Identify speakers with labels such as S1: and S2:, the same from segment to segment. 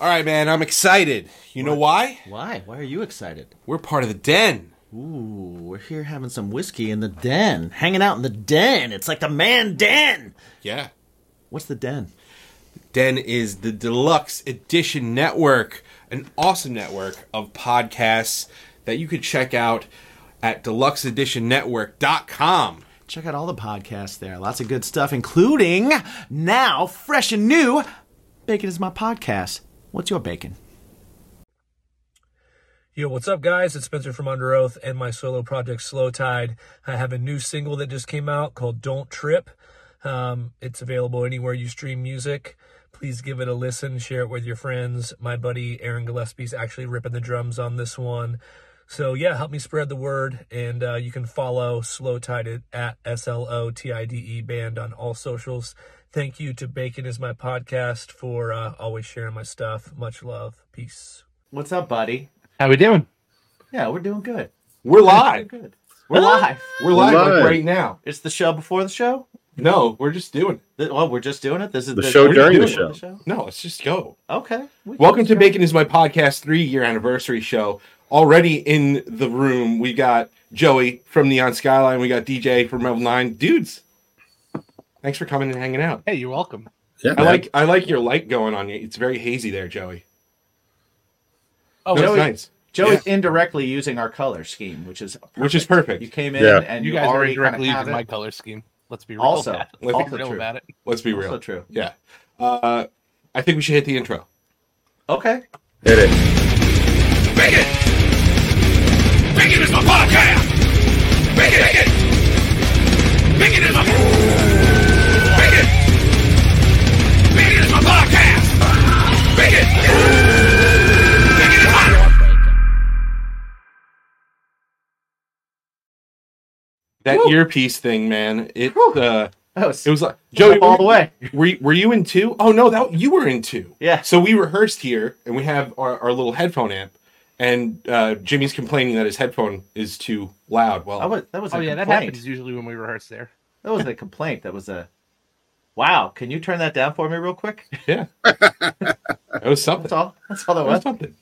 S1: All right, man, I'm excited. You know why?
S2: Why? Why are you excited?
S1: We're part of the den.
S2: Ooh, we're here having some whiskey in the den, hanging out in the den. It's like the man den.
S1: Yeah.
S2: What's the den?
S1: Den is the deluxe edition network, an awesome network of podcasts that you could check out at deluxeeditionnetwork.com.
S2: Check out all the podcasts there. Lots of good stuff, including now fresh and new. Bacon is my podcast. What's your bacon?
S3: Yo, what's up, guys? It's Spencer from Under Oath and my solo project Slow Tide. I have a new single that just came out called Don't Trip. Um, it's available anywhere you stream music. Please give it a listen, share it with your friends. My buddy Aaron Gillespie's actually ripping the drums on this one. So, yeah, help me spread the word. And uh, you can follow Slow Tide at S L O T I D E band on all socials. Thank you to Bacon is My Podcast for uh, always sharing my stuff. Much love. Peace.
S2: What's up, buddy?
S4: How we doing?
S2: Yeah, we're doing good.
S1: We're
S2: We're
S1: live.
S2: good. We're live.
S1: We're live, like,
S5: live.
S1: right now.
S2: It's the show before the show.
S1: No, we're just doing it.
S2: Th- Well, we're just doing it. This is
S5: The show
S2: we're
S5: during
S2: doing
S5: the
S2: it
S5: show.
S2: on show.
S1: No, let's just go.
S2: Okay. we can
S1: Welcome
S2: just
S1: to
S2: go.
S1: Bacon is My Podcast three year anniversary show. Already in the room, we got Joey from Neon Skyline. We got DJ from Level Nine. Dudes, thanks for coming and hanging out.
S4: Hey, you're welcome.
S5: Yeah,
S1: I like I like your light going on. you. It's very hazy there, Joey.
S4: Oh,
S1: That's
S2: Joey-
S1: nice.
S2: Joey's indirectly using our color scheme, which is perfect.
S1: Which is perfect.
S2: You came in
S5: Yeah.
S2: and
S4: you
S2: you,
S4: guys are
S2: already
S4: directly
S2: kinda have
S4: using
S2: it.
S4: my color scheme. Let's be real
S2: Also-
S4: about it.
S1: let's
S4: Let's
S1: be
S4: be real
S2: true.
S4: about it.
S1: Let's be
S2: Also
S1: real.
S2: true.
S1: Yeah. Uh, I think we should hit the intro.
S2: Okay.
S5: Hit it.
S6: Bacon! Bacon is my podcast! Bacon! Bacon! Bacon is my... Bacon! Bacon is my podcast! Bacon! Bacon is my...
S1: That earpiece thing, man. It uh,
S2: Oh, it's
S1: it was like Joey.
S2: up all the
S1: were-
S2: way.
S1: Were you, were you in two? Oh no, that you were in two.
S2: Yeah.
S1: So we rehearsed here, and we have our, our little headphone amp, and uh, Jimmy's complaining that his headphone is too loud. Well,
S2: That was that was a
S4: Oh yeah, that
S2: complaint.
S4: happens usually when we rehearse there.
S2: That was a complaint. That was a wow. Can you turn that down for me real quick?
S1: yeah, that was something.
S2: That's all. That's all that
S1: That was
S2: was.
S1: something.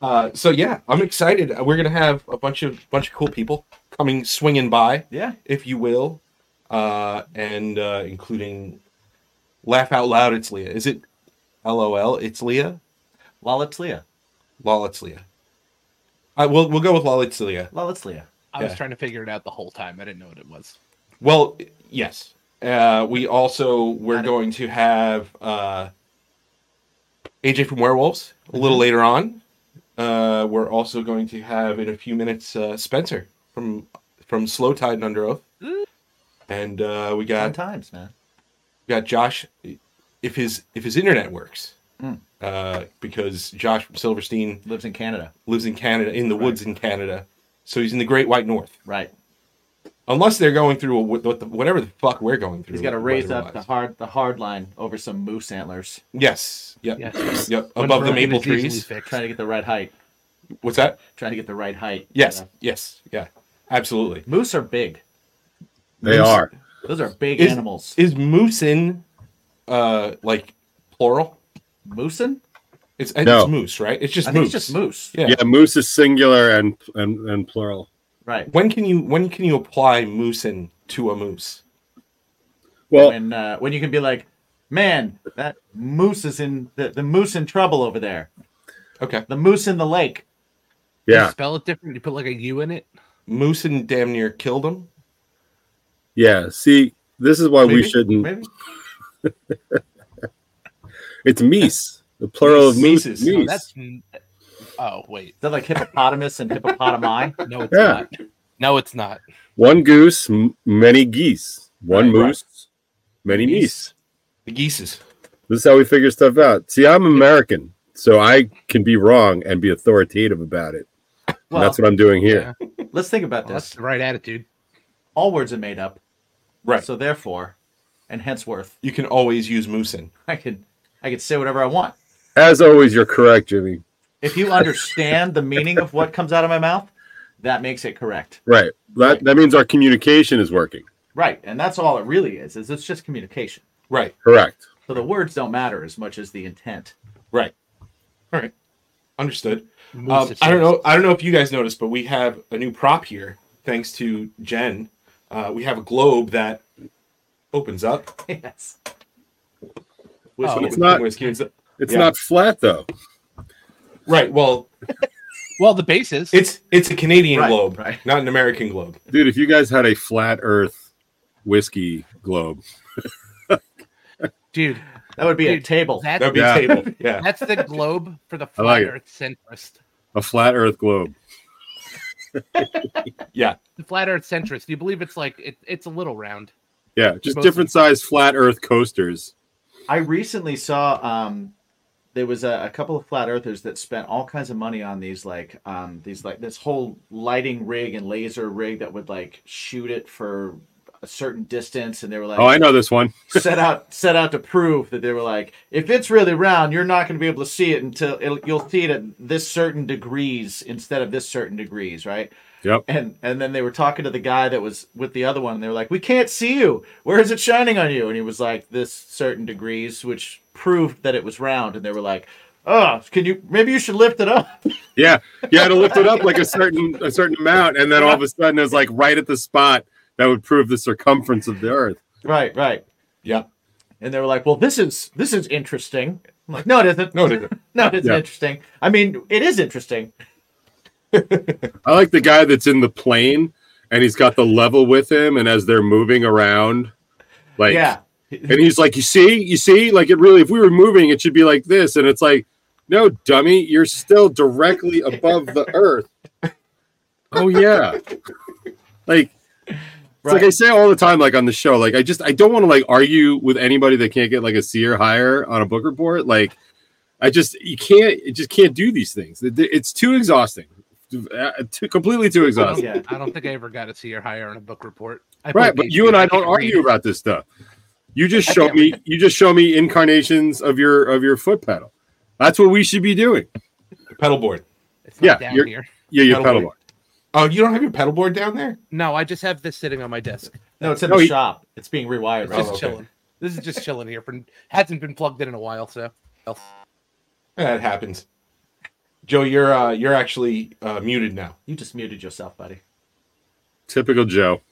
S1: Uh, so yeah, I'm excited. Uh, We're gonna have a bunch of bunch of cool people coming swinging by,
S2: Yeah.
S1: if you will, uh, and uh, including laugh out loud. It's Leah. Is it? LOL. It's Leah.
S2: Lalit's Leah.
S1: Lol. It's Leah. Uh, we'll we'll go with Lol. It's Leah.
S2: Lalit's Leah.
S4: I
S1: Yeah.
S4: was trying to figure it out the whole time. I didn't know what it was.
S1: Well, yes. Uh, we also we're
S2: Got it.
S1: going to have uh, AJ from Werewolves a little
S2: Mm-hmm.
S1: later on. Uh, we're also going to have in a few minutes uh, Spencer from from Slow Tide and Under Oath, and uh, we
S2: Fun
S1: got
S2: times, man.
S1: we got Josh if his if his internet works.
S2: Mm.
S1: Uh, because Josh from Silverstein
S2: Lives in Canada.
S1: lives in Canada, in the woods in Canada, so he's in the Great White North.
S2: Right.
S1: Unless they're going through a, what the, whatever the fuck we're going through.
S2: He's got to raise up
S1: weather-wise.
S2: the hard the hard line over some moose antlers.
S1: Yes. Yep.
S4: Yeah.
S1: Yep.
S4: When
S1: Above the
S4: broken,
S1: maple
S4: it's easily
S1: trees.
S4: fixed.
S2: Trying to get the right height.
S1: What's that?
S2: Trying to get the right height.
S1: Yes.
S2: Uh,
S1: Yes. Yeah. Absolutely.
S2: moose are big.
S5: They are.
S2: Those are big
S1: Is-
S2: animals.
S1: Is moose in uh like plural?
S2: Moosin?
S1: It's it's
S5: No.
S1: moose, right? It's just
S2: I think
S1: moose.
S2: it's just moose.
S1: Yeah.
S5: Yeah. moose is singular and and, and plural.
S2: Right.
S1: When can you when can you apply moose in to a moose?
S5: Well,
S2: When uh, when you can be like, man, that moose is in the, the moose in trouble over there.
S1: Okay.
S2: The moose in the lake.
S4: You
S5: yeah,
S4: spell it different. You put like a U in it.
S1: Moose and damn near killed him.
S5: yeah. See, this is why
S1: Maybe-
S5: we shouldn't.
S2: Maybe
S5: It's meese, the plural of moose.
S1: Meeses.
S5: is
S1: Oh,
S4: Oh,
S5: Meese.
S4: that's. Oh wait,
S2: Is that like hippopotamus and hippopotami?
S4: no, it's
S5: Yeah.
S4: not. No, it's not.
S5: One goose, m- many geese. One
S1: Right, right.
S5: moose, many meese.
S1: The geeses.
S5: This is how we figure stuff out. See, I'm American, so I can be wrong and be authoritative about it.
S2: Well,
S5: and that's what I'm doing here.
S2: let's think about
S4: Well, Oh, that's
S2: this.
S4: the right attitude.
S2: All words are made up,
S1: Right.
S2: so therefore, and henceforth,
S1: you can always use moose in.
S2: I can I can say whatever I want.
S5: As always, you're correct, Jimmy.
S2: If you understand the meaning of what comes out of my mouth, that makes it correct.
S5: Right. That that means our communication is working.
S2: Right, and that's all it really is. Is it's just communication.
S1: Right.
S5: Correct.
S2: So the words don't matter as much as the intent.
S1: Right. All right. Understood.
S4: Moose
S1: Um,
S4: it
S1: I don't
S4: shows.
S1: know. I don't know if you guys noticed, but we have a new prop here, thanks to Jen. Uh, we have a globe that opens up.
S2: Yes.
S1: Whiskey,
S4: Oh.
S5: It's not-
S1: whiskey, whiskey.
S5: It's
S1: Yeah.
S5: not flat though.
S1: right. Well,
S4: Well, the bases.
S1: it's it's a Canadian
S2: Right,
S1: globe,
S2: right.
S1: not an American globe.
S5: Dude, if you guys had a flat earth whiskey globe,
S4: dude.
S2: That would be a
S4: Dude,
S2: table.
S4: That's
S1: That'd be
S5: Yeah.
S1: a table. Yeah.
S4: that's the globe for the
S5: I
S4: flat
S5: like it.
S4: Earth centrist.
S5: a flat earth globe.
S1: Yeah.
S4: The flat Earth centrist. Do you believe it's like it, it's a little round?
S5: Yeah, just
S4: Mostly.
S5: different size flat earth coasters.
S2: I recently saw um, there was a, a couple of flat earthers that spent all kinds of money on these like um, these like this whole lighting rig and laser rig that would like shoot it for a certain distance, and they were like,
S5: Oh, I know this one.
S2: set out set out to prove that they were like, if it's really round, you're not going to be able to see it until it'll, you'll see it at this certain degrees instead of this certain degrees, right?
S5: Yep.
S2: And and then they were talking to the guy that was with the other one, and they were like, "We can't see you. Where is it shining on you?" And he was like, "This certain degrees," which proved that it was round. And they were like, "Oh, can you? Maybe you should lift it up."
S5: Yeah, you had to lift it up like a certain a certain amount, and then all of a sudden it's like right at the spot that would prove the circumference of the Earth.
S2: right, right.
S1: Yeah.
S2: And they were like, "Well, this is this is interesting." I'm like, "No, it isn't.
S1: No, it isn't.
S2: no, it isn't
S5: Yeah.
S2: interesting. I mean, it is interesting."
S5: I like the guy that's in the plane, and he's got the level with him, and as they're moving around, like
S2: yeah.
S5: and he's like, "You see, you see, like it really. If we were moving, it should be like this." And it's like, "No, dummy, you're still directly above the Earth." Oh yeah, like it's like I
S2: Right.
S5: say all the time, like on the show, like I just I don't want to like argue with anybody that can't get like a C or higher on a book report. Like I just you can't, you just can't do these things. It- It's too exhausting, Uh, too, completely too
S4: I don't,
S5: exhausting.
S2: Yeah.
S4: I don't think I ever got a C or higher on a book report. I
S5: Right,
S4: played
S5: but
S4: baseball.
S5: you and I don't
S4: can't read.
S5: argue about this stuff. You just
S4: I
S5: show
S4: can't
S5: me you just show me incarnations of your of your foot pedal. That's what we should be doing.
S1: Pedal board.
S4: It's not
S5: yeah,
S4: down
S5: you're-
S4: here.
S5: Yeah, your
S1: Pedal
S5: pedal
S1: board.
S5: board.
S1: Oh, you don't have your pedal board down there?
S4: No, I just have this sitting on my desk. Oh,
S2: No, it's in
S5: No,
S2: the
S5: he-
S2: shop. It's being rewired.
S4: It's
S1: Oh,
S4: just
S1: okay.
S4: chilling. This is just chilling here. For hasn't been plugged in in a while, so
S1: That happens. Joe, you're uh, you're actually uh, muted now.
S2: You just muted yourself, buddy.
S5: Typical Joe.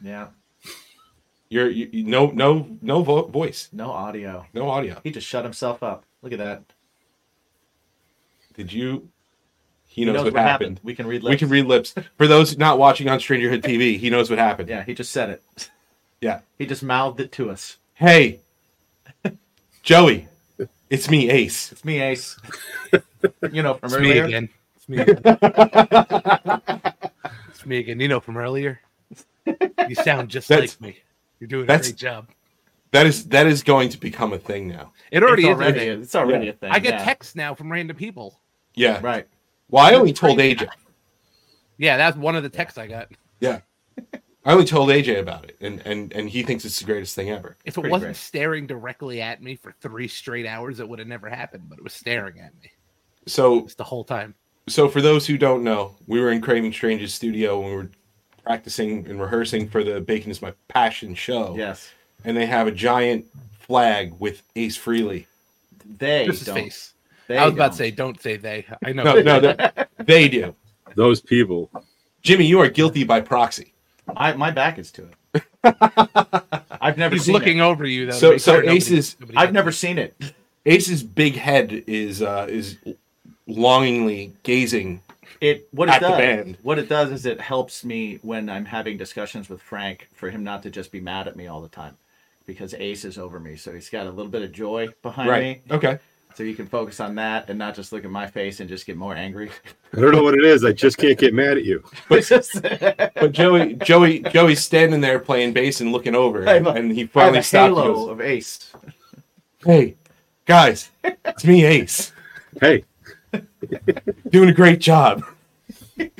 S2: Yeah.
S1: You're you, you- no no no vo- voice,
S2: No audio.
S1: no audio.
S2: He just shut himself up. Look at that.
S1: Did you? He knows, what, happened.
S2: We can read
S1: We
S2: lips.
S1: can read lips. For those not watching on Strangerhood TV, he knows what happened.
S2: Yeah, he just said it.
S1: Yeah.
S2: He just mouthed it to us.
S1: Hey, Joey, it's me, Ace.
S2: It's me, Ace. you know, from
S4: it's me
S2: earlier.
S4: again. It's me again. it's me again. You know from earlier. You sound just
S1: That's-
S4: like me. You're doing a
S1: that's-
S4: great job.
S1: That is that is going to become a thing now.
S4: It
S2: It's
S4: already is.
S2: already,
S4: actually.
S2: it's already a thing.
S4: I get
S2: yeah.
S4: texts now from random people.
S1: Yeah.
S2: Right.
S1: Well, I only told AJ.
S4: Yeah, that's one of the texts I got.
S1: Yeah. I only told AJ about it, and and and he thinks it's the greatest thing ever.
S4: If it
S2: Pretty
S4: wasn't
S2: great.
S4: staring directly at me for three straight hours, it would have never happened. But it was staring at me
S1: So
S4: just the whole time.
S1: so for those who don't know, we were in Craving Strange's studio when we were practicing and rehearsing for the Bacon is My Passion show.
S2: Yes.
S1: And they have a giant flag with Ace Freely.
S2: They
S4: Just his
S2: don't.
S4: face.
S2: They
S4: I was about
S2: don't.
S4: to say, don't say they. I know.
S1: No, no, they- they do.
S5: Those people.
S1: Jimmy, you are guilty by proxy.
S2: I, my back is to it. I've never
S4: He's
S2: seen
S4: looking
S2: it.
S4: over you though. to
S1: So-
S4: make
S1: so
S4: sure nobody-
S1: Ace is-
S4: nobody
S2: I've
S4: gets
S2: never seen it.
S1: Ace's big head is uh is longingly gazing.
S2: it what it
S1: at the
S2: does
S1: band.
S2: what it does is it helps me when I'm having discussions with Frank for him not to just be mad at me all the time because Ace is over me so he's got a little bit of joy behind
S1: Right.
S2: me
S1: Okay.
S2: so you can focus on that and not just look at my face and just get more angry
S5: I don't know what it is. I just can't get mad at you.
S2: It's just-
S1: But Joey Joey Joey's standing there playing bass and looking over
S2: I have a-
S1: and
S2: I
S1: he
S2: have
S1: finally
S2: a
S1: stopped and
S2: halo
S1: goes,
S2: of Ace
S1: Hey, guys, it's me, Ace.
S5: Hey,
S1: Doing a great job.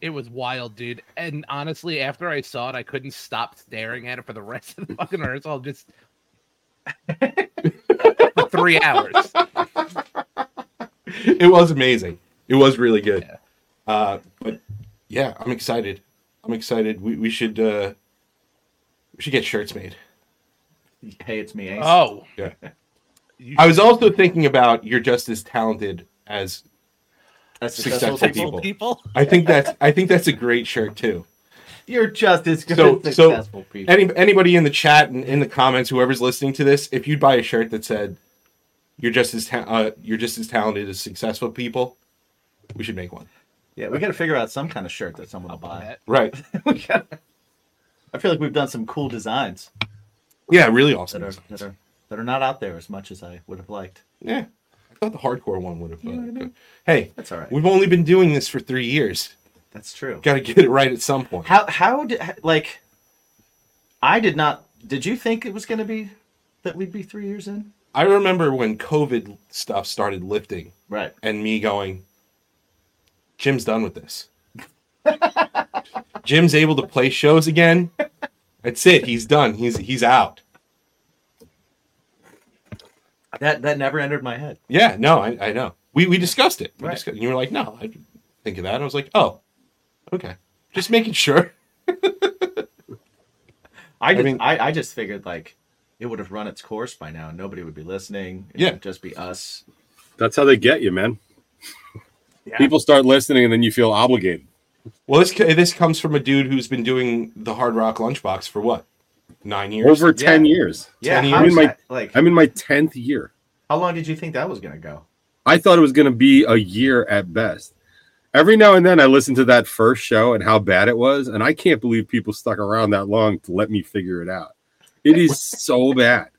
S4: It was wild, dude. And honestly, after I saw it, I couldn't stop staring at it for the rest of the fucking rehearsal. Just for three hours.
S1: it was amazing. It was really good. Uh, but yeah, I'm excited. I'm excited. We we should uh, we should get shirts made.
S2: hey it's me Ace
S4: Oh,
S1: Yeah.
S4: You
S1: I was also thinking about you're just as talented as
S2: That's
S1: Successful
S2: successful
S1: people.
S2: people.
S4: people.
S1: I think that's I think that's a great shirt too.
S2: You're just as good
S1: So-
S2: as
S1: so-
S2: successful people.
S1: Any anybody in the chat and in the comments, whoever's listening to this, if you'd buy a shirt that said you're just as ta- uh, you're just as talented as successful people, we should make one.
S2: yeah, we got to figure out some kind of shirt that someone will buy.
S4: That-
S1: Right.
S2: We gotta- I feel like we've done some cool designs
S1: Yeah, really awesome.
S2: that are that are that are not out there as much as I would have liked.
S1: Yeah. I thought the hardcore one would have. uh, Hey,
S2: That's all right.
S1: we've only been doing this for three years.
S2: That's true.
S1: Got to get it right at some point.
S2: How how did like? I did not. Did you think it was going to be that we'd be three years in?
S1: I remember when COVID stuff started lifting
S2: Right.
S1: and me going, Jim's done with this. Jim's able to play shows again. That's it. He's done. He's he's out.
S2: That that never entered my head.
S1: Yeah, no, I, I know. We we discussed it. We
S2: Right.
S1: discussed, you were like, no, I didn't think of that. I was like, oh, okay. Just making sure.
S2: I just, I,
S1: mean-
S2: I, just figured like it would have run its course by now. and Nobody would be listening. It
S1: Yeah.
S2: would just be us.
S5: That's how they get you, man.
S2: Yeah.
S5: People start listening and then you feel obligated.
S1: Well, this co- this comes from a dude who's been doing the Hard Rock Lunchbox for what nine years.
S5: Over 10 years.
S2: Yeah.
S1: Ten
S2: How
S1: years.
S2: is
S5: I mean,
S2: that- like
S5: I'm in my 10th year.
S2: how long did you think that was going to go?
S5: I thought it was going to be a year at best. Every now and then I listen to that first show and how bad it was. And I can't believe people stuck around that long to let me figure it out. It is so bad.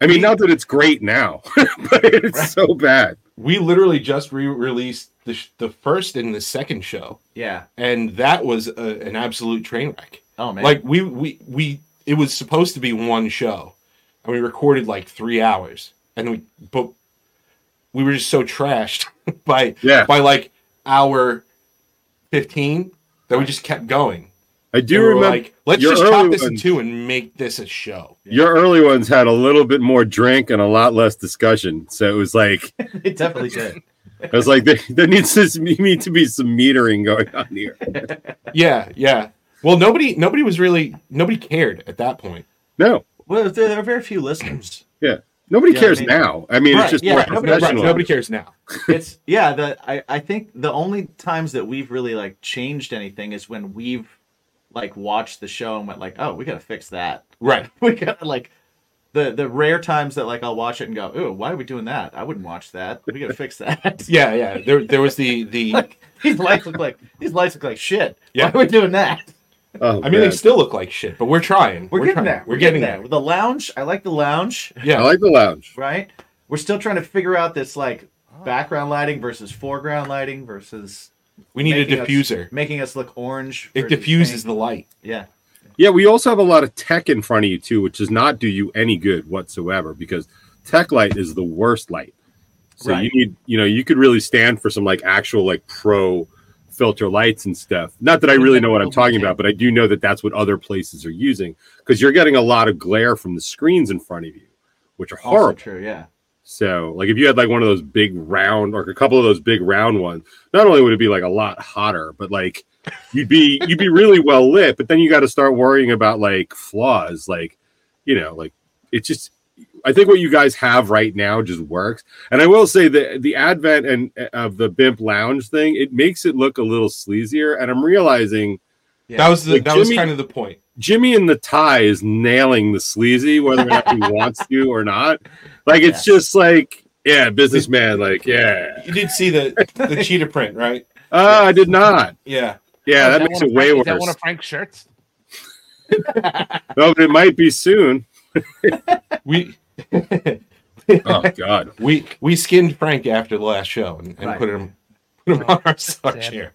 S5: I mean, not that it's great now, but it's so bad.
S1: we literally just re-released the sh- the first and the second show,
S2: Yeah.
S1: and that was a, an absolute train wreck.
S2: Oh man.
S1: Like we we we it was supposed to be one show, and we recorded like three hours, and we but we were just so trashed by
S5: Yeah.
S1: by like hour fifteen that we just kept going.
S5: I do
S1: And we were
S5: remember
S1: like let's
S5: your
S1: just chop
S5: early
S1: this in
S5: ones-
S1: two and make this a show.
S5: your early ones had a little bit more drink and a lot less discussion. So it was like,
S2: it definitely did.
S5: I was like, there, there needs to need to be some metering going on here.
S1: Yeah, yeah. Well, nobody, nobody was really, nobody cared at that point.
S5: No,
S2: Well, there, there are very few listeners.
S5: nobody
S2: Yeah, I
S5: cares
S2: mean-
S5: now. I mean,
S2: Right,
S5: it's just
S2: yeah,
S5: more
S1: Nobody, right,
S5: professional.
S1: nobody cares now.
S2: It's yeah. The I I think the only times that we've really like changed anything is when we've like watched the show and went like, oh, we got to fix that.
S1: Right.
S2: we got like the the rare times that like I'll watch it and go, "Ooh, why are we doing that? I wouldn't watch that. We gotta fix that."
S1: Yeah, yeah. There, there was the the.
S2: like these lights look like these lights look like shit.
S1: Yeah.
S2: Why are we doing that?
S5: Oh,
S1: I mean,
S5: man.
S1: they still look like shit, but we're trying.
S2: We're, getting
S1: trying.
S2: there.
S1: We're getting, there.
S2: The lounge. I like the lounge.
S5: I
S1: Yeah.
S5: like the lounge.
S2: Right. We're still trying to figure out this like
S1: Oh.
S2: background lighting versus foreground lighting versus
S1: we need a
S2: making us-
S1: diffuser.
S2: making us look orange.
S1: It
S2: versus
S1: diffuses
S2: pink.
S1: the light.
S2: yeah.
S5: Yeah, we also have a lot of tech in front of you too, which does not do you any good whatsoever because tech light is the worst light. So you
S2: Right.
S5: need, you know, you could really stand for some like actual like pro filter lights and stuff. Not that I really know what I'm talking about, but I do know that that's what other places are using because you're getting a lot of glare from the screens in front of you, which are
S2: Also
S5: horrible.
S2: true. Yeah.
S5: So, like, if you had like one of those big round, or a couple of those big round ones, not only would it be like a lot hotter, but like you'd be you'd be really well lit. But then you got to start worrying about like flaws, like you know, like it's just. I think what you guys have right now just works, and I will say that the advent and uh, of the bimp lounge thing, it makes it look a little sleazier. And I'm realizing
S2: Yeah.
S1: That was the,
S5: Like,
S1: that was
S5: Jimmy-
S1: kind of the point.
S5: Jimmy in the tie is nailing the sleazy, whether or not he wants to or not. Like it's just like, yeah, businessman. Like, yeah,
S1: You did see the the cheetah print, right?
S5: uh, I did not.
S1: Yeah.
S5: Yeah,
S4: Is
S5: that makes
S4: one
S5: it
S4: of
S5: way
S4: Frank-
S5: worse.
S4: Is that one of Frank's shirts?
S5: No, but it might be soon.
S1: We
S5: Oh God,
S1: we we skinned Frank after the last show and, and
S2: Right.
S1: put him put him on our slouch
S4: sad.
S1: chair.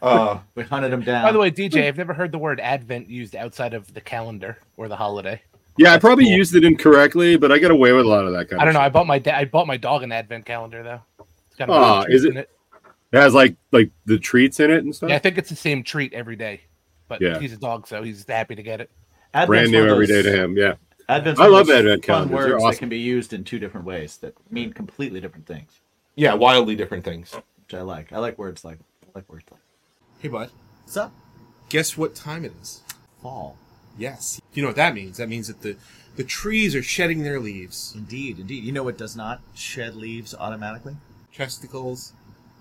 S1: Uh,
S2: We hunted him down.
S4: By the way, DJ, I've never heard the word Advent used outside of the calendar or the holiday.
S5: yeah, I probably used it incorrectly, but I got away with a lot of that kind.
S4: I don't know. I
S5: of
S4: bought my da- I bought my dog an Advent calendar though. It's got a
S5: Aw,
S4: bunch of
S5: Oh, is
S4: treats
S5: it-
S4: in
S5: know. It has like like the treats in it and stuff.
S4: Yeah, I think it's the same treat every day. But
S5: Yeah.
S4: he's a dog, so he's happy to get it.
S2: Advent's
S5: Brand
S2: one
S5: new
S2: of
S5: every day
S2: those-
S5: to him. Yeah,
S2: Advent's
S5: I
S2: one of
S5: love
S2: those
S5: Advent
S2: fun
S5: calendars. They're
S2: words
S5: awesome.
S2: that can be used in two different ways that mean completely different things,
S1: yeah, wildly different things.
S2: which I like. I like words like I like words like.
S7: Hey, bud,
S2: What's up?
S7: guess what time it is?
S2: Fall.
S7: Yes. You know what that means? That means that the The trees are shedding their leaves.
S2: Indeed, indeed. You know what does not shed leaves automatically?
S7: Chesticles,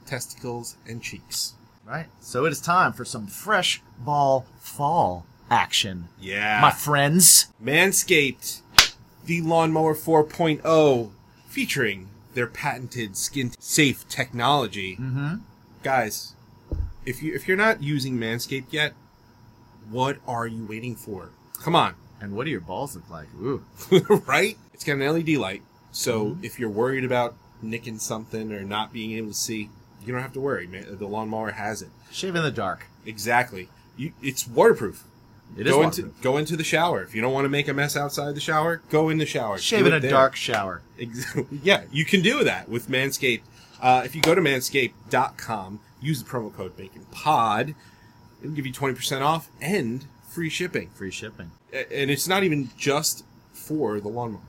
S7: testicles, and cheeks.
S2: Right. So it is time for some fresh ball fall action,
S7: Yeah.
S2: my friends.
S7: Manscaped, the Lawnmower 4.0, featuring their patented skin safe technology. Mm-hmm. Guys, if you if you're not using Manscaped yet, what are you waiting for? Come on,
S2: And what do your balls look like? Ooh. Mm-hmm.
S7: right? It's got an LED light, so if you're worried about nicking something or not being able to see, you don't have to worry. Man, the lawnmower has it
S2: Shave in the dark.
S7: exactly. You, it's waterproof.
S2: It is
S7: go
S2: waterproof.
S7: into go into the shower if you don't want to make a mess outside the shower. Go in the shower.
S2: Shave
S7: Do
S2: in
S7: it
S2: a
S7: there.
S2: dark shower.
S7: Ex- yeah, you can do that with Manscaped. Uh, if you go to manscaped.com, use the promo code BACONPOD, it'll give you 20% off and free shipping.
S2: Free shipping.
S7: A- And it's not even just for the lawnmower.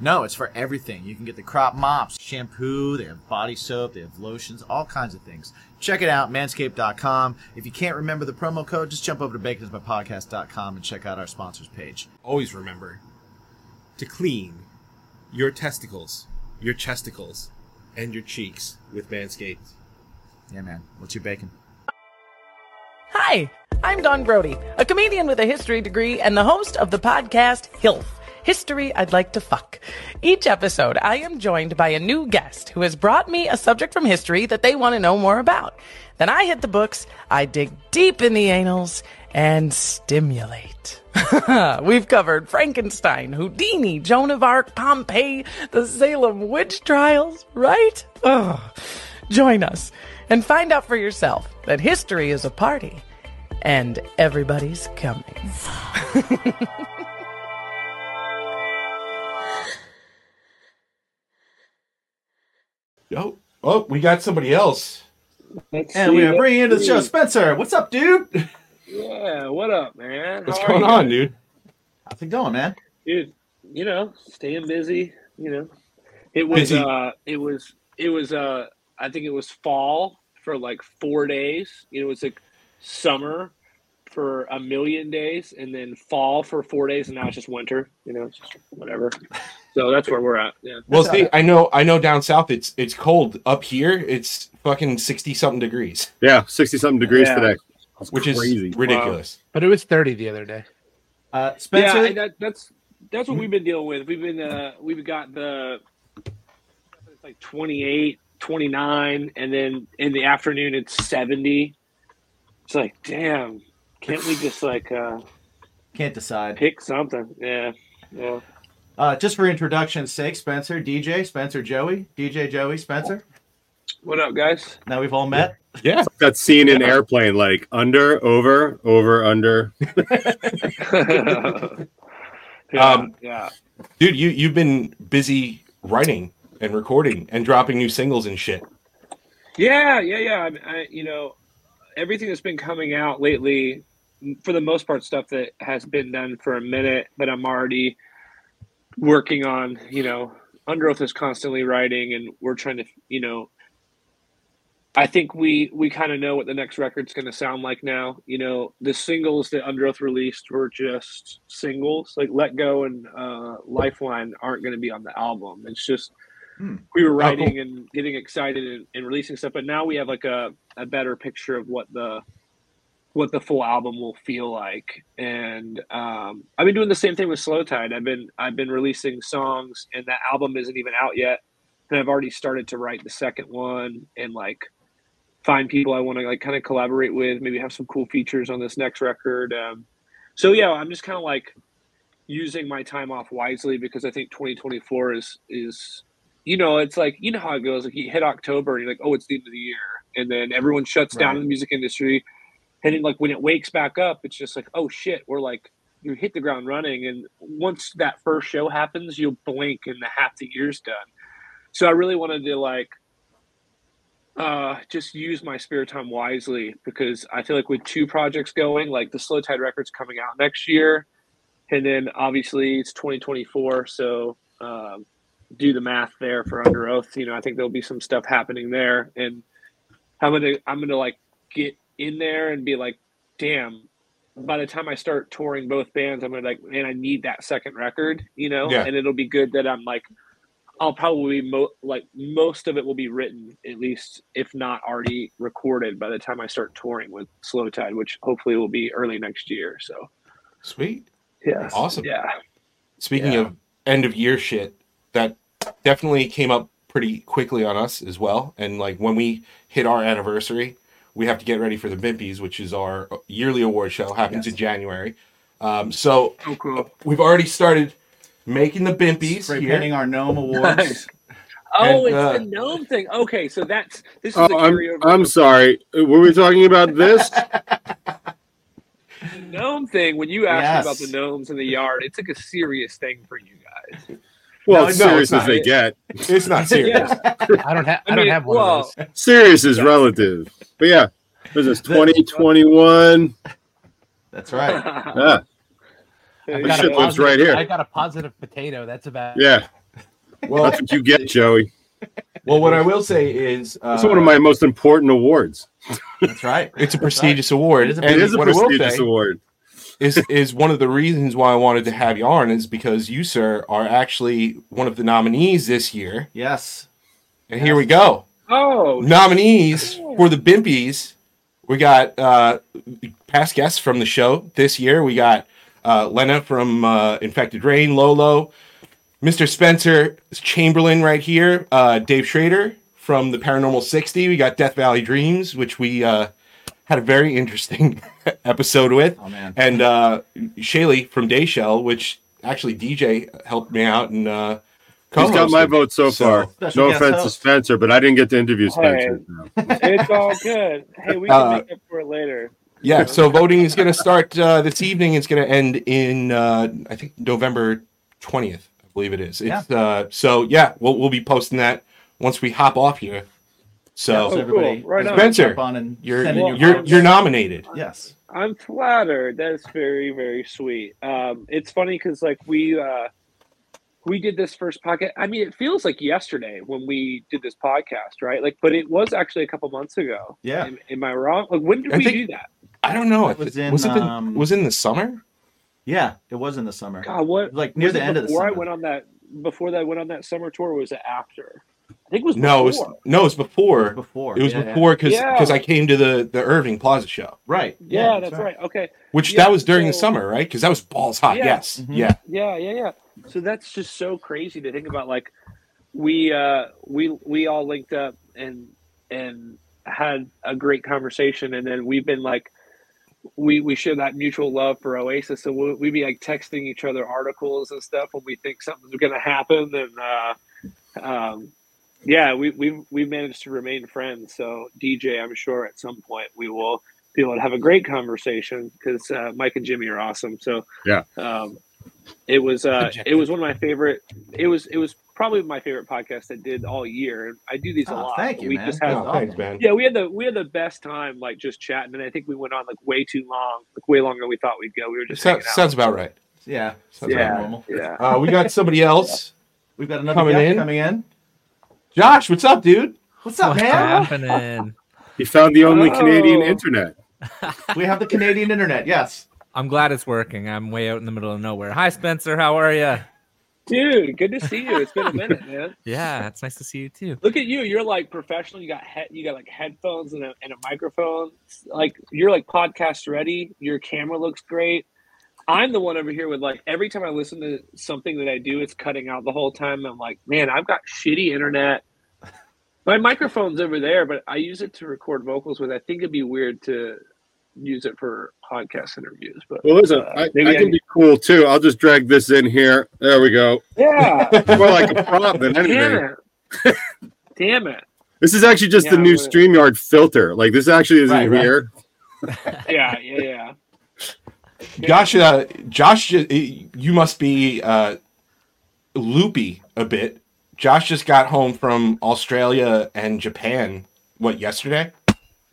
S2: No, it's for everything. You can get the crop mops, shampoo, they have body soap, they have lotions, all kinds of things. Check it out, manscaped.com. If you can't remember the promo code, just jump over to baconisbypodcast.com and check out our sponsors page.
S7: Always remember to clean your testicles, your chesticles, and your cheeks with Manscaped.
S2: Yeah, man. What's your bacon?
S8: Hi, I'm Don Brody, a comedian with a history degree and the host of the podcast Hilf. History I'd like to fuck. Each episode, I am joined by a new guest who has brought me a subject from history that they want to know more about. Then I hit the books, I dig deep in the anals, and stimulate. We've covered Frankenstein, Houdini, Joan of Arc, Pompeii, the Salem witch trials, right? Ugh. Join us and find out for yourself that history is a party and everybody's coming.
S1: Oh, oh, we got somebody else.
S9: Let's
S2: And we
S9: see,
S2: are
S9: let's
S2: bringing into the show
S9: see.
S2: Spencer. What's up, dude?
S9: Yeah, what up, man?
S1: What's
S9: How are
S1: going
S9: you?
S1: on, dude?
S2: How's it going, man?
S9: dude? You know, staying busy. You know, it was
S1: Busy.
S9: uh, it was it was uh, I think it was fall for like four days. You know, it was like summer for a million days, and then fall for four days, and now it's just winter. You know, it's just whatever. So that's where we're at. Yeah.
S1: Well,
S2: That's
S1: see, I know, I know. Down south, it's it's cold. Up here, it's fucking sixty something degrees,
S5: Yeah, sixty something degrees
S9: Yeah.
S5: today. That's
S1: which
S5: crazy.
S1: is ridiculous.
S4: But it was 30 the other day.
S2: Uh, Spencer,
S9: Yeah, and that, that's that's what we've been dealing with. We've been uh, we've got the it's like 28, 29, and then in the afternoon it's seventy. It's like, damn, can't we just like uh,
S2: can't decide.
S9: pick something? Yeah, yeah.
S2: Uh, just for introduction's sake, Spencer, DJ, Spencer, Joey, DJ, Joey, Spencer.
S9: What up, guys?
S2: Now we've all met.
S1: Yeah,
S5: That scene in airplane, like under, over, over, under.
S9: yeah,
S1: Um,
S9: yeah.
S1: dude, you you've been busy writing and recording and dropping new singles and shit.
S9: Yeah, yeah, yeah. I, mean, I, you know, everything that's been coming out lately, for the most part, stuff that has been done for a minute, but I'm already working on. You know, Under Oath is constantly writing, and we're trying to, you know, I think we we kind of know what the next record's going to sound like now. You know, the singles that Under Oath released were just singles, like Let Go and uh, Lifeline aren't going to be on the album. It's just we were
S1: Oh, cool.
S9: writing and getting excited and, and releasing stuff, but now we have like a, a better picture of what the what the full album will feel like. And um, I've been doing the same thing with Slow Tide. I've been I've been releasing songs, and that album isn't even out yet, and I've already started to write the second one and like find people I want to like kind of collaborate with, maybe have some cool features on this next record. Um, so yeah, I'm just kind of like using my time off wisely because I think 2024 is is you know it's like you know how it goes like you hit October and you're like oh it's the end of the year and then everyone shuts down in the music industry and then like when it wakes back up it's just like oh shit we're like you hit the ground running and once that first show happens you'll blink and the half the year's done so I really wanted to like uh, just use my spare time wisely because I feel like with two projects going, like the Slow Tide Records coming out next year, and then obviously it's 2024, so um, do the math there for Under Oath. You know, I think there'll be some stuff happening there, and I'm gonna I'm gonna like get in there and be like, damn, by the time I start touring both bands, I'm gonna be like, man, I need that second record, you know.
S1: Yeah.
S9: And it'll be good that I'm like, I'll probably be mo- like most of it will be written at least, if not already recorded, by the time I start touring with Slow Tide, which hopefully will be early next year. So
S1: Sweet.
S9: yeah,
S1: Awesome.
S9: yeah,
S1: Speaking
S9: Yeah.
S1: of end of year shit, that definitely came up pretty quickly on us as well. And like when we hit our anniversary, we have to get ready for the Bimpies, which is our yearly award show, happens in January. Um, so
S9: so cool.
S1: we've already started making the Bimpies
S2: Spray
S1: here.
S2: painting our gnome awards.
S9: Oh,
S1: And,
S9: it's
S1: uh,
S9: the gnome thing. Okay, so that's this is
S5: Oh,
S9: the
S5: I'm,
S9: carryover
S5: I'm sorry. Were we talking about this?
S9: the gnome thing. When you asked me
S2: Yes.
S9: about the gnomes in the yard, it's like a serious thing for you guys.
S5: Well,
S1: No,
S5: it's
S1: no, it's
S5: serious
S1: not.
S5: as they get.
S1: It's not serious.
S9: Yeah.
S4: I don't have. I,
S9: I
S4: don't
S9: mean,
S4: have one
S9: well,
S4: of those.
S5: Serious is relative. But yeah, was this 2021?
S2: That's right.
S5: Ah,
S9: There
S5: This
S9: you
S5: got shit
S9: go.
S5: looks right here.
S4: I got a positive potato. That's about.
S5: yeah,
S1: Well,
S5: that's what you get, Joey.
S1: well, what I will say is, uh,
S5: It's one of my most important awards.
S2: That's right.
S1: It's a prestigious award.
S2: It is a-
S1: and
S5: it is a
S1: what I will
S5: prestigious
S1: say
S5: award.
S1: Is is one of the reasons why I wanted to have you on is because you, sir, are actually one of the nominees this year.
S2: Yes.
S1: And here we go.
S9: Oh,
S1: Nominees for the Bimpies. We got uh, past guests from the show this year. We got uh, Lena from uh, Infected Rain, Lolo, Mr. Spencer Chamberlain right here, uh, Dave Schrader from the Paranormal 60. We got Death Valley Dreams, which we uh, had a very interesting episode with
S2: Oh man.
S1: and uh Shaylee from Dayshell, which actually DJ helped me out and uh
S5: He's got my
S1: co-hosted.
S5: vote so far.
S2: Special
S5: No
S2: guest
S5: offense to
S2: host.
S5: Spencer, but I didn't get to interview Spencer.
S9: it's all good. Hey, we can
S1: Uh,
S9: make up for it later.
S1: Yeah, so voting is going to start uh, this evening. It's going to end in uh, I think November twentieth, I believe it is. It's uh, so yeah, we'll we'll be posting that once we hop off here. So
S9: Yeah,
S2: everybody,
S9: cool. Right
S2: everybody
S9: on.
S1: Spencer,
S2: jump on and
S1: you're
S2: send in your
S1: you're
S2: votes.
S1: you're nominated.
S2: Yes.
S9: I'm flattered. That's very, very sweet. Um, it's funny because like we uh, we did this first podcast. I mean, it feels like yesterday when we did this podcast, right? Like, but it was actually a couple months ago.
S2: Yeah.
S9: Am, am I wrong? Like, when did
S1: I
S9: we
S1: think-
S9: do that?
S1: I don't know. if
S2: was
S1: it-
S2: in,
S1: was it the,
S2: um,
S1: was it in the summer?
S2: Yeah. It was in the summer.
S9: God, what?
S2: Like near
S9: was
S2: the
S9: it
S2: end of the
S9: before
S2: summer.
S9: I went on that before that I went on that summer tour. or Was it after? I think it was
S1: No, it was
S9: before.
S1: no, it was before.
S2: before.
S1: It was
S2: Yeah, yeah.
S1: before because
S9: Yeah.
S1: I came to the the Irving Plaza show.
S2: Right.
S9: Yeah, that's right. Okay,
S1: Which
S9: Yeah,
S1: that was during the
S9: so-
S1: summer, right? Because that was balls hot.
S9: Yeah. Mm-hmm.
S1: Yes.
S2: Mhm.
S1: Yeah.
S9: Yeah, yeah, yeah. So that's just so crazy to think about. Like, we uh, we we all linked up and and had a great conversation, and then we've been like, we we share that mutual love for Oasis, so we we be like texting each other articles and stuff when we think something's gonna happen, and uh, um, yeah, we we we managed to remain friends. So DJ, I'm sure at some point we will be able to have a great conversation because uh, Mike and Jimmy are awesome. So
S5: Yeah.
S9: um, it was uh, it
S4: Objective.
S9: was one of my favorite. It was it was probably my favorite podcast I did all year. I do these a
S2: Oh,
S9: lot.
S2: thank
S9: but
S2: you,
S9: we
S2: man.
S9: just
S2: That's
S9: had
S1: Oh, thanks, man.
S9: yeah, we had the we had the best time like just chatting, and I think we went on like way too long, like way longer than we thought we'd go. We were just
S1: So-
S9: hanging out.
S1: sounds about right.
S2: Yeah.
S1: Sounds
S9: Yeah.
S1: about
S2: Normal.
S9: yeah,
S1: right. Uh, we got somebody else.
S2: We've got another
S1: Coming
S2: guest
S1: in.
S2: coming in.
S1: Josh, what's up, dude?
S2: What's up,
S10: What's
S2: man?
S10: happening?
S5: He found the only Canadian
S9: Oh.
S5: internet.
S2: we have the Canadian internet. Yes.
S10: I'm glad it's working. I'm way out in the middle of nowhere. Hi, Spencer. How are you?
S9: dude, good to see you. It's been a minute, man.
S10: Yeah, it's nice to see you too.
S9: Look at you. You're like professional. You got he- you got like headphones and a, and a microphone. It's, Like you're like podcast ready. Your camera looks great. I'm the one over here with like every time I listen to something that I do, it's cutting out the whole time. I'm like, man, I've got shitty internet. My microphone's over there, but I use it to record vocals with. I think it'd be weird to use it for podcast interviews, but
S5: Well, listen,
S9: uh,
S5: I, I
S9: maybe I
S5: can be cool too. I'll just drag this in here. There we go.
S9: yeah,
S5: More like a
S9: Uh-huh.
S5: prop than anything.
S9: damn it. Damn it.
S5: This is actually just the
S9: Yeah,
S5: new
S9: we're-
S5: StreamYard filter. Like this actually isn't
S2: Right, right.
S5: here.
S9: Yeah, yeah, yeah.
S1: Josh, uh, Josh, uh, you must be uh, loopy a bit. Josh just got home from Australia and Japan. What yesterday?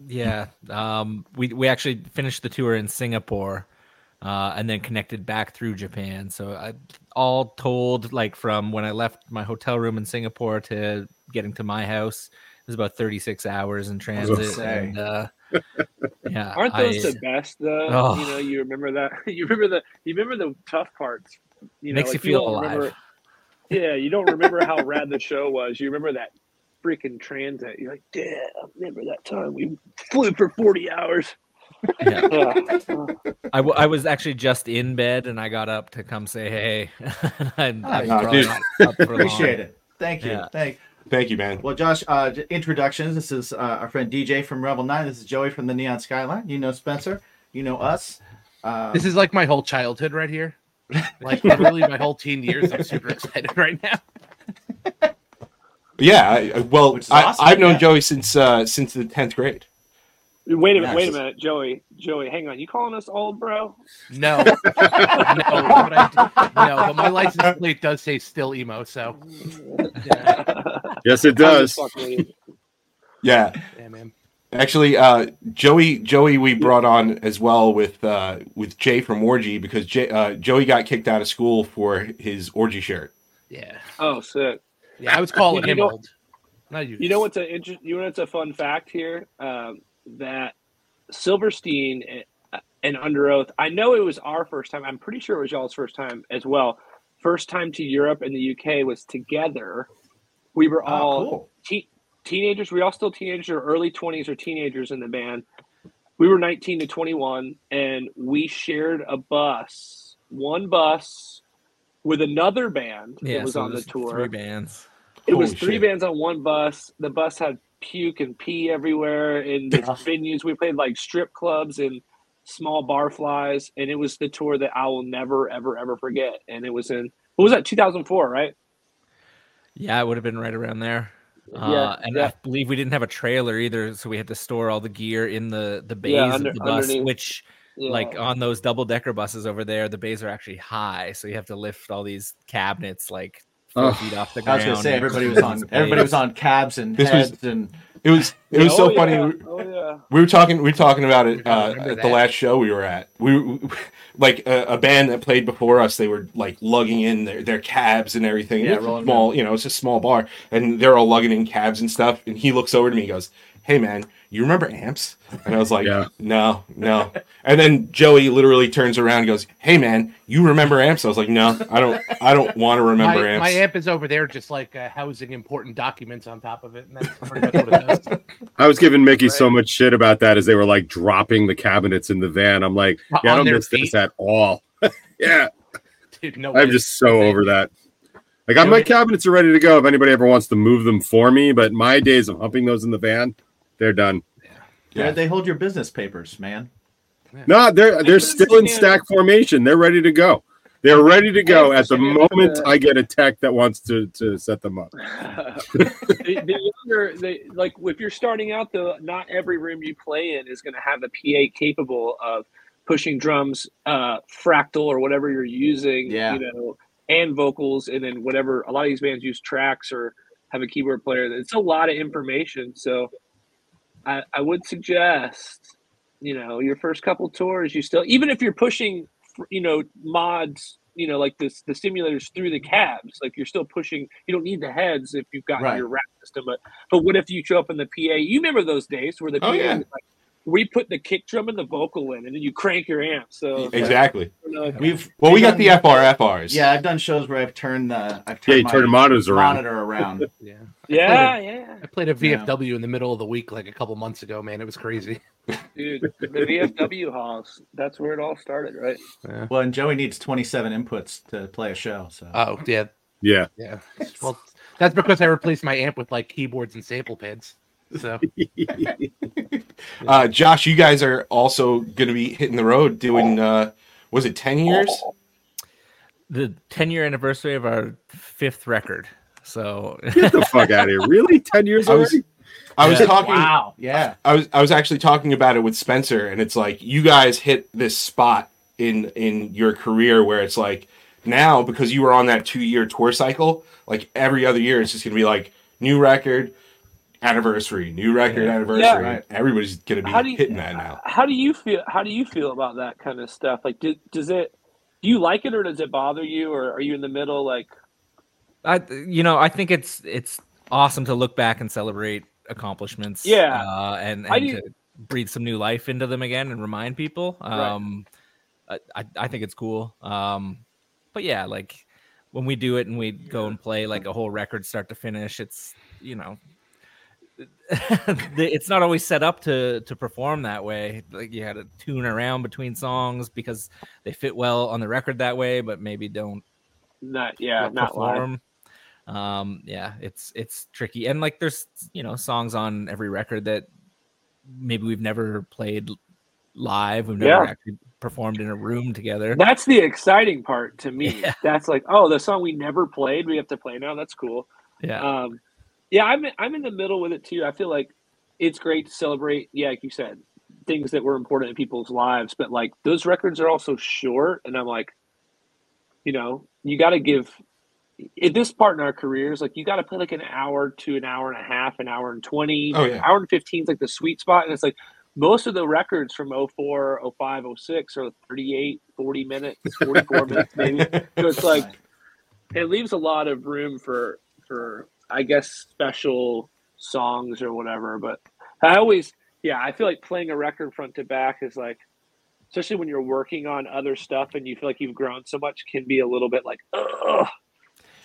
S10: Yeah, um, we we actually finished the tour in Singapore, uh, and then connected back through Japan. So I, all told, like from when I left my hotel room in Singapore to getting to my house, it was about 36 hours in
S5: was gonna
S10: transit.
S2: say.
S10: And uh, yeah,
S9: Aren't those
S10: Uh, I-
S9: the best though?
S10: Oh.
S9: You know, you remember that. You remember the. You remember the tough parts. You know,
S10: Makes
S9: like,
S10: you feel
S9: don't
S10: alive.
S9: Remember, yeah, you don't remember how rad the show was. You remember that freaking transit. You're like, damn, I remember that time we flew for forty hours. Uh,
S10: yeah.
S9: Ugh.
S10: I, w- I was actually just in bed and I got up to come say hey. I'm, I'm
S1: Nice.
S10: probably
S1: Dude.
S10: not up for long.
S2: Ah, Appreciate it. Thank you.
S10: Yeah.
S2: Thank.
S1: Thank you, man.
S2: Well, Josh, uh, j- introductions. This is uh, our friend DJ from Rebel Nine. This is Joey from the Neon Skyline. You know Spencer. You know us. Um,
S4: This is like my whole childhood right here. Like literally my whole teen years. I'm super excited right now.
S1: Yeah. I, I- well,
S2: Which is
S1: I,
S2: awesome,
S1: I've known
S2: yeah.
S1: Joey since uh, since the tenth grade.
S9: Wait a minute, wait a
S2: Yes.
S9: minute, Joey, Joey, hang on. You calling us old, bro?
S4: No, no, but I do- no, but my license plate does say still emo. So yeah,
S5: Yes, it does.
S9: Fuck me.
S1: Yeah.
S4: yeah, man.
S1: Actually, uh, Joey, Joey, we brought on as well with uh, with Jay from Orgy because Jay, uh, Joey got kicked out of school for his Orgy shirt.
S4: Yeah,
S9: Oh, sick.
S4: yeah. I was calling
S9: You
S4: him
S9: know-
S4: old. Not you.
S9: You know what's an inter- You know what's a fun fact here? Um, that Silverstein and, and Under Oath. I know it was our first time. I'm pretty sure it was y'all's first time as well. First time to Europe and the UK was together. We were
S4: Ah,
S9: all
S2: cool.
S9: te- teenagers. We were all still teenagers or early 20s or teenagers in the band. We were 19 to 21, and we shared a bus, one bus, with another band
S10: Yeah,
S9: that was
S10: so
S9: on the
S10: there's
S9: tour.
S10: Three bands.
S9: It was
S1: Holy
S9: three
S1: shit.
S9: bands on one bus. The bus had puke and pee everywhere in the venues. We played like strip clubs and small barflies, and it was the tour that I will never, ever, ever forget. And it was in what was that? Two thousand four, right?
S10: Yeah, it would have been right around there.
S9: Yeah,
S10: uh, and
S9: yeah.
S10: I believe we didn't have a trailer either, so we had to store all the gear in the the bays
S9: under-
S10: of the bus,
S9: underneath.
S10: which
S9: Yeah.
S10: like on those double decker buses over there, the bays are actually high, so you have to lift all these cabinets like four
S5: Ugh.
S10: feet off the
S2: I
S10: ground.
S2: was gonna say
S10: and
S2: everybody
S10: put
S2: was
S10: on
S2: on
S10: these
S2: everybody was
S10: bays.
S2: on cabs and
S1: This was-
S2: heads and
S1: It was it was
S9: Yeah,
S1: so
S9: oh,
S1: funny.
S9: yeah.
S1: We-
S9: Oh
S1: We were talking we were talking about it
S4: I
S1: uh,
S4: remember
S1: at the
S4: that.
S1: last show we were at. We, we like a, a band that played before us. They were like lugging in their, their cabs and everything.
S2: Yeah,
S1: It was a
S2: rolling
S1: small, you know, it's a small bar, and they're all lugging in cabs and stuff. And he looks over to me, and goes, "Hey, man, you remember amps?" And I was like,
S5: Yeah.
S1: "No, no." And then Joey literally turns around and goes, "Hey, man, you remember amps?" I was like, "No, I don't. I don't want to remember
S4: my,
S1: amps."
S4: my amp is over there, just like uh, housing important documents on top of it, and that's pretty much what it does.
S5: I was giving Mickey so much shit about that as they were like dropping the cabinets in the van. I'm like,
S4: On
S5: yeah, I don't
S4: their
S5: miss this
S4: feet?
S5: at all. yeah,
S4: Dude, no,
S5: I'm
S4: way.
S5: just so over that. I got my cabinets are ready to go if anybody ever wants to move them for me, but my days of humping those in the van, they're done.
S1: Yeah.
S2: Jared, they hold your business papers, man.
S5: No, they're they're
S9: don't
S5: still in
S9: understand.
S5: stack formation. They're ready to go. They're ready to go at the
S9: understand
S5: moment
S9: that.
S5: I get a tech that wants to to set them up.
S9: yeah. the, the younger, they like if you're starting out, though, not every room you play in is going to have a PA capable of pushing drums, uh, fractal or whatever you're using.
S2: Yeah.
S9: You know, and vocals, and then whatever. A lot of these bands use tracks or have a keyboard player. It's a lot of information. So, I, I would suggest, you know, your first couple tours, you still, even if you're pushing, you know, mods, you know, like this, the simulators through the cabs, like you're still pushing. You don't need the heads if you've got
S2: Right.
S9: your rack system. But but what if you show up in the PA? You remember those days where the
S1: Oh,
S9: PA
S1: yeah.
S9: was like, we put the kick drum and the vocal in, and then you crank your amp. So
S1: exactly.
S9: I don't know if-
S2: We've
S1: Well, we
S2: we've
S1: got the
S2: done-
S1: FRFRs.
S2: Yeah, I've done shows where I've turned the I've
S5: Yeah,
S2: turned
S5: you
S2: my
S5: turn the monitors around.
S2: monitor around.
S4: yeah.
S9: yeah, yeah,
S4: I played a VFW in the middle of the week, like a couple months ago. Man, it was crazy.
S9: dude. The VFW halls. That's where it all started, right?
S2: well, and Joey needs 27 inputs to play a show, so
S4: Oh yeah,
S5: Yeah.
S4: yeah. Well, that's because I replaced my amp with like keyboards and sample pads. So
S1: Uh, Josh, you guys are also going to be hitting the road doing, uh, was it 10 years?
S10: the 10 year anniversary of our fifth record. So
S5: Get the fuck out of here. Really? 10 years
S1: I was-
S5: already?
S1: I was talking,
S2: wow, yeah,
S1: I was, I was actually talking about it with Spencer, and it's like, you guys hit this spot in, in your career where it's like, now because you were on that two year tour cycle, like every other year, it's just going to be like, new record, anniversary, new record, anniversary.
S9: Yeah.
S2: Right.
S1: Everybody's going to
S9: How
S1: be
S9: do you-
S1: hitting that now.
S9: how do you feel how do you feel about that kind of stuff like do, does it do you like it or does it bother you or are you in the middle like
S10: I, you know, I think it's it's awesome to look back and celebrate accomplishments.
S9: Yeah.
S10: uh, and,
S9: I
S10: and
S9: do-
S10: to breathe some new life into them again and remind people. Um, I, I I think it's cool. Um, but yeah, like when we do it and we go and play like a whole record start to finish, it's you know, it's not always set up to to perform that way. Like you had to tune around between songs because they fit well on the record that way, but maybe don't
S9: Not yeah,
S10: what
S9: not live.
S10: perform. Um, yeah, it's it's tricky, and like there's you know songs on every record that maybe we've never played live. We've never
S9: Yeah.
S10: actually performed in a room together.
S9: That's the exciting part to me.
S10: Yeah.
S9: That's like, oh, the song we never played, we have to play now. That's cool.
S10: yeah,
S9: Um, yeah, I'm I'm in the middle with it too. I feel like it's great to celebrate. Yeah, like you said, things that were important in people's lives, but like those records are also short, and I'm like, you know, you got to give at this part in our careers, like you got to play like an hour to an hour and a half, an hour and twenty,
S1: Oh, yeah.
S9: hour and fifteen is like the sweet spot, and it's like. Most of the records from 04, 05, 06 are 38, 40 minutes, 44 minutes, maybe. So it's like it leaves a lot of room for for I guess special songs or whatever. But I always yeah, I feel like playing a record front to back is like especially when you're working on other stuff and you feel like you've grown so much can be a little bit like ugh.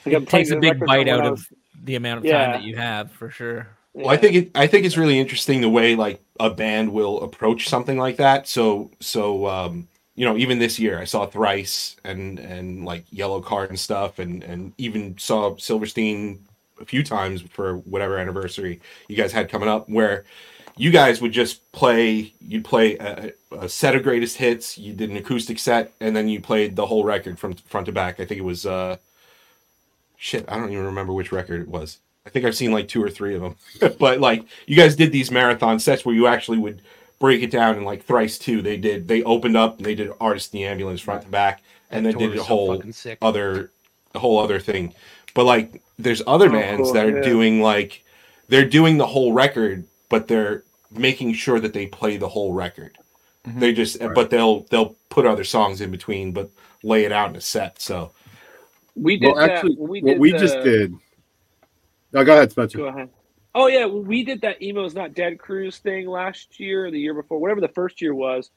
S9: Like I'm
S10: it takes
S9: playing
S10: a
S9: the
S10: big
S9: record
S10: bite
S9: from when
S10: out
S9: I
S10: of
S9: was-
S10: the amount of
S9: Yeah.
S10: time that you have for sure.
S1: Well, I think it, I think it's really interesting the way like a band will approach something like that. So so um, you know, even this year I saw Thrice and and like Yellow Card and stuff, and and even saw Silverstein a few times for whatever anniversary you guys had coming up, where you guys would just play you'd play a, a set of greatest hits, you did an acoustic set, and then you played the whole record from front to back. I think it was uh, shit, I don't even remember which record it was. I think I've seen like two or three of them. but like you guys did these marathon sets where you actually would break it down in like thrice two. They did they opened up and they did artist in the ambulance front to back and
S4: That
S1: then
S4: tour
S1: did
S4: was
S1: a
S4: so
S1: whole
S4: fucking sick.
S1: other a whole other thing. But like there's other
S9: Oh,
S1: bands
S9: cool,
S1: that are
S9: yeah.
S1: doing like they're doing the whole record, but they're making sure that they play the whole record. They just but they'll they'll put other songs in between but lay it out in a set. So
S9: we did
S5: Well, actually,
S9: that when we
S5: what
S9: did
S5: we
S9: the-
S5: just did. Now go ahead, Spencer.
S9: Go ahead. Oh yeah, well, we did that emo's not dead cruise thing last year, or the year before, whatever the first year was.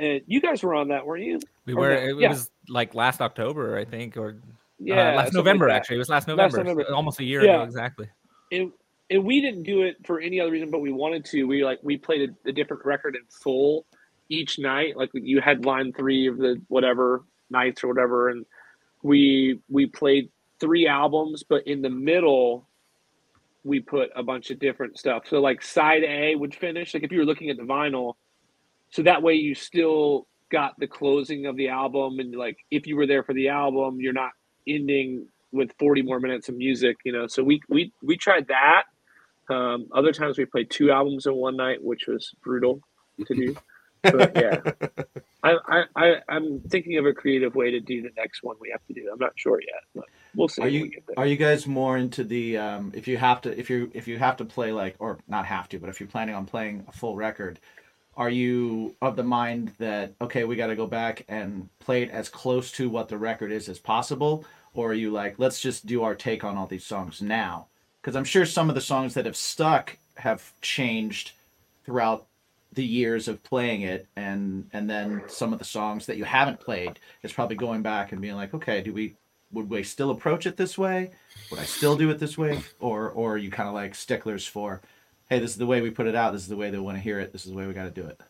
S9: And you guys were on that, weren't you?
S10: We
S9: Or
S10: were
S9: no-
S10: it
S9: yeah.
S10: was like last October, I think, or
S9: Yeah,
S10: uh, last
S9: something like
S10: November
S9: that.
S10: actually. It was last November,
S9: November.
S10: so almost a year
S9: Yeah.
S10: ago exactly.
S9: and and we didn't do it for any other reason but we wanted to we like we played a, a different record in full each night like you had line three of the whatever nights or whatever and we we played three albums but in the middle we put a bunch of different stuff so like side a would finish like if you were looking at the vinyl so that way you still got the closing of the album and like if you were there for the album you're not ending with 40 more minutes of music you know so we we we tried that um other times we played two albums in one night which was brutal to do but yeah I, I i i'm thinking of a creative way to do the next one we have to do i'm not sure yet but we'll see
S2: Are
S9: when we
S2: you
S9: get there.
S2: are you guys more into the um, if you have to if you if you have to play like or not have to but if you're planning on playing a full record, are you of the mind that okay we got to go back and play it as close to what the record is as possible, or are you like let's just do our take on all these songs now? Because I'm sure some of the songs that have stuck have changed throughout the years of playing it and and then some of the songs that you haven't played is probably going back and being like okay do we would we still approach it this way would i still do it this way or or are you kind of like sticklers for hey this is the way we put it out this is the way they want to hear it this is the way we got to do it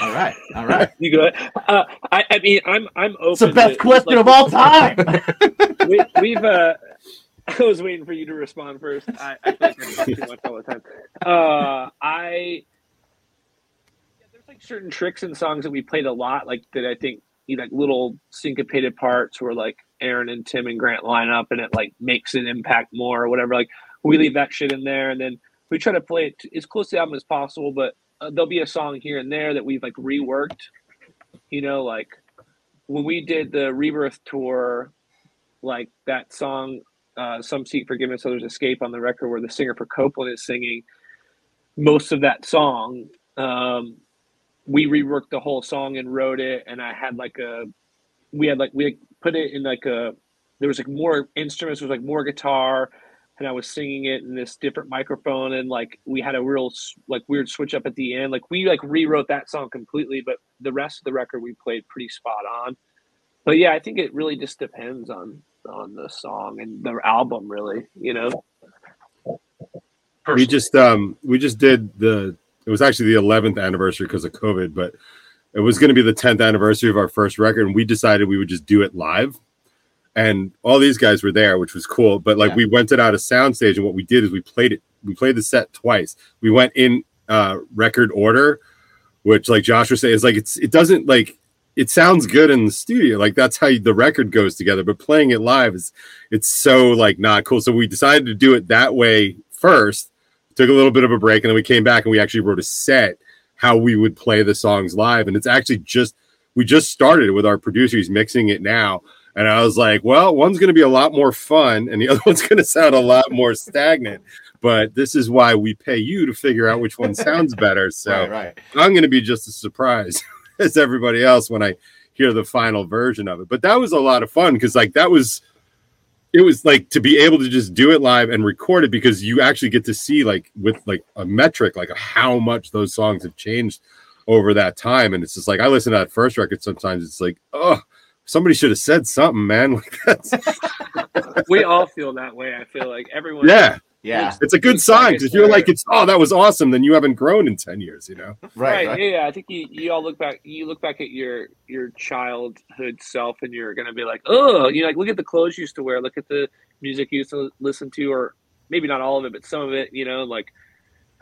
S2: all right all right
S9: you go ahead. uh i i mean i'm i'm open
S2: it's the
S9: to-
S2: best question
S9: like,
S2: of all time
S9: we, we've uh, I was waiting for you to respond first. I, I feel like I talk too much all the time. Uh, I yeah, there's like certain tricks and songs that we played a lot, like that I think you know, like little syncopated parts where like Aaron and Tim and Grant line up and it like makes an impact more or whatever. Like we leave that shit in there and then we try to play it t- as close to the album as possible, but uh, there'll be a song here and there that we've like reworked. You know, like when we did the Rebirth tour, like that song uh, some seek forgiveness others escape on the record where the singer for copeland is singing most of that song um, we reworked the whole song and wrote it and i had like a we had like we had put it in like a there was like more instruments there was like more guitar and I was singing it in this different microphone, and like we had a real s- like weird switch up at the end. Like we like rewrote that song completely, but the rest of the record we played pretty spot on. But yeah, I think it really just depends on on the song and the album, really. You know,
S5: We just um we just did the it was actually the 11th anniversary because of COVID, but it was going to be the 10th anniversary of our first record and we decided we would just do it live. And all these guys were there, which was cool, but like
S2: Yeah.
S5: we rented out a soundstage and what we did is we played it we played the set twice. We went in uh record order, which like Josh was saying is like it's it doesn't like it sounds good in the studio. Like that's how the record goes together, but playing it live is it's so like not cool. So we decided to do it that way first. Took a little bit of a break, and then we came back and we actually wrote a set how we would play the songs live. And it's actually just we just started with our producers mixing it now. And I was like, well, one's going to be a lot more fun, and the other one's going to sound a lot more stagnant. But this is why we pay you to figure out which one sounds better. So
S2: Right, right.
S5: I'm going to be just as surprised as everybody else when I hear the final version of it. But that was a lot of fun because, like, that was it was like to be able to just do it live and record it because you actually get to see like with like a metric like how much those songs have changed over that time and it's just like i listen to that first record sometimes it's like oh somebody should have said something man like that's
S9: we all feel that way. I feel like everyone.
S5: yeah
S2: Yeah,
S5: it's a good sign because you're like it's oh that was awesome then you haven't grown in 10 years you know
S2: right, right.
S9: Yeah, I think you, you all look back. You look back at your your childhood self, and you're gonna be like, oh, you know, like look at the clothes you used to wear, look at the music you used to listen to, or maybe not all of it, but some of it. You know, like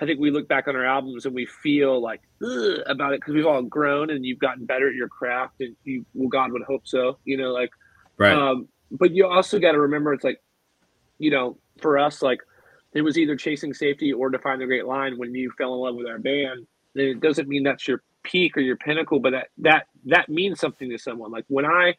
S9: I think we look back on our albums and we feel like Ugh, about it because we've all grown and you've gotten better at your craft, and you, well, God would hope so. You know, like
S5: right
S9: um, but you also got to remember, it's like, you know, for us, like, it was either chasing safety or define the great line when you fell in love with our band. Then it doesn't mean that's your peak or your pinnacle, but that that that means something to someone. Like when I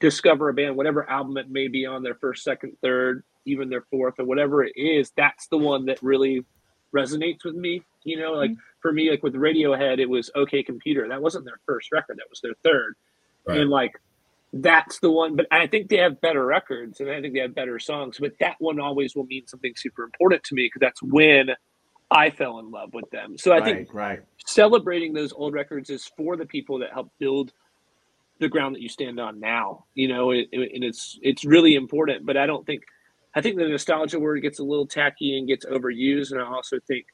S9: discover a band, whatever album it may be on their first, second, third, even their fourth, or whatever it is, that's the one that really resonates with me. You know, like for me, like with Radiohead, it was OK Computer. That wasn't their first record; that was their third.
S5: Right.
S9: And like that's the one. But I think they have better records, and I think they have better songs. But that one always will mean something super important to me because that's when I fell in love with them. So I
S2: right,
S9: think
S2: right.
S9: celebrating those old records is for the people that help build the ground that you stand on now you know it, it- and it's it's really important but i don't think i think the nostalgia word gets a little tacky and gets overused and i also think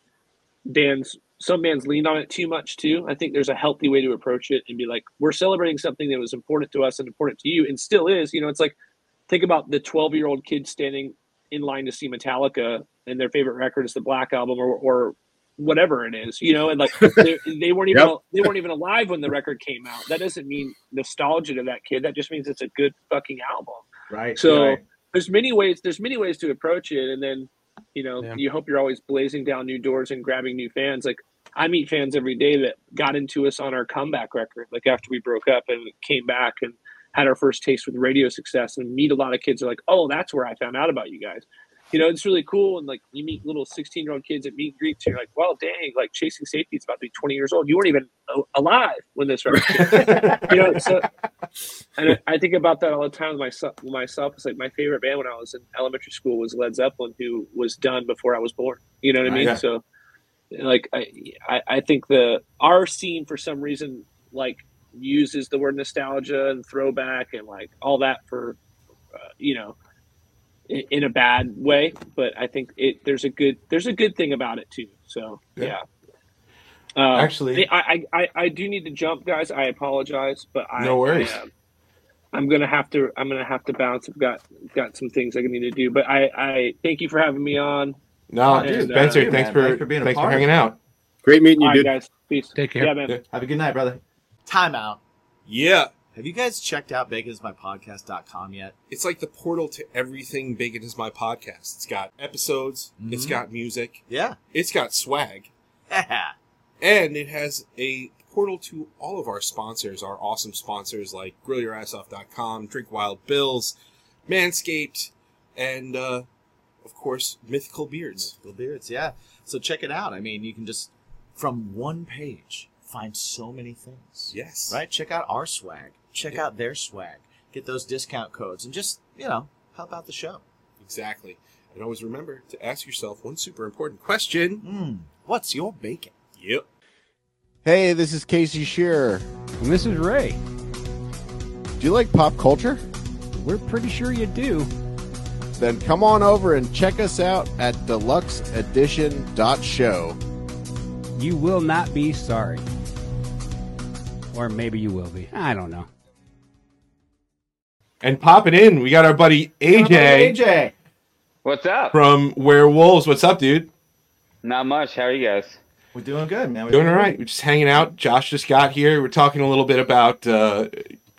S9: bands some bands lean on it too much too i think there's a healthy way to approach it and be like we're celebrating something that was important to us and important to you and still is you know it's like think about the 12 year old kid standing in line to see metallica and their favorite record is the black album or, or whatever it is, you know, and like they, they weren't even
S5: Yep.
S9: they weren't even alive when the record came out. That doesn't mean nostalgia to that kid. That just means it's a good fucking album.
S2: Right.
S9: So
S2: right.
S9: there's many ways there's many ways to approach it, and then you know
S4: Yeah.
S9: you hope you're always blazing down new doors and grabbing new fans. Like I meet fans every day that got into us on our comeback record, like after we broke up and came back and had our first taste with radio success, and meet a lot of kids who are like, oh, that's where I found out about you guys. You know, it's really cool, and like you meet little 16 year old kids at meet and greets, and you're like, well, dang, like chasing safety is about to be 20 years old. You weren't even a- alive when this record you know, so and I- I think about that all the time with myself. with Myself, it's like my favorite band when I was in elementary school was Led Zeppelin, who was done before I was born. You know what I mean?
S1: Yeah.
S9: So, like, I, I I think the our scene for some reason like uses the word nostalgia and throwback and like all that for, uh, you know, in, in a bad way. But I think it there's a good there's a good thing about it too. So
S1: Yeah.
S9: yeah. Uh,
S1: Actually-
S9: I, I, I- I do need to jump, guys. I apologize, but I,
S1: No worries.
S9: I, am gonna have to. I'm gonna have to bounce. I've got got some things I need to do. But I, I thank you for having me on. uh,
S1: No,
S9: Yeah,
S5: uh,
S1: dude,
S9: no,
S1: Spencer,
S2: yeah,
S1: thanks
S2: man.
S1: for
S2: Thanks for being a
S1: thanks for
S2: part.
S1: hanging out.
S5: great meeting you
S9: All right,
S5: dude
S9: guys. Peace.
S4: Take care.
S9: Yeah, man.
S1: Yeah.
S2: Have a good night, brother.
S11: Timeout.
S7: Yeah.
S11: Have you guys checked out baconismypodcast.com yet?
S7: It's like the portal to everything Big It Is My Podcast. It's got episodes, it's
S9: Mm-hmm.
S11: Mhm.
S7: got music,
S11: Yeah.
S7: it's got swag,
S11: Yeah.
S7: and it has a portal to all of our sponsors, our awesome sponsors like grillyourassoff.com, Drink Wild Bills, Manscaped, and uh, of course, Mythical Beards.
S11: Mythical Beards, yeah. So check it out. I mean, you can just, from one page, find so many things.
S7: Yes.
S11: Right? Check out our swag. Check out their swag. Get those discount codes and just, you know, help out the show.
S7: Exactly. And always remember to ask yourself one super important question.
S12: Hmm,
S11: What's your bacon?
S7: Yep.
S13: Hey, this is Casey Shearer. And this is Ray. Do you like pop culture? We're pretty sure you do. Then come on over and check us out at deluxeedition.show.
S12: You will not be sorry. Or maybe you will be. I don't know.
S1: And popping in, we got our buddy AJ,
S2: AJ.
S14: What's up?
S1: from Werewolves. What's up, dude?
S14: Not much. How are you guys?
S2: We're doing good, man. We're
S1: Doing all right. We're just hanging out. Josh just got here. We're talking a little bit about uh,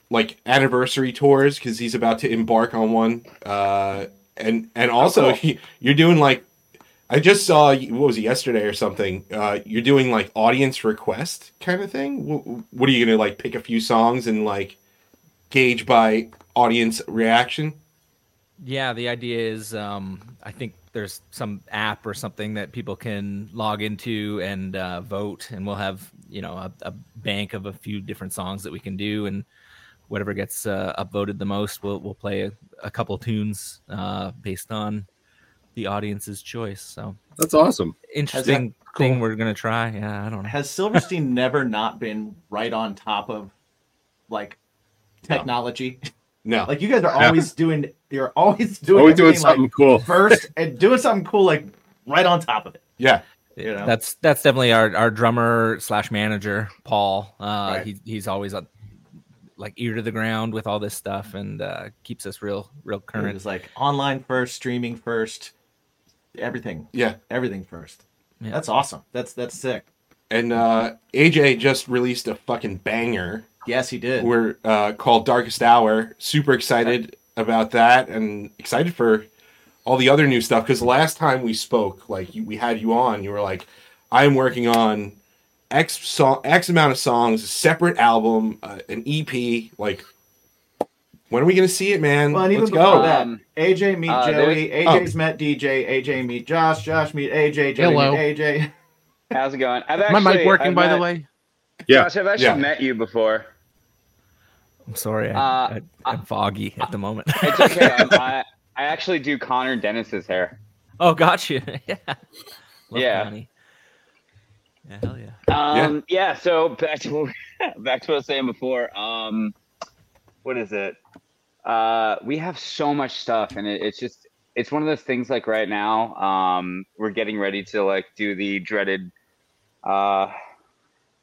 S1: like anniversary tours because he's about to embark on one. Uh, and and also he, you're doing like I just saw what was it yesterday or something. Uh, you're doing like audience request kind of thing. What, what are you gonna like pick a few songs and like gauge by audience reaction?
S10: Yeah, the idea is um, I think there's some app or something that people can log into and uh, vote, and we'll have you know a, a bank of a few different songs that we can do, and whatever gets uh, upvoted the most, we'll we'll play a, a couple tunes uh, based on the audience's choice. So
S5: That's awesome.
S10: Interesting thing we're gonna try. Yeah, I don't know.
S2: Has Silverstein never not been right on top of like technology?
S1: No.
S2: Like you guys are
S1: No.
S2: always doing you're always doing,
S5: Always doing
S2: everything, like,
S5: something cool.
S2: first and doing something cool like right on top of it.
S1: Yeah.
S2: You know?
S10: that's that's definitely our, our drummer slash manager paul uh
S2: Right.
S10: he, he's always uh, like ear to the ground with all this stuff and uh keeps us real real current
S2: It's like online first, streaming first, everything.
S1: Yeah.
S2: Everything first.
S10: Yeah.
S2: That's awesome. That's that's sick.
S1: And uh, AJ just released a fucking banger.
S2: Yes, he did.
S1: We're uh, called Darkest Hour. Super excited about that, and excited for all the other new stuff. Because last time we spoke, like you, we had you on, you were like, "I'm working on X song, X amount of songs, a separate album, uh, an EP." Like, when are we gonna see it, man?
S2: Well, and even
S1: Let's
S2: before
S1: go. Oh.
S2: that, AJ meet
S14: uh,
S2: Joey,
S14: there's-
S2: AJ's met DJ, AJ meet Josh, Josh meet AJ, Joey
S14: Hello.
S2: meet AJ.
S14: How's it going? I've
S2: Is my mic working,
S14: I've
S2: by the
S14: met-
S2: way?
S5: Yeah.
S14: Josh, I've actually
S5: Yeah.
S14: met you before.
S10: i'm sorry I,
S14: Uh,
S10: I, i'm foggy at the moment
S14: It's okay. I'm- I, I actually do Connor Dennis's hair.
S10: oh got you yeah Love
S14: Yeah.
S10: Connie. yeah hell yeah
S14: Um, yeah. So back to what we- back to what I was saying before. Um, what is it? Uh, we have so much stuff, and it, it's just it's one of those things. Like right now, um, we're getting ready to like do the dreaded uh,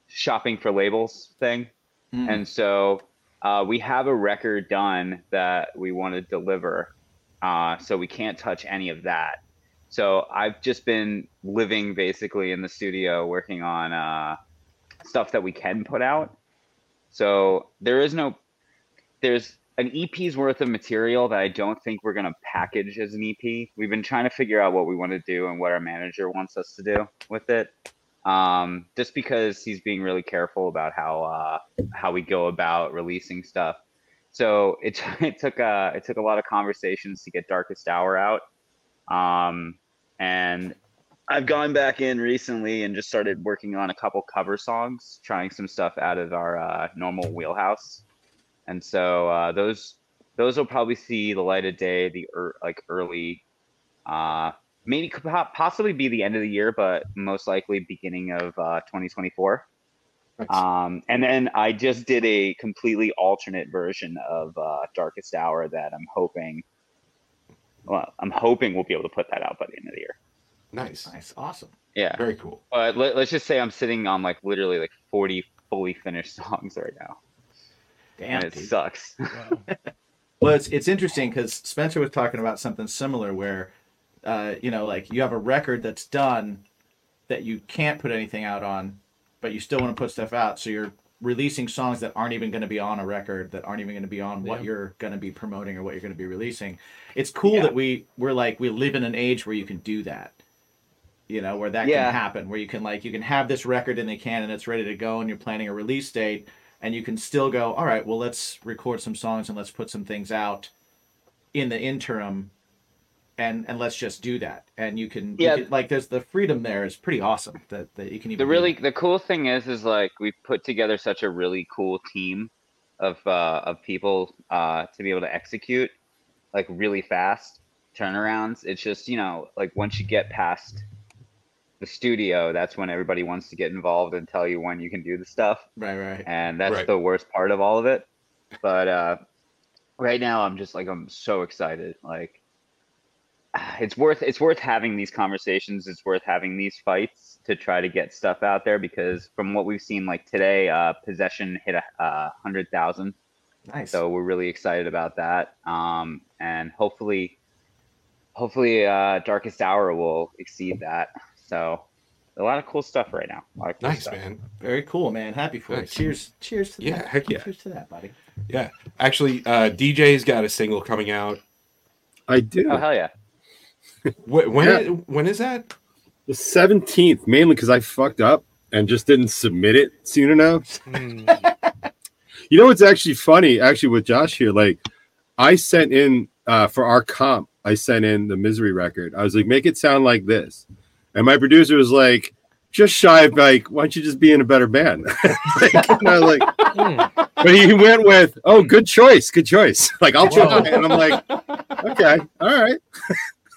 S14: shopping for labels thing,
S2: Mm.
S14: and so uh, we have a record done that we want to deliver. Uh, so we can't touch any of that. So I've just been living basically in the studio working on uh, stuff that we can put out. So there is no, there's an EP's worth of material that I don't think we're going to package as an EP. We've been trying to figure out what we want to do and what our manager wants us to do with it. Um, just because he's being really careful about how uh, how we go about releasing stuff. So it, it took a, it took a lot of conversations to get Darkest Hour out. Um, and I've gone back in recently and just started working on a couple cover songs, trying some stuff out of our uh, normal wheelhouse. And so uh, those those will probably see the light of day, the ear like early, uh, maybe could po- possibly be the end of the year, but most likely beginning of uh, 2024. Um, and then I just did a completely alternate version of uh, Darkest Hour that I'm hoping well, I'm hoping we'll be able to put that out by the end of the year.
S1: Nice.
S2: Nice. Awesome.
S14: Yeah.
S1: Very cool.
S14: But let, let's just say I'm sitting on like literally like 40 fully finished songs right now.
S2: Damn,
S14: And it
S2: dude.
S14: sucks.
S2: Well, it's it's interesting because Spencer was talking about something similar where, uh, you know, like you have a record that's done that you can't put anything out on, but you still want to put stuff out. So you're releasing songs that aren't even going to be on a record, that aren't even going to be on what
S10: Yeah.
S2: you're going to be promoting or what you're going to be releasing. It's cool that we we're like we live in an age where you can do that. You know, where that
S14: Yeah.
S2: can happen, where you can like you can have this record in the can and it's ready to go and you're planning a release date and you can still go, all right, well let's record some songs and let's put some things out in the interim and and let's just do that and you can, you
S14: Yeah.
S2: can- like there's the freedom there is pretty awesome that, that you can even
S14: the
S2: do
S14: really
S2: that.
S14: the cool thing is is like we put together such a really cool team of uh, of people uh, to be able to execute like really fast turnarounds. It's just, you know, like once you get past the studio, that's when everybody wants to get involved and tell you when you can do the stuff.
S2: Right, right.
S14: And that's
S2: Right.
S14: the worst part of all of it. But uh right now I'm just like I'm so excited. Like it's worth it's worth having these conversations, it's worth having these fights to try to get stuff out there because from what we've seen like today, uh possession hit a uh, hundred thousand.
S2: Nice.
S14: So we're really excited about that. Um and hopefully hopefully uh darkest hour will exceed that so a lot of cool stuff right now A lot of cool
S1: Nice,
S14: stuff.
S1: man.
S2: Very cool, man. Happy for
S1: Nice.
S2: you. Cheers. Cheers to
S1: Yeah,
S2: that.
S1: heck yeah.
S2: Cheers to that, buddy.
S1: Yeah, actually, uh, DJ's got a single coming out.
S5: I do.
S14: Oh hell yeah!
S1: Wh- when
S5: Yeah.
S1: when is that?
S5: The seventeenth, mainly because I fucked up and just didn't submit it soon enough. you know what's actually funny, actually with Josh here, like I sent in uh, for our comp, I sent in the misery record. I was like, make it sound like this, and my producer was like, just shy of like, why don't you just be in a better band? Like, and I was like, but he went with, oh, good choice, good choice. Like I'll try,
S6: Whoa.
S5: and I'm like, okay, all right.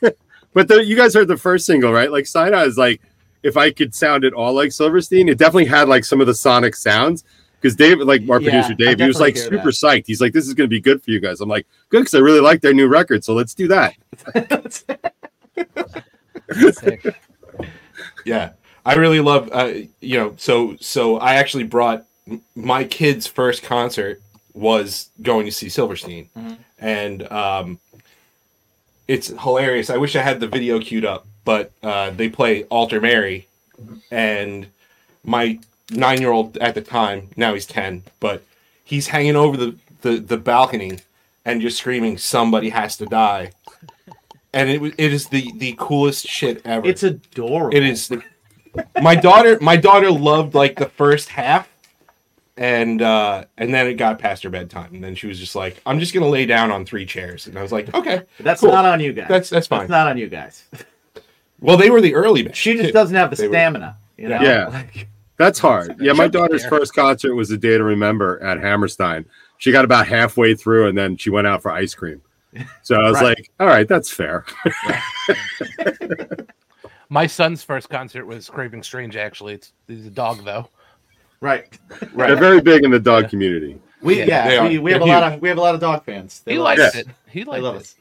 S5: But the, you guys heard the first single, right? Like Sinai is like, if I could sound at all like Silverstein, it definitely had like some of the sonic sounds. Because David, like our
S6: Yeah,
S5: producer
S6: I
S5: Dave, he was
S6: definitely
S5: like
S6: hear
S5: super
S6: that.
S5: psyched. He's like, "This is going to be good for you guys." I'm like, "Good," because I really like their new record. So let's do that.
S1: Yeah, I really love. Uh, you know, so so I actually brought m- my kid's first concert was going to see Silverstein, and um, it's hilarious. I wish I had the video queued up, but uh, they play Alter Mary, and my nine year old at the time, now he's 10, but he's hanging over the, the, the balcony and just screaming, Somebody has to die. And it, wa- it is the, the coolest shit ever. It's
S2: adorable.
S1: It is. My daughter, my daughter loved like the first half, and uh, and then it got past her bedtime, and then she was just like, "I'm just gonna lay down on three chairs," and I was like, "Okay,
S2: That's
S1: cool.
S2: not on you guys.
S1: That's that's fine.
S2: That's not on you guys.
S1: Well, they were the early band.
S2: She
S1: too.
S2: just doesn't have the
S1: They were-
S2: stamina. You know?
S5: Yeah. That's hard. Yeah, my
S2: Should be
S5: daughter's
S2: there.
S5: first concert was a day to remember at Hammerstein. She got about halfway through and then she went out for ice cream. So I was
S4: Right.
S5: like, all right, that's fair.
S4: My son's first concert was Craving Strange. Actually, it's he's a dog though.
S2: Right.
S5: They're very big in the dog community.
S2: We yeah, we, we have a lot of we have a lot of dog fans.
S4: He
S2: love
S4: likes
S2: us.
S4: it. He
S2: They
S4: likes
S2: love
S4: it.
S2: us.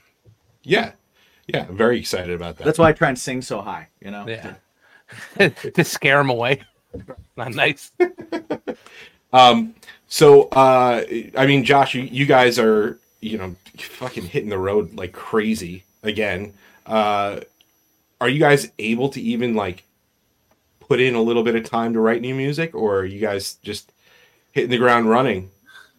S1: Yeah, yeah, I'm very excited about that.
S2: That's why I try and sing so high. You know.
S4: Yeah. to scare him away. Not nice.
S1: Um, so uh, I mean, Josh, you, you guys are you know fucking hitting the road like crazy again. Uh, are you guys able to even like put in a little bit of time to write new music, or are you guys just hitting the ground running?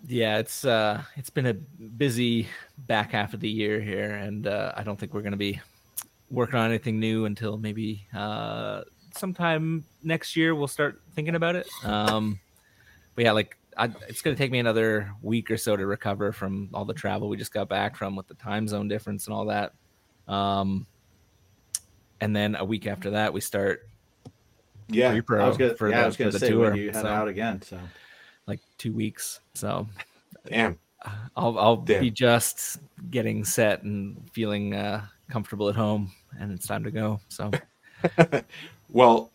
S10: yeah it's uh it's been a busy back half of the year here and uh i don't think we're gonna be working on anything new until maybe uh sometime next year we'll start thinking about it um but yeah like I, it's gonna take me another week or so to recover from all the travel we just got back from with the time zone difference and all that um and then a week after that we start
S1: Yeah,
S10: repro
S2: I was gonna,
S10: for
S2: yeah,
S10: the,
S2: I was
S10: for
S2: gonna
S10: the
S2: say
S10: tour
S2: when you head
S10: so
S2: out again. So
S10: like two weeks. So, uh,
S1: damn,
S10: I'll I'll
S1: Damn.
S10: be just getting set and feeling uh, comfortable at home, and it's time to go. So,
S1: Well,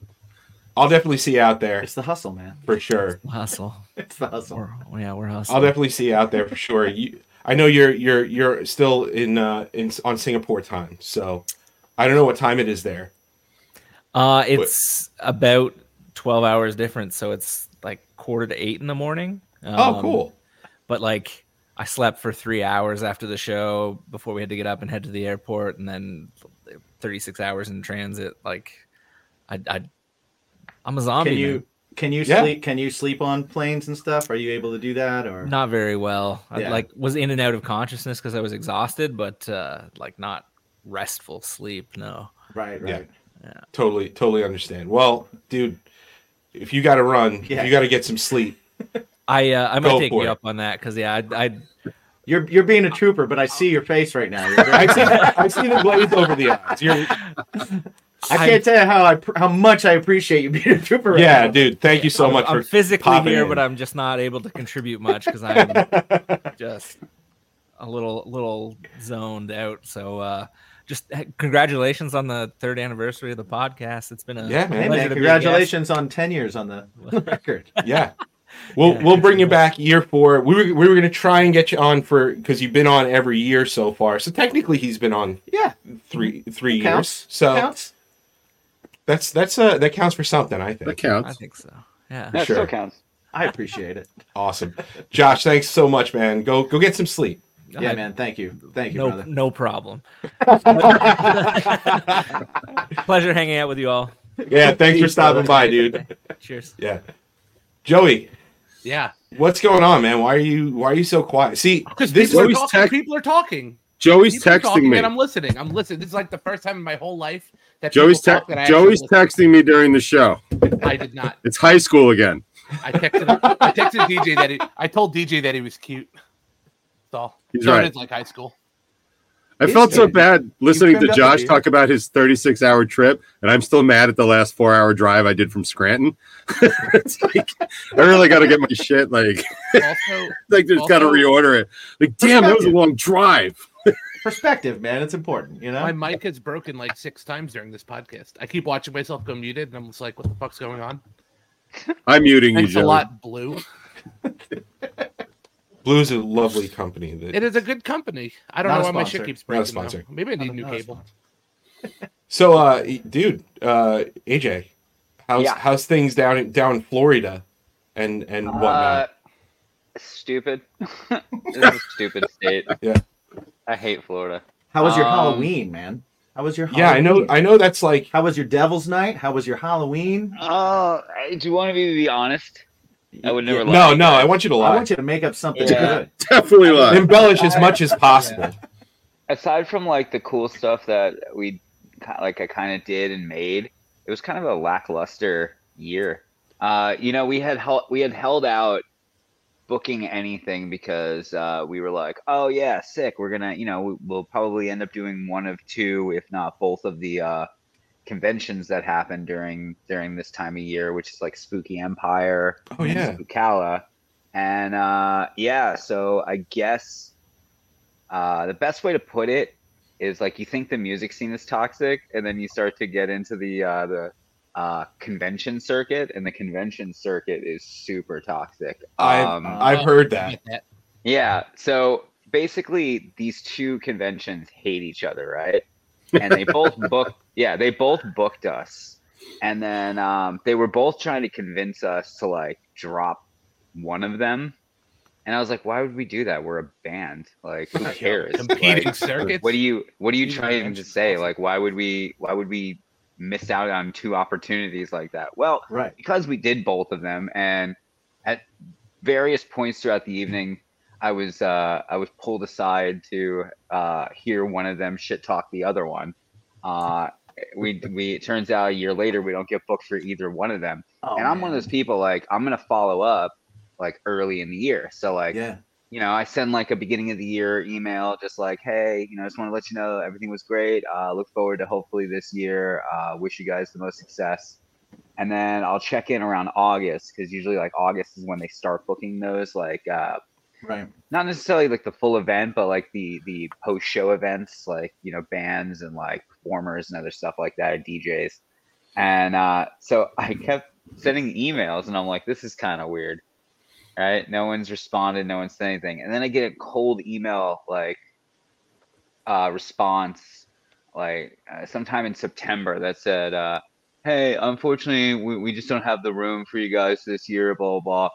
S1: I'll definitely see you out there. It's
S2: the hustle, man,
S1: for sure.
S10: hustle.
S2: It's the hustle.
S10: We're, yeah, we're hustling.
S1: I'll definitely see you out there for sure. You, I know you're you're you're still in uh in on Singapore time, so I don't know what time it is there.
S10: Uh, it's about twelve hours difference, so it's like quarter to eight in the morning. Um,
S1: Oh, cool.
S10: But like, I slept for three hours after the show before we had to get up and head to the airport, and then thirty six hours in transit. Like, I, I I'm a zombie.
S2: Can you
S10: man.
S2: can you
S10: Yeah.
S2: sleep can you sleep on planes and stuff? Are you able to do that or
S10: not very well. I
S2: Yeah.
S10: like was in and out of consciousness because I was exhausted, but uh, like not restful sleep. No,
S2: right,
S1: Yeah. Totally, totally understand. Well, dude, if you got to run,
S10: Yeah.
S1: if you got to get some sleep.
S10: I uh, I might
S1: Go
S10: take
S1: for
S10: you
S1: it.
S10: up on that because yeah, I, I
S2: You're you're being a trooper, but I see your face right now. You're very-
S1: I see, I see the glaze over the eyes. You're,
S2: I can't tell you how I pr- how much I appreciate you being a trooper. Right
S1: yeah,
S2: now.
S1: dude, thank you so much for
S10: I'm physically
S1: popping
S10: here,
S1: in.
S10: but I'm just not able to contribute much because I'm just a little little zoned out. So uh, just uh, congratulations on the third anniversary of the podcast. It's been a
S1: Yeah, man.
S10: pleasure
S1: Hey, man,
S10: to be a guest.
S2: Congratulations on ten years on the record.
S1: yeah. We'll we'll bring you back year four. We were we were gonna try and get you on for because you've been on every year so far. So technically, he's been on
S2: yeah
S1: three three years.
S2: Counts.
S1: So
S2: Counts.
S1: that's that's uh that counts for something. I think
S2: That counts. I
S10: think so. Yeah,
S1: For sure.
S14: counts.
S2: I appreciate it.
S1: Awesome, Josh. Thanks so much, man. Go go get some sleep.
S2: Yeah, man. Thank you. Thank you,
S10: no,
S2: brother.
S10: no problem. Pleasure hanging out with you all.
S1: Yeah, thanks for stopping by, dude.
S10: Cheers.
S1: Yeah, Joey,
S4: Yeah.
S1: what's going on, man? Why are you why are you so quiet? See,
S4: Because
S1: this
S4: people, are
S1: is
S4: talking. people are talking.
S5: Joey's
S4: People are
S5: texting
S4: talking
S5: me.
S4: And I'm listening. I'm listening. This is like the first time in my whole life that
S5: Joey's
S4: people
S5: te-
S4: talk that I
S5: Joey's
S4: actually
S5: texting me during the show.
S4: listen. I did not.
S5: It's high school again.
S4: I texted. I texted DJ that he. I told DJ that he was cute. That's all.
S5: He's
S4: So it
S5: right.
S4: is like high school.
S5: I
S4: He's
S5: felt so
S4: good.
S5: bad listening to
S4: trimmed up a
S5: Josh
S4: beard.
S5: talk about his 36 hour trip, and I'm still mad at the last four hour drive I did from Scranton. it's like I really got to get my shit. Like,
S4: Also,
S5: like there's got to
S4: also-
S5: reorder it. Like, damn, that was a long drive.
S2: Perspective, man. It's important. You know.
S4: My mic has broken like six times during this podcast. I keep watching myself go muted, and I'm just like, "What the fuck's going on?"
S5: I'm muting
S4: Thanks
S5: you,
S4: a
S5: Joey.
S4: lot, Blue.
S1: Blue's a lovely company. That
S4: It is a good company. I don't
S1: Not
S4: know
S1: a
S4: why my
S1: sponsor.
S4: shit keeps
S1: Not a
S4: breaking. though.
S1: sponsor.
S4: Maybe I need a new cable.
S1: So, uh, dude, uh, AJ, how's
S14: Yeah. Uh,
S1: how's things down in- down in Florida, and
S2: Uh,
S1: and whatnot?
S14: Stupid. this is a stupid state.
S1: Yeah.
S14: I hate Florida.
S2: How was your
S14: Um,
S2: Halloween, man? How was your
S1: yeah, I know- I know that's like.
S2: How was your Devil's Night? How was your Halloween?
S14: Oh, I- do you want me to be honest? I would never.
S2: Yeah.
S14: lie.
S1: No, no, I want you to lie.
S2: I want you to make up something
S14: Yeah.
S2: good.
S5: Definitely
S14: lie.
S1: Embellish as much as possible.
S14: aside from like the cool stuff that we ki- like I kind of did and made, it was kind of a lackluster year. Uh, you know, we had hel- we had held out booking anything because uh, we were like, oh yeah, sick. We're gonna, you know, we- we'll probably end up doing one of two, if not both of the uh, conventions that happen during during this time of year, which is like Spooky Empire
S1: Oh,
S14: and
S1: yeah.
S14: Spookala. And uh, yeah, so I guess uh, the best way to put it is like you think the music scene is toxic, and then you start to get into the uh, the uh, convention circuit, and the convention circuit is super toxic.
S1: I've
S14: Um,
S1: I've heard that.
S14: yeah. So basically, these two conventions hate each other, right? And they both booked. Yeah, they both booked us, and then um, they were both trying to convince us to like drop one of them. And I was like, "Why would we do that? We're a band. Like, who cares?
S4: Competing
S14: Like,
S4: circuits?
S14: What do you What are you
S4: Competing
S14: trying to
S4: conventions?
S14: say? Like, why would we Why would we miss out on two opportunities like that? Well,
S2: right,
S14: because we did both of them, and at various points throughout the evening, I was uh, I was pulled aside to uh, hear one of them shit talk the other one. Uh, we we it turns out a year later we don't get booked for either one of them,
S2: Oh,
S14: and I'm one of those people like I'm gonna follow up like early in the year. So like
S2: yeah.
S14: you know, I send like a beginning of the year email, just like, hey, you know, I just want to let you know everything was great. Uh, look forward to hopefully this year. Uh, wish you guys the most success. And then I'll check in around August because usually like August is when they start booking those like uh,
S2: Right.
S14: not necessarily like the full event, but like the the post show events, like you know bands and like performers and other stuff like that, and DJs. And uh, so I kept sending emails, and I'm like, this is kind of weird, right? No one's responded, no one's said anything, and then I get a cold email like uh, response, like uh, sometime in September that said, uh, "Hey, unfortunately, we, we just don't have the room for you guys this year." Blah blah.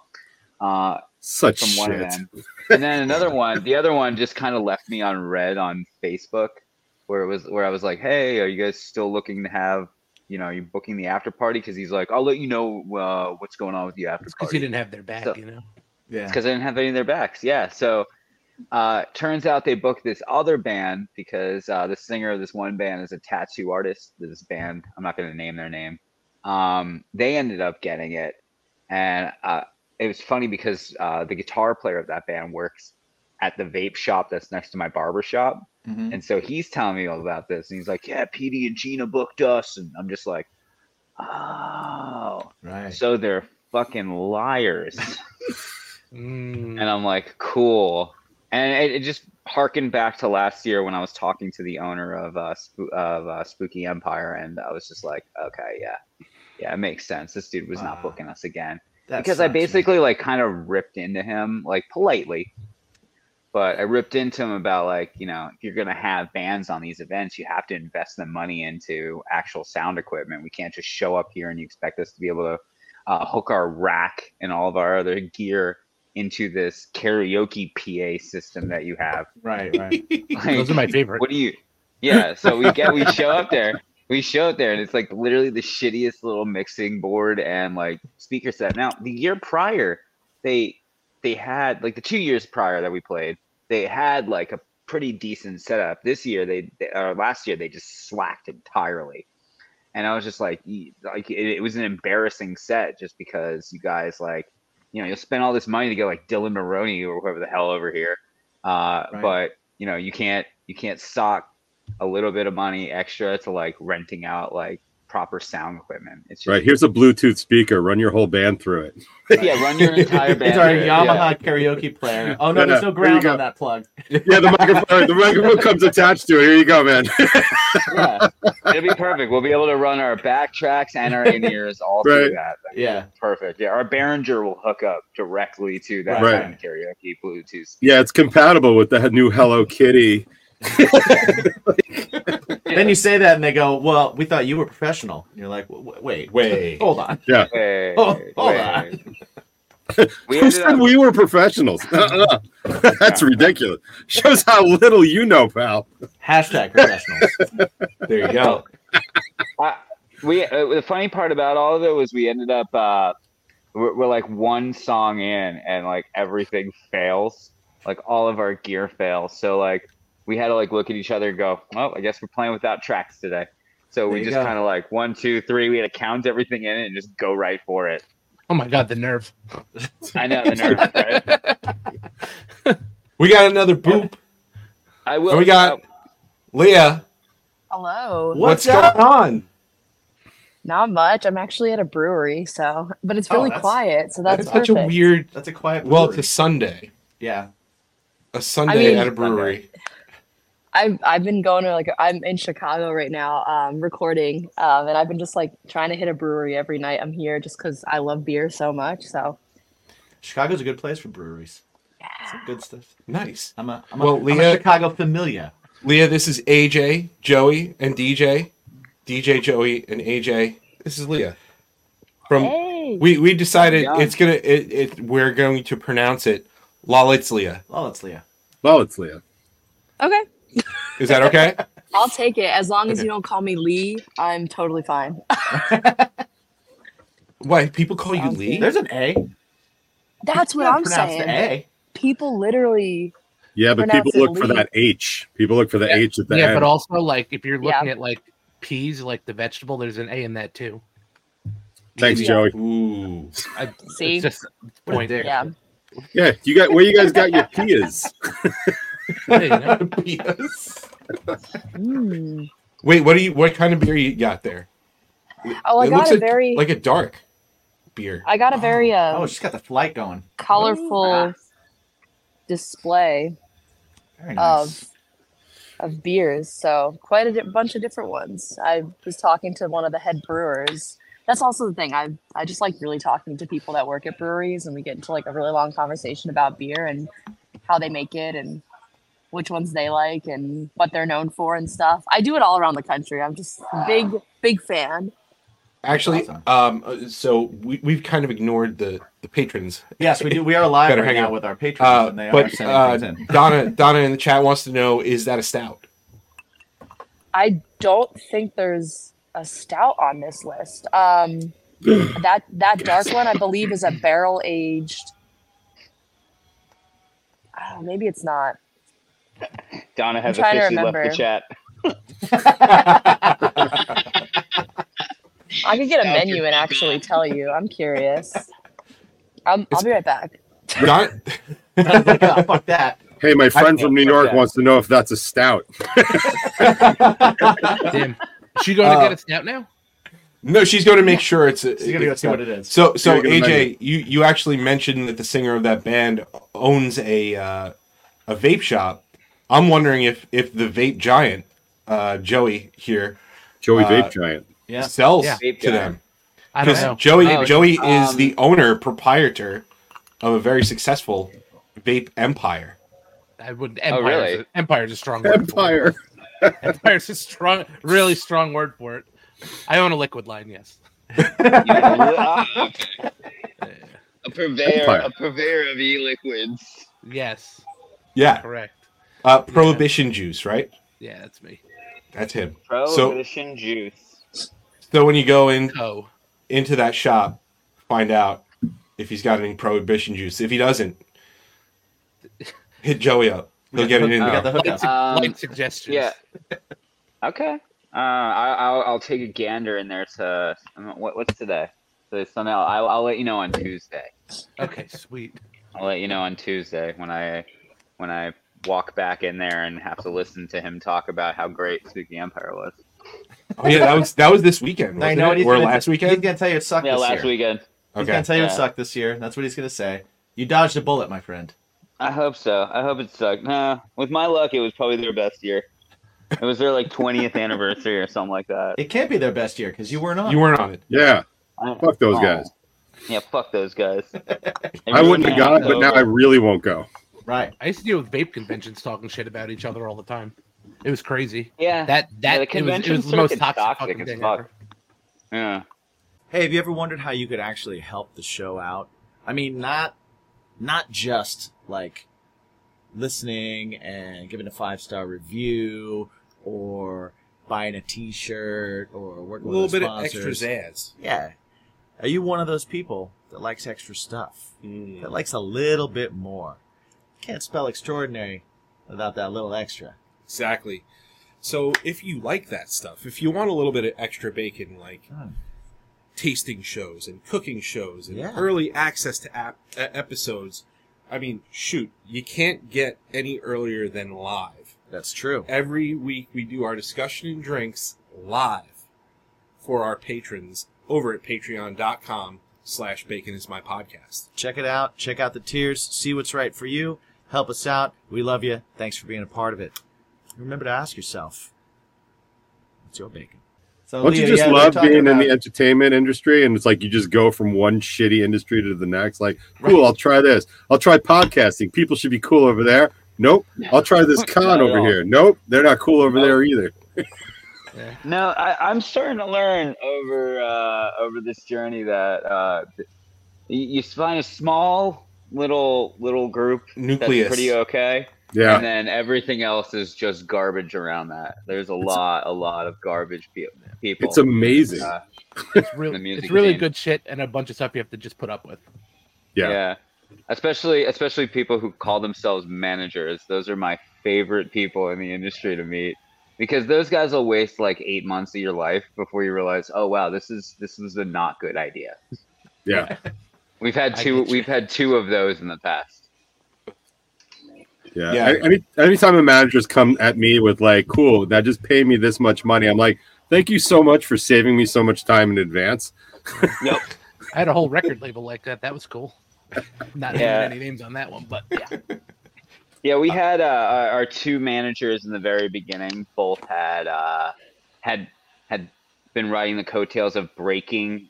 S14: blah. Uh,
S5: Such
S14: from one of
S5: shit.
S14: them. And then another one, the other one just kind of left me on red on Facebook, where it was where I was like, "Hey, are you guys still looking to have, you know, you booking the after party?" Because he's like, "I'll let you know uh, what's going on with the after
S4: Because
S14: party."
S4: he didn't have their back,
S14: So-
S4: you know.
S2: Yeah.
S14: because I didn't have any of their backs. Yeah. So uh, turns out they booked this other band because uh, the singer of this one band is a tattoo artist. to This band, I'm not going to name their name. Um, they ended up getting it, and uh, it was funny because uh, the guitar player of that band works at the vape shop that's next to my barber shop.
S2: Mhm.
S14: And so he's telling me all about this, and he's like, "Yeah, PD and Gina booked us," and I'm just like, "Oh,
S2: right."
S14: So they're fucking
S11: Mm.
S14: liars. and I'm like, cool. And it, it just harken back to last year when I was talking to the owner of uh, Sp- of uh, Spooky Empire, and I was just like, okay, yeah, yeah, it makes sense. This dude was not booking us again
S11: That
S14: because I
S11: sucks, man.
S14: basically like kind of ripped into him like politely, but I ripped into him about like you know if you're gonna have bands on these events, you have to invest the money into actual sound equipment. We can't just show up here and you expect us to be able to uh, hook our rack and all of our other gear into this karaoke PA system that you have.
S2: Right, right.
S14: Those are my favorite. What do you? Yeah, so we get we show up there. We show up there and it's like literally the shittiest little mixing board and like speaker set. Now, the year prior, they they had like the 2 years prior that we played, they had like a pretty decent setup. This year they, they or last year they just slacked entirely. And I was just like e- like it, it was an embarrassing set just because you guys like you know, you'll spend all this money to get like Dylan Maroney or whoever the hell over here. Uh,
S11: Right.
S14: but you know, you can't you can't sock a little bit of money extra to like renting out like proper sound equipment. It's just
S5: Right, here's a Bluetooth speaker. Run your whole band through it.
S14: yeah, run your entire band.
S2: It's our
S14: through it,
S2: Yamaha
S14: yeah.
S2: karaoke player. Oh no, there's no
S5: Yeah, there you
S2: ground
S5: go.
S2: on that plug.
S5: Yeah, the microphone the microphone comes attached to it. Here you go, man.
S14: It'll be perfect. We'll be able to run our back tracks and our in ears all
S5: Right.
S14: through that. thing.
S2: Yeah.
S14: Perfect. Yeah. Our Behringer will hook up directly to that
S5: Right.
S14: kind of karaoke Bluetooth.
S5: yeah, it's compatible with that new Hello Kitty.
S2: Then you say that, and they go, "Well, we thought you were professional." And you're like, "W- w- "Wait,
S1: Wait.
S2: hold on."
S5: Yeah.
S14: Hey,
S2: Hold, hold
S14: hey.
S2: on.
S14: We
S5: Oh, Who
S14: ended
S5: said
S14: up,
S5: we were professionals? Uh-uh. That's ridiculous. Shows how little you know, pal.
S2: Hashtag professionals.
S1: There you go.
S14: we uh, the funny part about all of it was we ended up uh, we're, we're like one song in and like everything fails, like all of our gear fails. So like we had to like look at each other and go, well, I guess we're playing without tracks today. So
S2: There
S14: we
S2: you
S14: just
S2: go.
S14: kind of like one, two, three. We had to count everything in and just go right for it.
S4: Oh my god, the nerve!
S14: I know the nerve. right?
S1: We got another boop.
S14: I will.
S1: And we got Leah.
S15: Hello.
S1: What's, going on?
S15: Not much. I'm actually at a brewery, so but it's
S1: Oh,
S15: really
S1: that's-
S15: quiet, so that's,
S1: That's such a
S15: perfect.
S1: weird.
S2: That's a quiet.
S1: Well, it's a Sunday.
S2: Yeah.
S1: A Sunday
S15: mean-
S1: at a brewery.
S15: I've I've been going to like I'm in Chicago right now, um, recording, um, and I've been just like trying to hit a brewery every night. I'm here just because I love beer so much. So
S2: Chicago's a good place for breweries. Some good stuff.
S1: Nice.
S2: I'm a, I'm a,
S1: Well,
S2: I'm a
S1: Leah-
S2: Chicago familiar.
S1: Leah, this is AJ, Joey, and DJ. DJ, Joey, and AJ. This is Leah. From
S15: Hey.
S1: we we decided
S15: Yeah.
S1: it's gonna it, it we're going to pronounce it Lalitzlia.
S2: Lalitzlia.
S5: Lalitzlia.
S15: okay,
S1: Is that okay?
S15: I'll take it as long as
S1: Okay.
S15: you don't call me Lee. I'm totally fine.
S1: Why people call you Lee?
S2: There's an A.
S15: That's what
S2: can't
S15: I'm
S2: pronounce the
S15: saying.
S2: A.
S15: People literally.
S5: Yeah, but
S15: pronounce
S5: people
S15: it
S5: look for
S15: Lee.
S5: that H. People look for the H at the
S4: yeah,
S5: end.
S4: but also like if you're looking
S15: Yeah.
S4: at like peas, like the vegetable, there's an A in that too.
S5: Thanks,
S4: Yeah.
S5: Joey.
S1: Ooh.
S4: I,
S15: See?
S4: it's just a point there.
S15: Yeah.
S5: Yeah, you got where you guys got your Pias.
S15: Mm.
S1: Wait, what do you? What kind of beer you got there?
S15: Oh, I
S1: It
S15: got
S1: looks
S15: a
S1: like,
S15: very-
S1: like a dark beer.
S15: I got a very uh,
S2: Oh, she's got the flight going.
S15: colorful display
S2: Very
S15: of of beers. So quite a di- bunch of different ones. I was talking to one of the head brewers. That's also the thing. I I just like really talking to people that work at breweries, and we get into like a really long conversation about beer and how they make it and which ones they like and what they're known for and stuff. I do it all around the country. I'm just a big big fan.
S1: Actually, um, uh, so we we've kind of ignored the the patrons.
S2: Yes, we do. We are live
S1: Better
S2: right
S1: hang
S2: now
S1: on.
S2: with our patrons,
S1: Uh,
S2: and they are
S1: but
S2: sending
S1: uh,
S2: things in.
S1: Donna Donna in the chat wants to know: Is that a stout?
S15: I don't think there's a stout on this list. Um, that that dark one, I believe, is a barrel aged. Oh, maybe it's not.
S14: Donna has
S15: I'm trying to
S14: officially left
S15: remember.
S14: the chat.
S15: I could get a
S14: Stout
S15: menu and actually tell you. I'm curious. I'm, I'll be right back.
S1: Don-
S2: fuck that.
S5: Hey, my friend from New York wants to know if that's a stout.
S4: Damn. She going
S1: Uh,
S4: to get a stout now?
S1: No, she's going to make sure it's. She's
S2: gonna go see what it is.
S1: So,
S2: She's
S1: so
S2: gonna go to the
S1: AJ,
S2: menu.
S1: you you actually mentioned that the singer of that band owns a uh, a vape shop, I'm wondering if if the vape giant, uh, Joey here,
S5: Joey
S1: uh,
S5: Vape Giant.
S1: yeah. sells
S5: Yeah.
S1: to
S5: Vape Giant.
S1: them.
S5: I don't
S1: Because
S5: know.
S1: Joey
S5: Oh,
S1: Joey is
S5: um,
S1: the owner proprietor of a very successful vape empire.
S4: I wouldn't.
S1: Oh,
S4: Empire's,
S1: really?
S4: a, empire's a strong word.
S1: Empire.
S4: empire's a strong, really strong word for it. I own a liquid line. Yes.
S16: A purveyor,
S1: Empire.
S16: a purveyor of e-liquids.
S4: Yes.
S1: Yeah,
S4: Correct.
S1: Uh, Prohibition juice, right?
S4: Yeah, that's me.
S1: That's him. So
S16: Prohibition juice.
S1: so when you go in
S4: oh.
S1: into that shop, find out if he's got any prohibition juice. If he doesn't, hit Joey up. He'll get it in.
S2: Oh.
S1: there.
S14: Um,
S4: light suggestions.
S16: Yeah. Okay.
S14: Uh, I, I'll, I'll take a gander in there to I mean, what, what's today? So something else. I'll, I'll let you know on Tuesday.
S4: Okay. Sweet.
S14: I'll let you know on Tuesday when I when I walk back in there and have to listen to him talk about how great Suki Empire was.
S1: Oh yeah, that was that was this weekend.
S2: I
S1: Wasn't
S2: know.
S1: it?
S2: and he's
S1: Or
S2: gonna-
S1: last weekend?
S2: He's gonna tell you it sucked.
S14: Yeah,
S2: this
S14: last
S2: year.
S14: weekend.
S2: He's
S1: Okay.
S2: gonna tell you it
S14: Yeah.
S2: sucked this year. That's what he's gonna say. You dodged a bullet, my friend.
S14: I hope so. I hope it sucked. Nah, with my luck, it was probably their best year. It was their like 20th anniversary or something like that.
S2: It can't be their best year because you weren't on.
S1: You weren't on it.
S5: Yeah. Fuck those
S14: Oh.
S5: guys.
S14: Yeah, fuck those guys.
S5: I wouldn't have gone, but now I really won't go.
S2: Right.
S4: I used to deal with vape conventions talking shit about each other all the time. It was crazy.
S14: Yeah.
S4: That
S14: the
S4: that it was- it
S14: convention
S4: was, the most
S14: circuit's
S4: toxic,
S14: toxic
S4: fucking
S14: as
S4: thing
S14: fuck.
S4: ever.
S14: Yeah.
S11: Hey, have you ever wondered how you could actually help the show out? I mean, not not just like listening and giving a five star review or buying a T shirt or working
S7: Little
S11: with a
S7: bit of extra zazz.
S11: Yeah. Are you one of those people that likes extra stuff?
S7: Hmm.
S11: That likes a little bit more? Can't spell extraordinary without that little extra.
S7: Exactly. So if you like that stuff, if you want a little bit of extra bacon, like tasting shows and cooking shows and
S6: Yeah.
S7: early access to app, uh, episodes, I mean, shoot, you can't get any earlier than live.
S11: That's true.
S7: Every week we do our discussion and drinks live for our patrons over at patreon.com slash bacon is my podcast.
S11: Check it out. Check out the tiers. See what's right for you. Help us out. We love you. Thanks for being a part of it. Remember to ask yourself, what's your bacon? So,
S5: Don't you just love being in the entertainment industry and it's like you just go from one shitty industry to the next? Like, cool, I'll try this. I'll try podcasting. People should be cool over there. Nope. I'll try this
S14: Not
S5: con
S14: at
S5: over
S14: all.
S5: here. Nope. They're not cool over there either.
S14: No, I, I'm starting to learn over uh, over this journey that uh, th- you you find a small little little group
S1: Nucleus.
S14: that's pretty okay.
S1: Yeah.
S14: And then everything else is just garbage around that. There's a lot, a lot of garbage pe- people. Uh,
S5: It's amazing.
S14: it's
S4: really, It's really good shit and a bunch of stuff you have to just put up with.
S5: Yeah.
S14: yeah. Especially, especially people who call themselves managers. Those are my favorite people in the industry to meet because those guys will waste like eight months of your life before you realize, oh wow, this is this was a not good idea.
S5: Yeah.
S14: We've had
S5: I
S14: two.
S5: get you.
S14: We've had two of those in the past.
S5: Yeah.
S14: Yeah.
S5: I- Any, anytime a manager's come at me with like, cool, now just pay me this much money, I'm like, thank you so much for saving me so much time in advance.
S14: Nope.
S4: I had a whole record label like that. That was cool. Not
S14: Yeah.
S4: naming any names on that one, but yeah.
S14: Yeah, we had uh, our, our two managers in the very beginning. Both had uh, had had been riding the coattails of breaking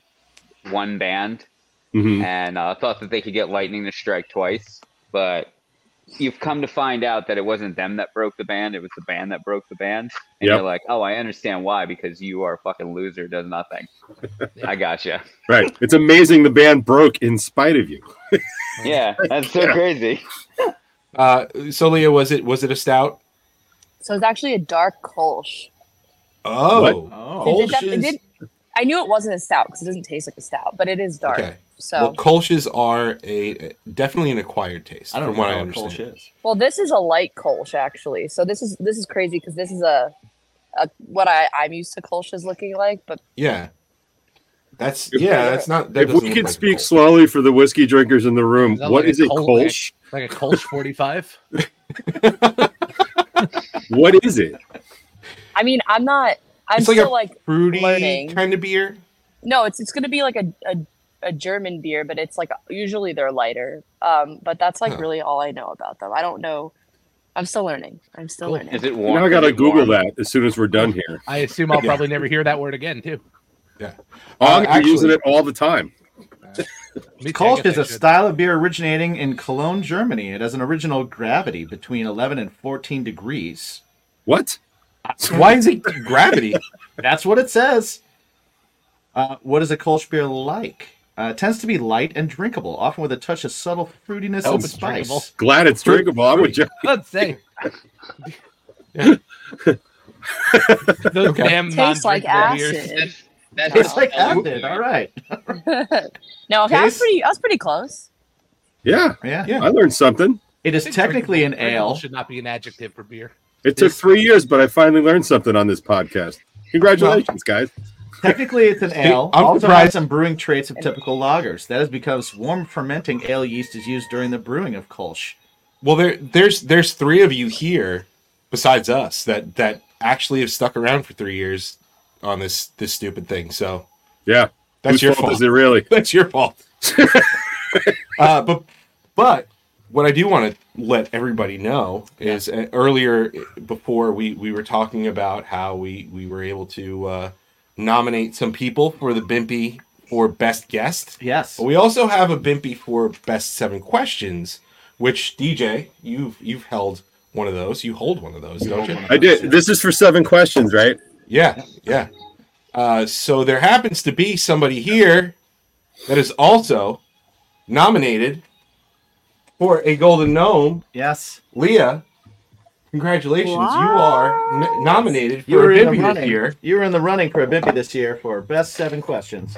S14: one band,
S5: Mhm.
S14: and uh, thought that they could get lightning to strike twice. But you've come to find out that it wasn't them that broke the band; it was the band that broke the band. And
S5: Yep.
S14: you're like, "Oh, I understand why because you are a fucking loser, does nothing." I gotcha.
S5: Right. It's amazing the band broke in spite of you.
S14: Yeah, that's so crazy.
S1: Uh, so Leah, was it was it a stout?
S15: So it's actually a dark Kolsch.
S1: Oh,
S15: It did
S1: Kolsch
S15: def- it
S1: is-
S15: did- I knew it wasn't a stout because it doesn't taste like a stout, but it is dark.
S1: Okay.
S15: So
S1: Well,
S15: well,
S1: Kolsch's are a definitely an acquired taste.
S2: I don't
S1: from
S2: know
S1: what I
S2: what
S1: understand.
S2: Kolsch is.
S15: this is a light Kolsch actually. So this is this is crazy because this is a, a what I I'm used to Kolsch's looking like, but
S1: Yeah. That's yeah. That's not. That
S5: if
S1: doesn't
S5: we
S1: look
S5: can
S1: like-
S5: speak slowly for the whiskey drinkers in the room,
S4: Is that
S5: what
S4: like
S5: is a
S4: Kol-
S5: Kolsch?
S4: Like, like a Kolsch 45?
S5: What is it?
S15: I mean I'm not. I'm
S1: It's like
S15: still
S1: a
S15: like
S1: fruity
S15: learning.
S1: kind of beer.
S15: No, it's it's gonna be like a, a a German beer, but it's like usually they're lighter. Um, but that's like
S1: Huh.
S15: really all I know about them. I don't know I'm still learning. I'm still learning.
S14: Is it
S5: Now I gotta Google that as soon as we're done here.
S4: I assume I'll
S5: Yeah. Oh,
S4: probably never hear that word again, too.
S1: Yeah.
S2: Uh,
S5: I'm gonna be using it all the time.
S2: Kolsch is a style of beer originating in Cologne, Germany. It has an original gravity between 11 and 14 degrees.
S5: What?
S1: Why is it gravity?
S2: That's what it says. Uh, what is a Kolsch beer like? Uh, it tends to be light and drinkable, often with a touch of subtle fruitiness
S5: Oh,
S2: and
S5: it's
S2: spice.
S5: drinkable. Glad it's drinkable. I'm with Johnny.
S4: Let's say. Those damn
S15: Tastes like
S4: non-drinkable
S15: acid.
S4: beers.
S15: That's-
S2: It's like
S15: Oh.
S2: acid. All right.
S15: no, okay, I was
S2: Taste-
S15: pretty. I was pretty close.
S5: Yeah.
S2: Yeah.
S5: I learned something.
S2: It is technically an
S4: Drinkable
S2: ale.
S4: Should not be an adjective for beer.
S5: It took three years, but I finally learned something on this podcast. Congratulations, guys.
S2: Technically, it's an ale.
S5: I'm
S2: also
S5: surprised-
S2: has some brewing traits of typical lagers. That is because warm fermenting ale yeast is used during the brewing of Kolsch.
S1: Well, there, there's there's three of you here, besides us, that that actually have stuck around for three years on this this stupid thing. So
S5: yeah,
S1: that's
S5: Whose
S1: your
S5: fault
S1: fault.
S5: is it really?
S1: That's your fault. uh, but but what I do want to let everybody know is uh, earlier before we we were talking about how we we were able to uh, nominate some people for the Bimpy for best guest.
S2: Yes.
S1: But we also have a Bimpy for best seven questions, which DJ you've you've held one of those. You hold one of those, don't you?
S5: I did. This is for seven questions, right?
S1: Yeah, yeah. Uh, so there happens to be somebody here that is also nominated for a Golden Gnome.
S2: Yes,
S1: Leah. Congratulations, you are n- nominated for a Bimby this year.
S2: You were in the running for a Bimpy this year for best seven questions.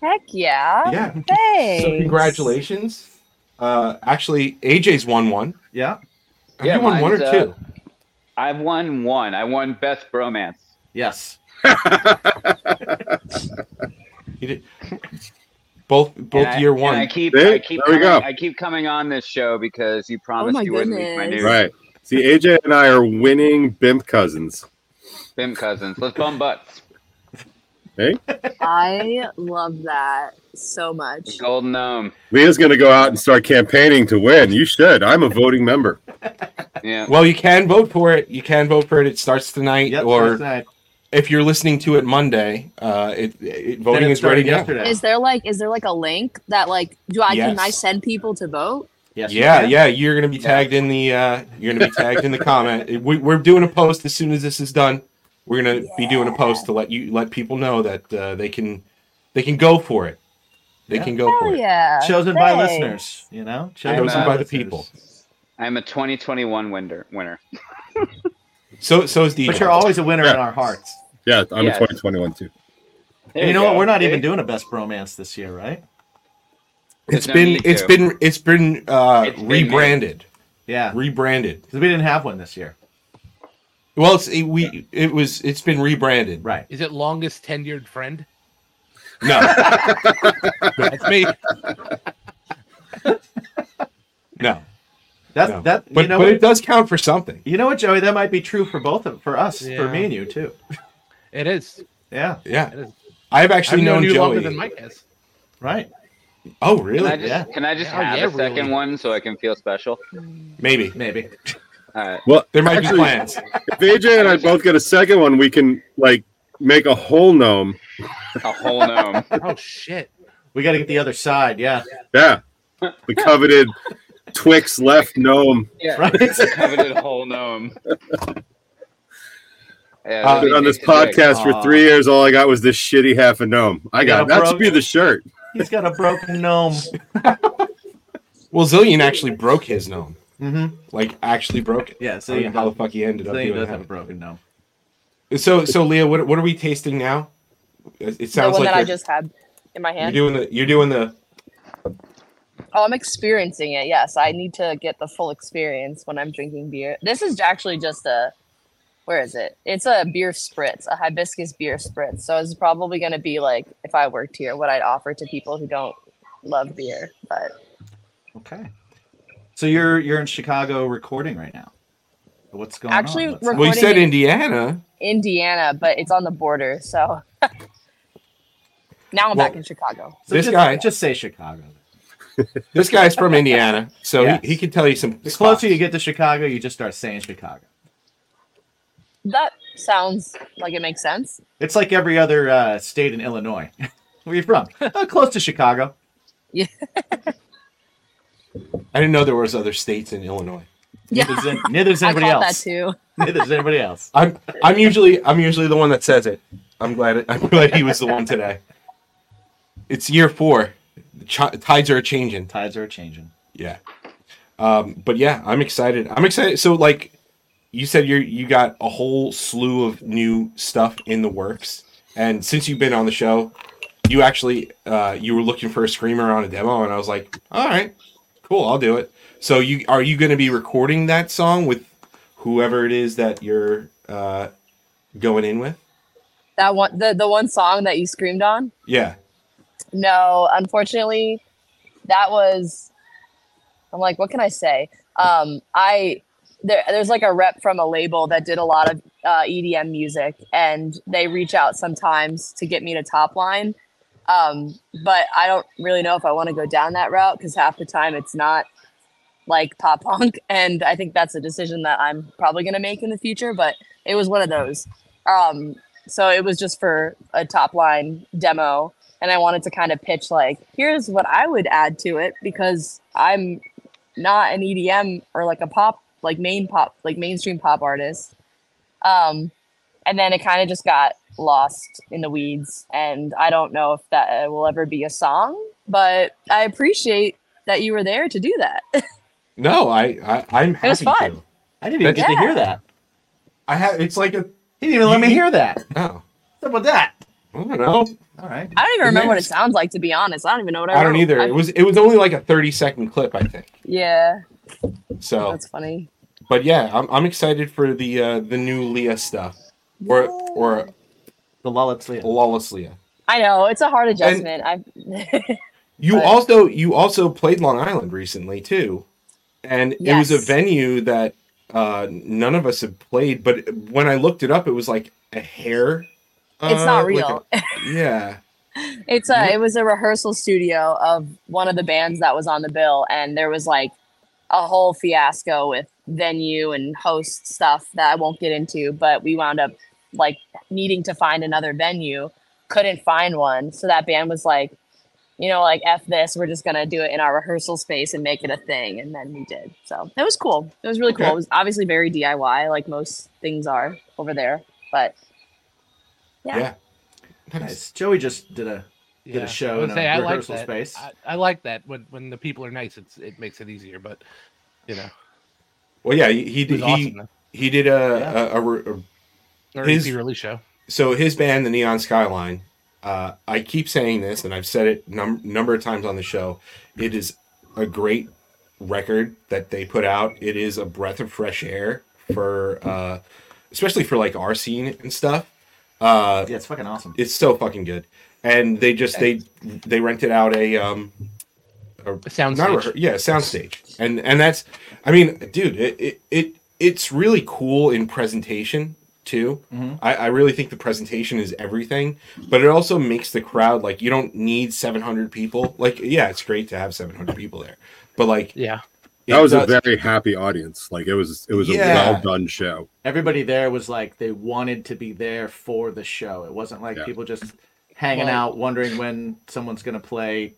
S15: Heck yeah.
S1: Yeah.
S15: Thanks.
S1: So congratulations. Uh, actually, AJ's won one.
S2: Yeah.
S1: Have you won one or
S14: mine's, uh,
S1: two?
S14: I've won one. I won best bromance.
S2: Yes.
S1: You did. Both both
S14: And I-
S1: year
S14: and
S1: one.
S14: I keep,
S5: See?
S14: I keep,
S5: There we
S14: coming,
S5: go.
S14: I keep coming on this show because you promised
S15: my
S14: you wouldn't leak my news.
S5: Right. See, AJ and I are winning BIMP cousins.
S14: Bim cousins, let's bum butts.
S5: Hey,
S15: I love that so much.
S14: Golden gnome.
S5: Leah's going to go out and start campaigning to win. You should. I'm a voting member.
S14: Yeah.
S1: Well, you can vote for it. You can vote for it. It starts tonight, or
S2: starts tonight.
S1: if you're listening to it Monday, uh, it, it voting
S2: it
S1: is ready
S2: started
S1: now.
S2: yesterday.
S15: Is there like is there like a link that like do I can I
S1: Yes.
S15: send people to vote?
S2: Yes, you
S1: yeah,
S2: can.
S1: yeah, you're gonna be tagged in the uh, you're gonna be tagged in the comment. We, we're doing a post as soon as this is done. We're gonna be doing a post to let you let people know that uh, they can they can go for it. They
S2: Yeah.
S1: can go for
S15: Hell
S1: it.
S15: yeah!
S2: Chosen by
S15: Thanks.
S2: listeners, you know,
S1: Chosen
S14: I'm, uh,
S1: by the people.
S14: I'm a 2021 winner. Winner.
S1: So so is DJ.
S2: But you're always a winner in our hearts.
S5: Yeah, I'm
S14: Yes.
S5: a 2021 too.
S14: There
S2: And you know what?
S14: go.
S2: We're not
S14: There
S2: even
S14: you-
S2: doing a best bromance this year, right?
S1: it's
S14: There's no
S1: been
S14: need
S1: it's
S14: to.
S1: been it's been uh,
S14: It's been made.
S1: rebranded.
S2: Yeah,
S1: Rebranded.
S2: because we didn't have one this year.
S1: Well, it's it, we it was it's been rebranded.
S2: Right.
S4: Is it longest tenured friend?
S1: No,
S2: That's
S1: no,
S4: That's me.
S1: no.
S2: that.
S1: But
S2: you know,
S1: but
S2: what,
S1: it does count for something.
S2: you know what, Joey? That might be true for both of for us, for
S4: Yeah.
S2: me and you too.
S4: It is.
S2: Yeah,
S4: It
S1: Yeah,
S4: is.
S1: I've actually
S4: I've known
S1: known,
S4: you longer
S1: Joey.
S4: than Mike has.
S2: right.
S1: oh,
S14: Can I
S1: really?
S14: just,
S2: Yeah.
S14: can I just
S4: Yeah,
S14: have
S4: yeah,
S14: a second
S4: really.
S14: one so I can feel special?
S1: Maybe.
S2: Maybe.
S14: All right.
S5: Well,
S1: There might be
S5: Actually-
S1: plans.
S5: if AJ and I both get a second one, we can like make a whole gnome.
S14: A whole gnome.
S4: Oh shit!
S2: We got to get the other side. Yeah.
S5: Yeah. The coveted Twix left gnome.
S14: Yeah.
S2: Right.
S14: Coveted whole gnome. Yeah,
S1: Uh,
S14: that'd be
S5: Been on this
S14: nice to drink.
S5: podcast for three years. All I got was this shitty half a gnome. I
S2: got
S5: got
S2: a
S5: that should
S2: broke-
S5: be the shirt.
S2: He's got a broken gnome.
S1: Well, Zillion actually broke his gnome.
S2: Mm-hmm.
S1: Like, actually broke it.
S2: Yeah,
S1: I don't know
S2: Zillion
S1: how
S2: does,
S1: the fuck he ended up
S2: Zillion
S1: doing
S2: does have a
S1: that.
S2: broken gnome.
S1: So, so Leah, what, what are we tasting now? It it
S15: The
S1: sounds
S15: one
S1: like
S15: that I
S1: you're,
S15: just had in my
S1: you're
S15: hand.
S1: doing the you're doing the
S15: Oh, I'm experiencing it. Yes, I need to get the full experience when I'm drinking beer. This is actually just a where is it? It's a beer spritz, a hibiscus beer spritz. So it's probably going to be like if I worked here, what I'd offer to people who don't love beer. But
S2: Okay. So you're you're in Chicago recording right now. What's going
S15: Actually,
S2: on? What's-
S15: we're-
S1: well, you said
S15: Recording it.
S1: Indiana.
S15: Indiana, but it's on the border, so now I'm
S1: Well,
S15: back in Chicago.
S2: So
S1: this
S2: just,
S1: guy-
S2: just say Chicago.
S1: This guy's from Indiana, so he, he can tell you some.
S2: The closer you get to Chicago, you just start saying Chicago.
S15: That sounds like it makes sense.
S2: It's like every other uh, state in Illinois. Where you from? oh, close to Chicago.
S15: Yeah.
S1: I didn't know there was other states in Illinois.
S15: Yeah.
S2: Neither's, in, neither's anybody
S15: I caught
S2: else.
S15: that too.
S2: Neither's anybody else.
S1: I'm I'm usually I'm usually the one that says it. I'm glad I'm glad he was the one today. It's year four. The chi- tides are changing.
S2: Tides are changing.
S1: Yeah. Um, but yeah, I'm excited. I'm excited. So like you said you you got a whole slew of new stuff in the works. And since you've been on the show, you actually uh, you were looking for a screamer on a demo and I was like, "All right. Cool, I'll do it." So you are you going to be recording that song with whoever it is that you're uh, going in with?
S15: That one, the, the one song that you screamed on.
S1: Yeah.
S15: No, unfortunately, that was. I'm like, what can I say? Um, I there, there's like a rep from a label that did a lot of uh, EDM music, and they reach out sometimes to get me to top line. Um, but I don't really know if I want to go down that route because half the time it's not like pop punk, and I think that's a decision that I'm probably gonna make in the future. But it was one of those. Um, so it was just for a top line demo and i wanted to kind of pitch like here's what i would add to it because i'm not an edm or like a pop like main pop like mainstream pop artist um and then it kind of just got lost in the weeds and i don't know if that uh, will ever be a song but i appreciate that you were there to do that
S1: No, I, I I'm happy
S15: It was fun.
S1: to.
S2: I didn't even get to hear that.
S1: I have. It's like a.
S2: He didn't even let me hear that.
S1: Oh,
S2: What's up with that?
S1: I don't know.
S2: All right.
S15: i don't even remember what it sounds like to be honest i don't even know what i,
S1: I don't
S15: wrote.
S1: either.
S15: I-
S1: It was it was only like a thirty second clip, I think.
S15: yeah
S1: So,
S15: that's funny
S1: but yeah, I'm I'm excited for the uh the new Leah stuff, or or
S2: the Lawless Leah.
S1: Lawless Leah.
S15: i know it's a hard adjustment i
S1: You also you also played Long Island recently too, and it was a
S15: Yes.
S1: venue that uh none of us had played. But when I looked it up, it was like a hair.
S15: It's
S1: uh,
S15: not
S1: like
S15: real.
S1: a- yeah.
S15: It's a it was a rehearsal studio of one of the bands that was on the bill, and there was like a whole fiasco with venue and host stuff that I won't get into. But we wound up like needing to find another venue, couldn't find one, so that band was like, you know, like f this, we're just gonna do it in our rehearsal space and make it a thing, and then we did. So it was cool. It was really cool.
S1: Okay.
S15: It was obviously very DIY, like most things are over there, but yeah.
S2: Nice. Joey just did a did
S4: Yeah.
S2: a show
S4: would
S2: in a
S4: say I like
S2: rehearsal
S4: that.
S2: space.
S4: I, I like that when when the people are nice, it's it makes it easier. But you know,
S1: Well, yeah, he he
S4: It was
S1: did,
S4: awesome,
S1: he,
S4: though.
S1: he did a, a- a re- a,
S4: Or EP release show.
S1: So his band, the Neon Skyline. Uh, I keep saying this, and I've said it num- number of times on the show. It is a great record that they put out. It is a breath of fresh air for, uh, especially for like our scene and stuff. Uh,
S2: yeah, it's fucking awesome.
S1: It's so fucking good. And they just they they rented out a um a
S4: sound
S1: not
S4: stage.
S1: a rehe- yeah, soundstage. And and that's I mean, dude, it it, it it's really cool in presentation too.
S2: Mm-hmm.
S6: Mhm.
S1: I, I really think the presentation is everything, but it also makes the crowd like you don't need 700 people. Like, yeah, it's great to have 700 people there, but like,
S4: yeah,
S5: That was a very happy audience. Like it was, it was
S2: Yeah.
S5: a well done show.
S2: Everybody there was like they wanted to be there for the show. It wasn't like people just hanging
S5: Well-
S2: out wondering when someone's gonna play.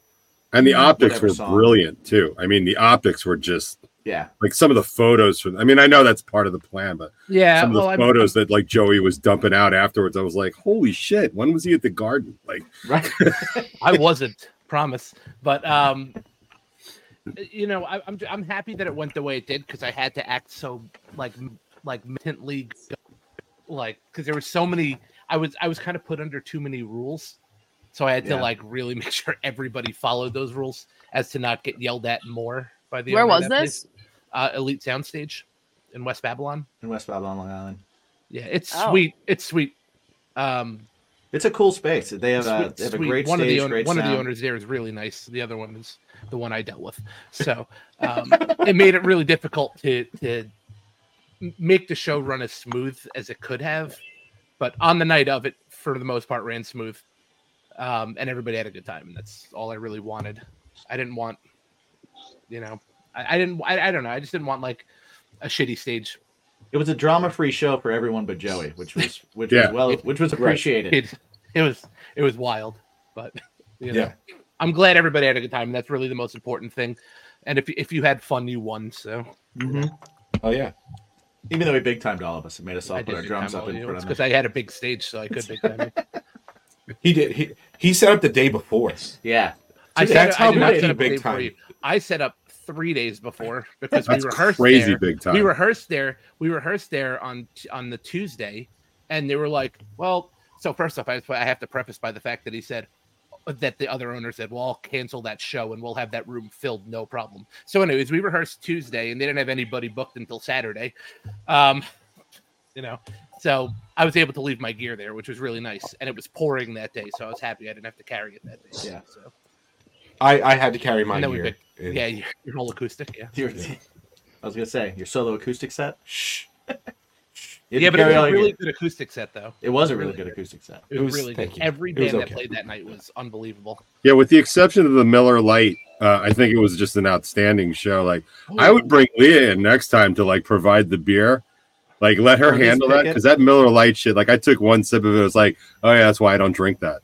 S5: And the optics
S2: whatever
S5: were
S2: song.
S5: brilliant too. I mean, the optics were just
S2: Yeah.
S5: like some of the photos from. I mean, I know that's part of the plan, but
S4: Yeah,
S5: some of the
S4: well, I'm-
S5: photos that like Joey was dumping out afterwards, I was like, holy shit, when was he at the garden? Like,
S2: right?
S4: I wasn't promise, but um, you know, I, I'm I'm happy that it went the way it did because I had to act so like m- like militantly, like because there were so many. I was I was kind of put under too many rules, so I had to
S10: Yeah.
S4: like really make sure everybody followed those rules as to not get yelled at more by the.
S15: Where
S4: owner of
S15: was
S4: that
S15: this?
S4: place. Uh, Elite Soundstage in West Babylon.
S2: In West Babylon, Long Island.
S4: Yeah, it's
S2: Oh.
S4: sweet. It's sweet. Um,
S2: It's a cool space. They have a,
S4: Sweet-
S2: they have a
S4: sweet.
S2: great
S4: one
S2: stage,
S4: of the own-
S2: great
S4: one of the
S2: sound.
S4: owners there is really nice. The other one is the one I dealt with, so um, it made it really difficult to to m- make the show run as smooth as it could have. But on the night of it, for the most part, ran smooth, um, and everybody had a good time, and that's all I really wanted. I didn't want you know, I, I didn't. I, I don't know. I just didn't want like a shitty stage.
S2: It was a drama-free show for everyone but Joey, which was which
S4: Yeah.
S2: was well, which was
S4: Right.
S2: appreciated.
S4: It, it was it was wild, but you know,
S2: Yeah.
S4: I'm glad everybody had a good time. That's really the most important thing. And if if you had fun, you won. So
S2: Mm-hmm.
S1: Oh yeah.
S2: Even though he big timed all of us, it made us all
S4: I
S2: put
S4: did
S2: our drums up in front of
S4: because
S2: them.
S4: I had a big stage, so I could big time. it.
S1: He did. He he set up the day before.
S2: Yeah.
S4: I set
S1: that's
S4: up- I
S1: how
S4: did not
S1: we
S4: set
S1: do
S4: up the day
S1: big
S4: before
S1: time.
S4: you. I set up three days before because
S5: That's
S4: we rehearsed
S5: crazy
S4: there.
S5: big time.
S4: We rehearsed there. We rehearsed there on on the Tuesday, and they were like, "Well, so first off, I, I have to preface by the fact that he said that the other owner said, "Well, I'll cancel that show and we'll have that room filled, no problem." So, anyways, we rehearsed Tuesday, and they didn't have anybody booked until Saturday. Um, you know, so I was able to leave my gear there, which was really nice, and it was pouring that day, so I was happy I didn't have to carry it that day. Yeah. So.
S1: I I had to carry
S4: And
S1: mine
S4: then we
S1: here.
S4: picked- yeah, your, your whole acoustic. Yeah.
S2: Your- I was gonna say your solo acoustic set. Shh. You had to
S4: yeah, but it
S2: carry
S4: was
S2: all
S4: a
S2: your
S4: really
S2: gear.
S4: good acoustic set, though.
S2: It was a really good acoustic set.
S4: It was,
S2: It was-
S4: really
S2: thank
S4: good.
S2: you.
S4: Every
S2: It was
S4: band
S2: okay.
S4: that played that night was unbelievable.
S5: Yeah, with the exception of the Miller Light, uh, I think it was just an outstanding show. Like, I would bring Leah in next time to like provide the beer, like let her
S2: Or just
S5: handle
S2: pick
S5: that
S2: it.
S5: because that Miller Light shit. Like, I took one sip of it, it was like, oh yeah, that's why I don't drink that.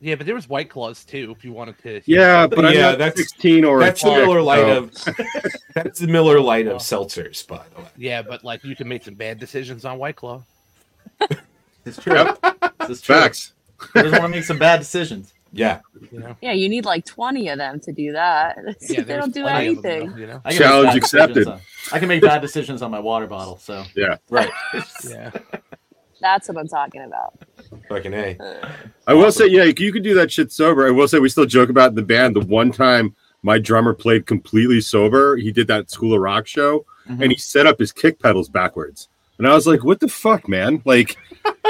S4: Yeah, but there was White Claws too. If you wanted to,
S5: Yeah, but I'm not 16 or
S1: that's the Miller Light
S5: so-
S1: of that's the Miller Light of seltzers, by the way.
S4: yeah, but like you can make some bad decisions on White Claw.
S2: It's true. It's true.
S5: Facts.
S2: He doesn't want to make some bad decisions.
S1: Yeah.
S15: Yeah, you need like 20 of them to do that. they
S2: there's
S15: don't do
S2: plenty of them,
S15: anything.
S4: you know?
S2: I can make
S5: Challenge
S2: bad decisions
S5: accepted.
S2: on- I can make bad decisions on my water bottle. So
S5: Yeah.
S1: Right.
S4: yeah.
S15: That's what I'm talking about.
S1: Fucking a.
S5: I will say, yeah, you could do that shit sober. I will say, we still joke about it in the band. The one time my drummer played completely sober, he did that School of Rock show, and he set up his kick pedals backwards. And I was like, "What the fuck, man? Like,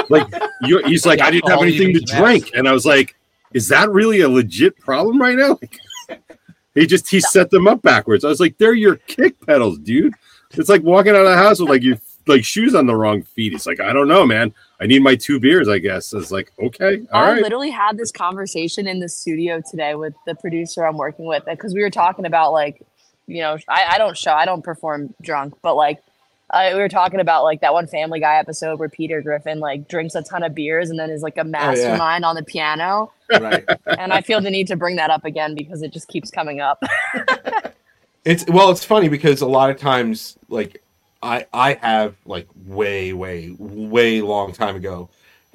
S5: like you he's like, I didn't have
S4: Alcohol
S5: anything to
S4: even matters.
S5: drink." And I was like, "Is that really a legit problem right now?" Like, he just he set them up backwards. I was like, "They're your kick pedals, dude." It's like walking out of the house with like your like shoes on the wrong feet. He's like, "I don't know, man. I need my two beers, I guess." I was like, "Okay, all
S15: I
S5: right."
S15: literally had this conversation in the studio today with the producer I'm working with because we were talking about like, you know, I, I don't show, I don't perform drunk, but like, I, we were talking about like that one Family Guy episode where Peter Griffin like drinks a ton of beers and then is
S5: Oh,
S15: like a mastermind on the piano.
S2: Right.
S15: and I feel the need to bring that up again because it just keeps coming up.
S1: It's well, it's funny because a lot of times, like I I have like way way way long time ago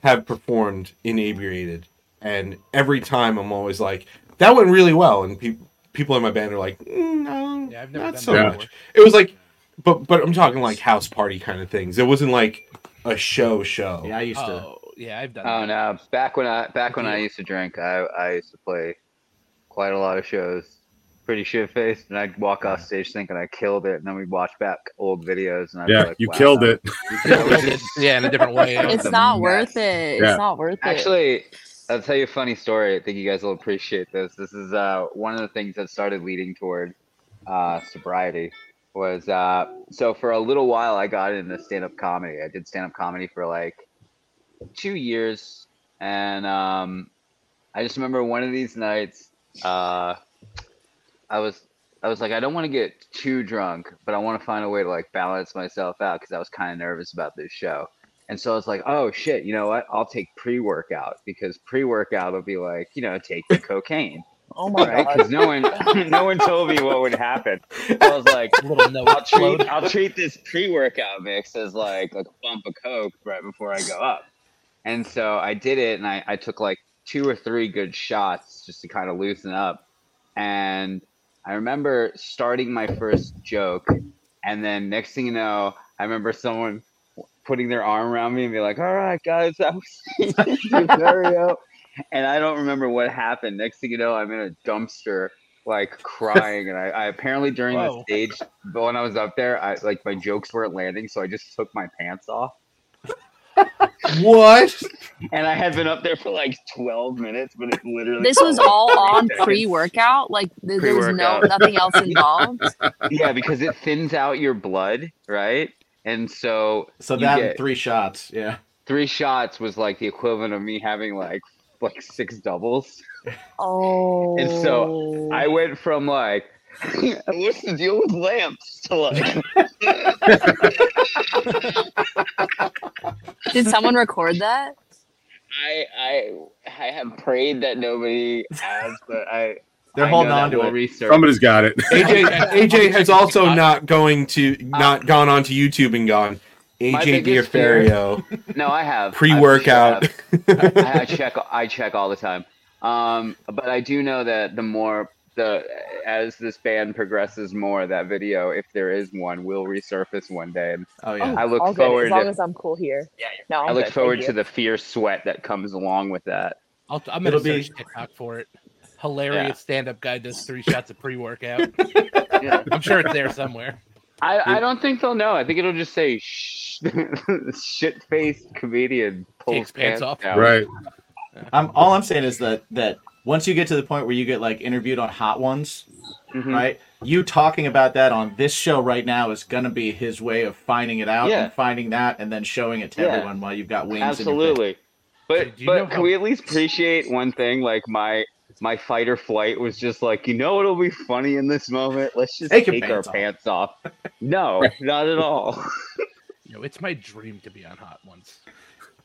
S1: have performed inebriated, and every time I'm always like that went really well, and people people in my band are like "Mm, no,
S4: yeah, I've
S1: not
S4: done
S1: so
S4: that
S1: much. It was like, but but I'm talking like house party kind of things. It wasn't like a show show.
S2: Yeah, I used
S4: Oh, yeah, I've done.
S14: Oh
S4: that.
S14: no! Back when I back when I used to drink, I I used to play quite a lot of shows. Pretty shit faced, and I'd walk off stage thinking I killed it, and then we'd watch back old videos, and I'd
S5: Yeah,
S14: be like,
S5: you
S14: wow,
S5: killed it.
S4: yeah, in a different way.
S15: it's not worth it.
S14: Yeah.
S15: It's not worth it.
S14: Actually, I'll tell you a funny story. I think you guys will appreciate this. This is uh, one of the things that started leading toward uh, sobriety. Was uh, so for a little while I got into stand up comedy. I did stand up comedy for like two years, and um, I just remember one of these nights, uh, I was I was like, I don't want to get too drunk, but I want to find a way to like balance myself out because I was kind of nervous about this show. And so I was like, oh shit, you know what? I'll take pre workout because pre workout will be like, you know, take the cocaine.
S15: Oh my God.
S14: Because no one, no one told me what would happen. I was like, I'll treat, I'll treat this pre workout mix as like, like a bump of coke right before I go up. And so I did it, and I, I took like two or three good shots just to kind of loosen up. And I remember starting my first joke, and then next thing you know, I remember someone putting their arm around me and be like, "All right, guys, that was Mario." and I don't remember what happened. Next thing you know, I'm in a dumpster, like crying. And I, I apparently during
S4: Whoa.
S14: the stage, but when I was up there, I like my jokes weren't landing, so I just took my pants off.
S1: What?
S14: And I had been up there for like 12 minutes, but it literally.
S15: This was all on pre-workout. Like th- there was no
S14: Pre-workout.
S15: nothing else involved.
S14: yeah, because it thins out your blood, right? And so
S2: So
S14: you
S2: that and
S14: get-
S2: three shots. Yeah.
S14: three shots was like the equivalent of me having like like six doubles.
S15: Oh.
S14: And so I went from like, what's the deal with lamps to like,
S15: Did someone record that?
S16: I I I have prayed that nobody has, but I
S1: They're
S16: I
S1: holding
S16: know that
S1: on to
S16: will
S1: it.
S16: resurface.
S5: Somebody's got it.
S1: AJ AJ has also not going to not gone onto YouTube and gone
S14: Uh, My
S1: AJ
S14: biggest fear-
S1: Diaferio
S14: No, I have I
S1: pre-workout.
S14: I, I check I check all the time. Um, but I do know that the more the as this band progresses more, that video, if there is one, will resurface one day. And
S2: oh
S14: I look
S15: all good,
S14: forward.
S15: as long
S14: to,
S15: as I'm cool here. Yeah, no,
S14: I look forward to the fierce sweat that comes along with that.
S4: I'll, I'm gonna
S14: It'll
S4: search
S14: be-
S4: TikTok for it. Hilarious
S14: Yeah.
S4: stand-up guy does three shots of pre-workout. I'm sure it's there somewhere.
S14: I, I don't think they'll know. I think it'll just say shh, shit faced comedian pulls
S4: Takes pants off.
S14: down."
S2: I'm all I'm saying is that that once you get to the point where you get like interviewed on Hot Ones,
S14: Mm-hmm.
S2: right? You talking about that on this show right now is gonna be his way of finding it out
S14: Yeah.
S2: and finding that and then showing it to
S14: Yeah.
S2: everyone while you've got wings. in your
S14: Absolutely.
S2: face.
S14: But
S2: do you know
S14: but
S2: how-
S14: can we at least appreciate one thing? Like my my fight or flight was just like, you know what'll be funny in this moment? Let's just
S4: Take
S14: take,
S4: your
S14: our
S4: pants off."
S14: pants off. No, not at all.
S4: No, it's my dream to be on Hot Ones.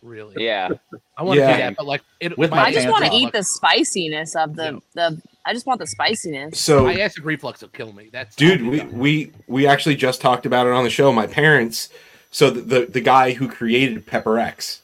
S4: Really?
S14: Yeah.
S4: I want to
S14: Yeah.
S4: do that, but like, it,
S15: I just want to
S4: reflux-
S15: eat the spiciness of the the. I just want the spiciness.
S1: So-
S4: my acid reflux will kill me. That's
S1: dude we, we we actually just talked about it on the show my parents so the the, the guy who created pepper x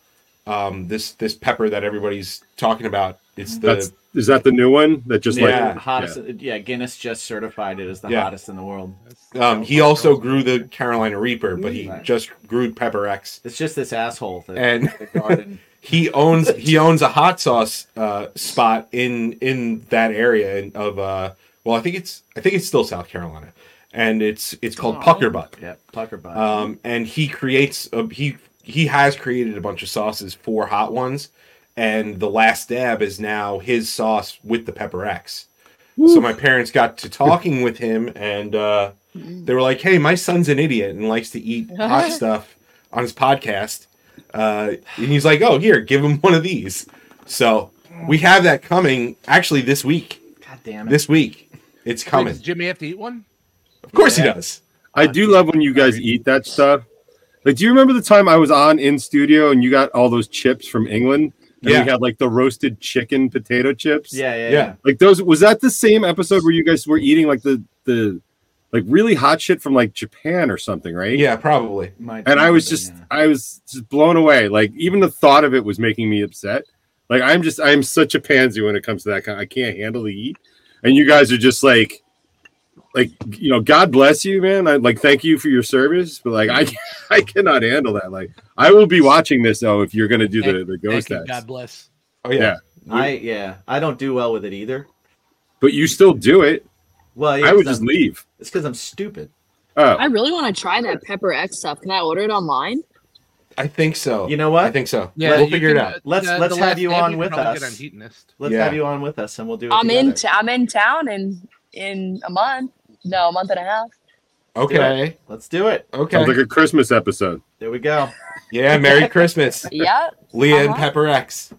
S1: um this this pepper that everybody's talking about it's the
S5: That's is that the new one that just
S1: Yeah.
S5: like
S2: hottest. Yeah. Guinness just certified it as the
S1: Yeah.
S2: hottest in the world.
S1: um he also grew the carolina reaper but he
S2: Right.
S1: just grew pepper x
S2: It's just this asshole that
S1: and
S2: the garden.
S1: he owns he owns a hot sauce uh, spot in in that area in- of uh well I think it's I think it's still South Carolina and it's it's called
S2: Aw.
S1: Pucker Butt.
S2: Yeah, Pucker Butt.
S1: Um, and he creates a, he he has created a bunch of sauces for hot ones, and the last dab is now his sauce with the pepper X. So my parents got to talking with him, and uh, they were like, "Hey, my son's an idiot and likes to eat hot stuff on his podcast." Uh, and he's like, "Oh, here, give him one of these." So we have that coming actually this week.
S2: God damn
S1: This week, it's coming.
S4: Does Jimmy have to eat one?
S1: Of course he does.
S5: I do love when you guys eat that stuff. Like, do you remember the time I was on in studio and you got all those chips from England? And
S1: Yeah.
S5: we had like the roasted chicken potato chips.
S2: Yeah, yeah, Yeah. yeah.
S5: Like those was that the same episode where you guys were eating like the the like really hot shit from like Japan or something, right?
S1: Yeah, probably.
S2: Might
S5: and I was just I was just blown away. Like even the thought of it was making me upset. Like I'm just I'm such a pansy when it comes to that kind. I can't handle the heat. And you guys are just like like you know, God bless you, man. I like thank you for your service, but like I I cannot handle that. Like I will be watching this though if you're gonna do the, the ghost
S2: thank you,
S5: ads.
S2: God
S4: bless.
S1: Oh
S5: yeah.
S2: I yeah, I don't do well with it either.
S5: But you still do it.
S2: Well, yeah,
S5: I would
S2: 'cause
S5: just
S2: I'm-
S5: leave.
S2: It's because I'm stupid.
S5: Oh,
S15: I really want to try that pepper X stuff. Can I order it online?
S1: I think so.
S2: You know what? I
S1: think so.
S2: Yeah,
S1: we'll
S2: you
S1: figure it
S2: can,
S1: out.
S2: uh, Let's- the- let's the have last you day on we with probably get us. on
S4: Heatonist.
S2: Let's
S1: Yeah.
S2: have you on with us, and we'll do. It
S1: Um,
S15: I'm in.
S2: together.
S15: T- I'm in town in in a month. No, a month and a half.
S1: Okay.
S2: Let's do it.
S1: Okay.
S5: Sounds like a Christmas episode.
S2: There we go.
S1: Yeah, Merry Christmas.
S15: Yep.
S1: Leah and
S15: Uh-huh.
S1: Pepper X.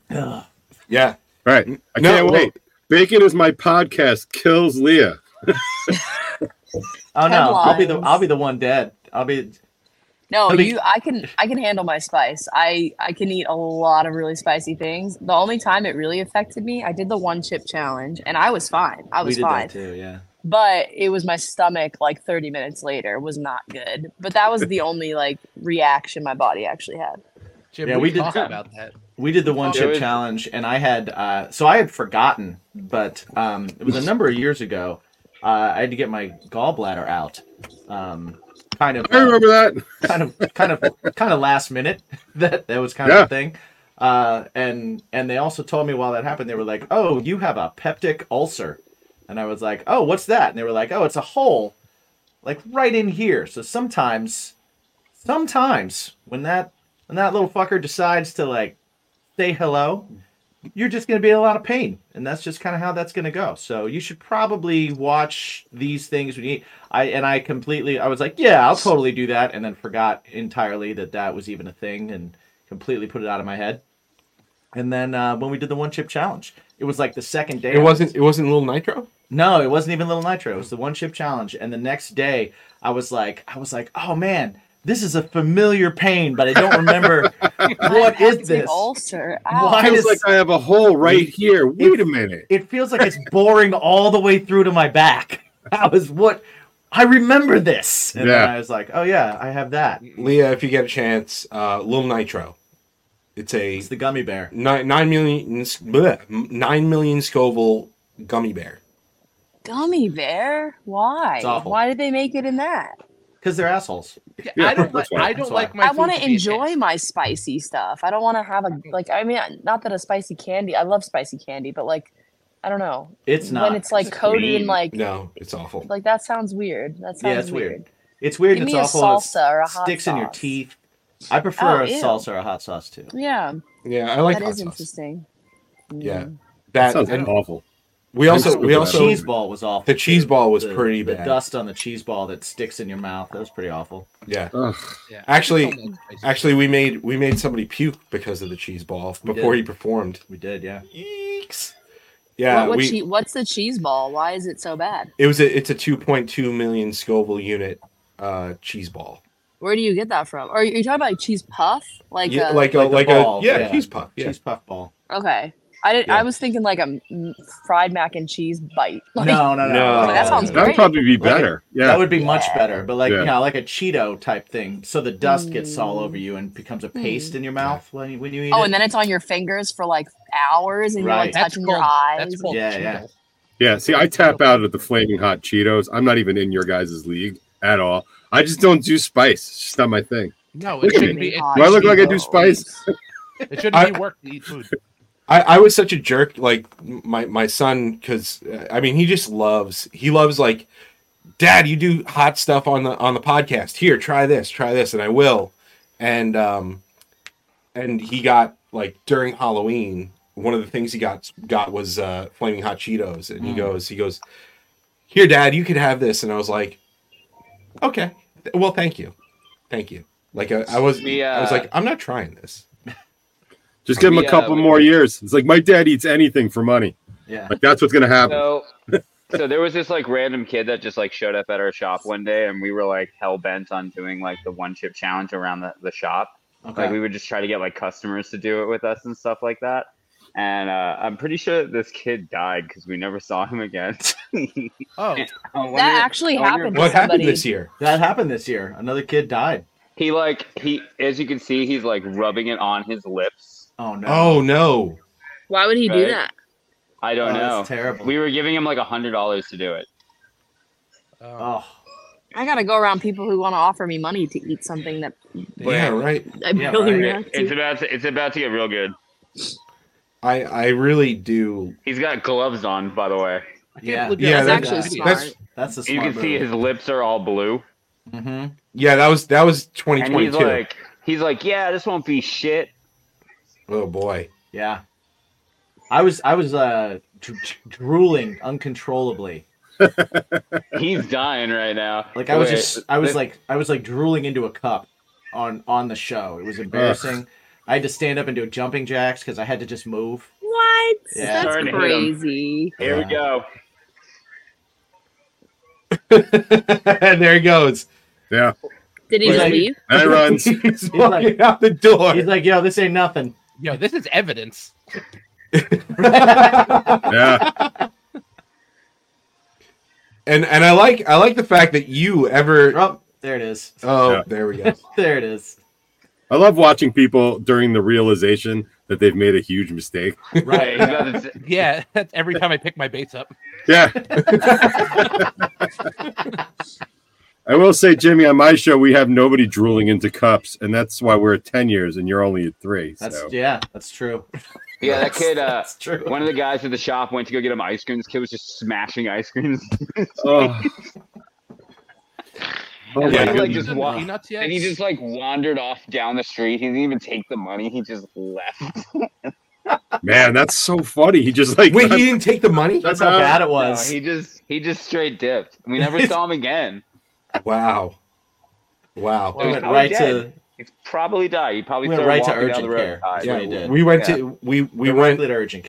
S1: Yeah.
S5: Right. I
S1: No,
S5: can't
S1: well-
S5: wait. Bacon is my podcast, kills Leah.
S2: Oh no, I'll be the I'll be the one dead. I'll be.
S15: No,
S2: Let me-
S15: you. I can. I can handle my spice. I. I can eat a lot of really spicy things. The only time it really affected me, I did the one chip challenge, and I was fine. I was
S2: we did
S15: fine.
S2: that too. Yeah.
S15: But it was my stomach. Like 30 minutes later, was not good. But that was the only like reaction my body actually had.
S4: Jim,
S2: Yeah,
S4: we,
S2: we did-
S4: talked about that.
S2: We did the one
S4: Oh,
S2: chip
S4: really?
S2: challenge, and I had uh, so I had forgotten, but um, it was a number of years ago. Uh, I had to get my gallbladder out. Um, kind of. uh,
S5: I remember that.
S2: Kind of, kind of, kind of last minute. That that was kind of
S5: Yeah.
S2: a thing. Uh, and and they also told me while that happened, they were like, "Oh, you have a peptic ulcer," and I was like, "Oh, what's that?" And they were like, "Oh, it's a hole, like right in here." So sometimes, sometimes when that when that little fucker decides to like say hello, you're just going to be in a lot of pain. And that's just kind of how that's going to go. So you should probably watch these things when you eat. I, and I completely, I was like, yeah, I'll totally do that. And then forgot entirely that that was even a thing and completely put it out of my head. And then uh, when we did the one chip challenge, it was like the second day.
S1: It wasn't. It wasn't Little Nitro.
S2: No, it wasn't even Little Nitro. It was the one chip challenge. And the next day, I was like, I was like, oh man, this is a familiar pain, but I don't remember what is this.
S15: Ulcer.
S5: Why feels like I have a hole right here. Wait a minute.
S2: It feels like it's boring all the way through to my back. I was what I remember this. And then I was like, oh yeah, I have that.
S1: Leah, if you get a chance, uh, Little Nitro. It's a. It's
S2: the gummy bear.
S1: Nine, nine million. bleh, nine million Scoville gummy bear.
S15: Gummy bear? Why?
S1: It's awful.
S15: Why did they make it in that?
S2: Because they're assholes.
S4: I don't. Li- I don't like my.
S15: I want
S4: food
S15: to
S4: be
S15: enjoy my spicy stuff. I don't want to have a
S1: Mm.
S15: like. I mean, not that a spicy candy. I love spicy candy, but like, I don't know.
S2: It's not.
S15: when it's like Cody and like
S1: No, it's awful.
S15: like that sounds weird. That sounds
S2: yeah, it's
S15: weird.
S2: weird. It's weird.
S15: Give
S2: and it's
S15: me a
S2: awful. and it
S15: salsa or a hot
S2: sticks in your
S15: sauce.
S2: teeth. I prefer
S15: Oh,
S2: a
S15: ew.
S2: salsa or a hot sauce too.
S15: Yeah.
S1: Yeah, I like
S15: that.
S1: hot
S15: Is
S1: sauce.
S15: interesting.
S1: Yeah,
S15: Mm-hmm.
S2: That
S1: that,
S2: sounds
S1: and
S5: awful.
S1: We
S2: I'm
S1: also
S2: stupid
S1: we
S2: about
S1: also
S2: it. Cheese ball was awful,
S1: The cheese ball was
S2: The-
S1: pretty
S2: the
S1: bad.
S2: dust on the cheese ball that sticks in your mouth. That was pretty awful.
S1: Yeah.
S5: Ugh.
S4: Yeah.
S1: Actually, actually, we made we made somebody puke because of the cheese ball
S2: We
S1: before
S2: did.
S1: he performed.
S2: We did, yeah.
S1: Yeeks. Yeah,
S15: What, what
S1: we,
S15: che- what's the cheese ball? Why is it so bad?
S1: it was a it's a 2.2 million Scoville unit uh cheese ball.
S15: Where do you get that from? Or are you talking about like cheese puff? Like a,
S1: Yeah, like a like, a, yeah, cheese puff. Yeah.
S2: Cheese puff ball.
S15: Okay. I did,
S1: Yeah.
S15: I was thinking like a m- fried mac and cheese bite. Like,
S2: No, no, no.
S15: That sounds
S5: That'd
S15: great.
S5: probably be
S2: Like a-
S5: better. yeah.
S2: That would be much better. But like
S5: Yeah.
S2: you know, like a Cheeto type thing. So the dust gets all over you and becomes a paste in your mouth when you, when you eat it.
S15: Mm. Oh, and then it's on your fingers for like hours, and you're like
S2: Right. That's
S15: touching your eyes.
S2: yeah, yeah.
S5: Yeah, see, I tap out at the flaming hot Cheetos. I'm not even in your guys' league at all. I just don't do spice. It's just not my thing.
S4: No, it
S5: Look at
S4: shouldn't
S5: me.
S4: be-
S5: Do I look like I do spice?
S4: It shouldn't
S1: I-
S4: be work to eat food.
S1: I, I was such a jerk, like my my son, because I mean he just loves he loves like, Dad, you do hot stuff on the on the podcast. Here, try this, try this, and I will. And um, and he got like during Halloween, one of the things he got got was uh, flaming hot Cheetos, and he
S6: Mm.
S1: goes he goes, here, Dad, you could have this, and I was like, okay, Th- well, thank you, thank you. Like I, I was
S14: The,
S1: I was
S14: uh,
S1: like I'm not trying this.
S5: Just give them
S14: Yeah,
S5: a couple
S14: we-
S5: more years. It's like my dad eats anything for money.
S2: Yeah.
S5: Like that's what's gonna happen.
S14: So, so there was this like random kid that just like showed up at our shop one day, and we were like hell bent on doing like the one chip challenge around the, the shop.
S2: Okay.
S14: Like we would just try to get like customers to do it with us and stuff like that. And uh, I'm pretty sure this kid died because we never saw him again.
S4: oh,
S15: that actually happened. to somebody.
S1: year?
S2: That happened this year. Another kid died.
S14: He like he, as you can see, he's like rubbing it on his lips.
S2: Oh no!
S1: Oh no!
S15: Why would he do
S14: Right?
S15: that?
S14: I don't
S2: Oh,
S14: know.
S2: that's terrible.
S14: We were giving him like a hundred dollars to do it.
S2: Oh,
S15: I gotta go around people who want to offer me money to eat something that
S1: Yeah, right.
S15: I really react
S14: It's about to, it's about to get real good.
S1: I I really do.
S14: He's got gloves on, by the way.
S2: Yeah,
S14: believe
S1: yeah,
S14: that's
S1: that-
S14: actually
S1: That's,
S2: That's a
S14: you
S2: smart
S14: can see
S2: move.
S14: his lips are all blue.
S2: Mm-hmm.
S1: yeah, that was that was
S14: And he's
S1: 2022.
S14: like, he's like, yeah, this won't be shit.
S1: oh boy.
S2: Yeah. I was I was uh dr- dr- drooling uncontrollably.
S14: He's dying right now.
S2: Like I was
S14: Wait,
S2: just I was
S14: th-
S2: like I was like drooling into a cup on on the show. It was embarrassing. I had to stand up and do jumping jacks because I had to just move.
S15: What? That's
S2: Yeah. Sorry to hit him.
S15: crazy.
S14: Here we go.
S1: there he goes.
S5: Yeah.
S15: Did he
S2: He's
S15: just
S2: like-
S15: leave?
S5: That runs.
S1: He's
S2: like-
S1: walking out the door.
S2: He's like, yo, this ain't nothing.
S4: Yo, this is evidence.
S5: yeah.
S1: And and I like I like the fact that you ever.
S2: Oh, there it is.
S1: Oh,
S5: Yeah.
S1: there we go.
S2: There it is.
S5: I love watching people during the realization that they've made a huge mistake.
S2: Right.
S14: He's about to-
S4: Yeah, that's every time I pick my baits up.
S5: Yeah. I will say, Jimmy, on my show, we have nobody drooling into cups, and that's why we're at 10 years and you're only at three.
S2: That's
S5: so.
S2: yeah, that's true.
S14: yeah, that kid. Uh,
S2: That's true.
S14: one of the guys at the shop went to go get him ice cream. This kid was just smashing ice creams.
S5: Oh. Oh
S14: and
S5: my
S14: then, like,
S5: goodness.
S14: just wa-
S4: Peanuts yet?
S14: and he just like wandered off down the street. He didn't even take the money. He just left.
S5: Man, that's so funny. He just like
S1: Wait, he didn't take the money?
S2: That's how bad it was.
S14: No, he just he just straight dipped. We never saw him again.
S1: Wow. Wow.
S2: It
S14: He
S2: went
S14: was
S2: right
S14: dead.
S2: to
S14: He probably died. He probably
S1: Went
S14: started
S1: right to
S14: walking down
S1: urgent
S14: the road.
S1: care.
S14: and died.
S1: Yeah, we went to we we went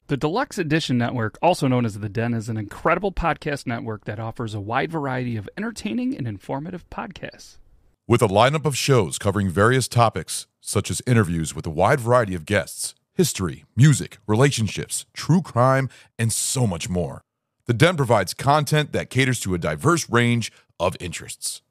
S17: The Deluxe Edition Network, also known as The Den, is an incredible podcast network that offers a wide variety of entertaining and informative podcasts.
S18: With a lineup of shows covering various topics, such as interviews with a wide variety of guests, history, music, relationships, true crime, and so much more, The Den provides content that caters to a diverse range of interests.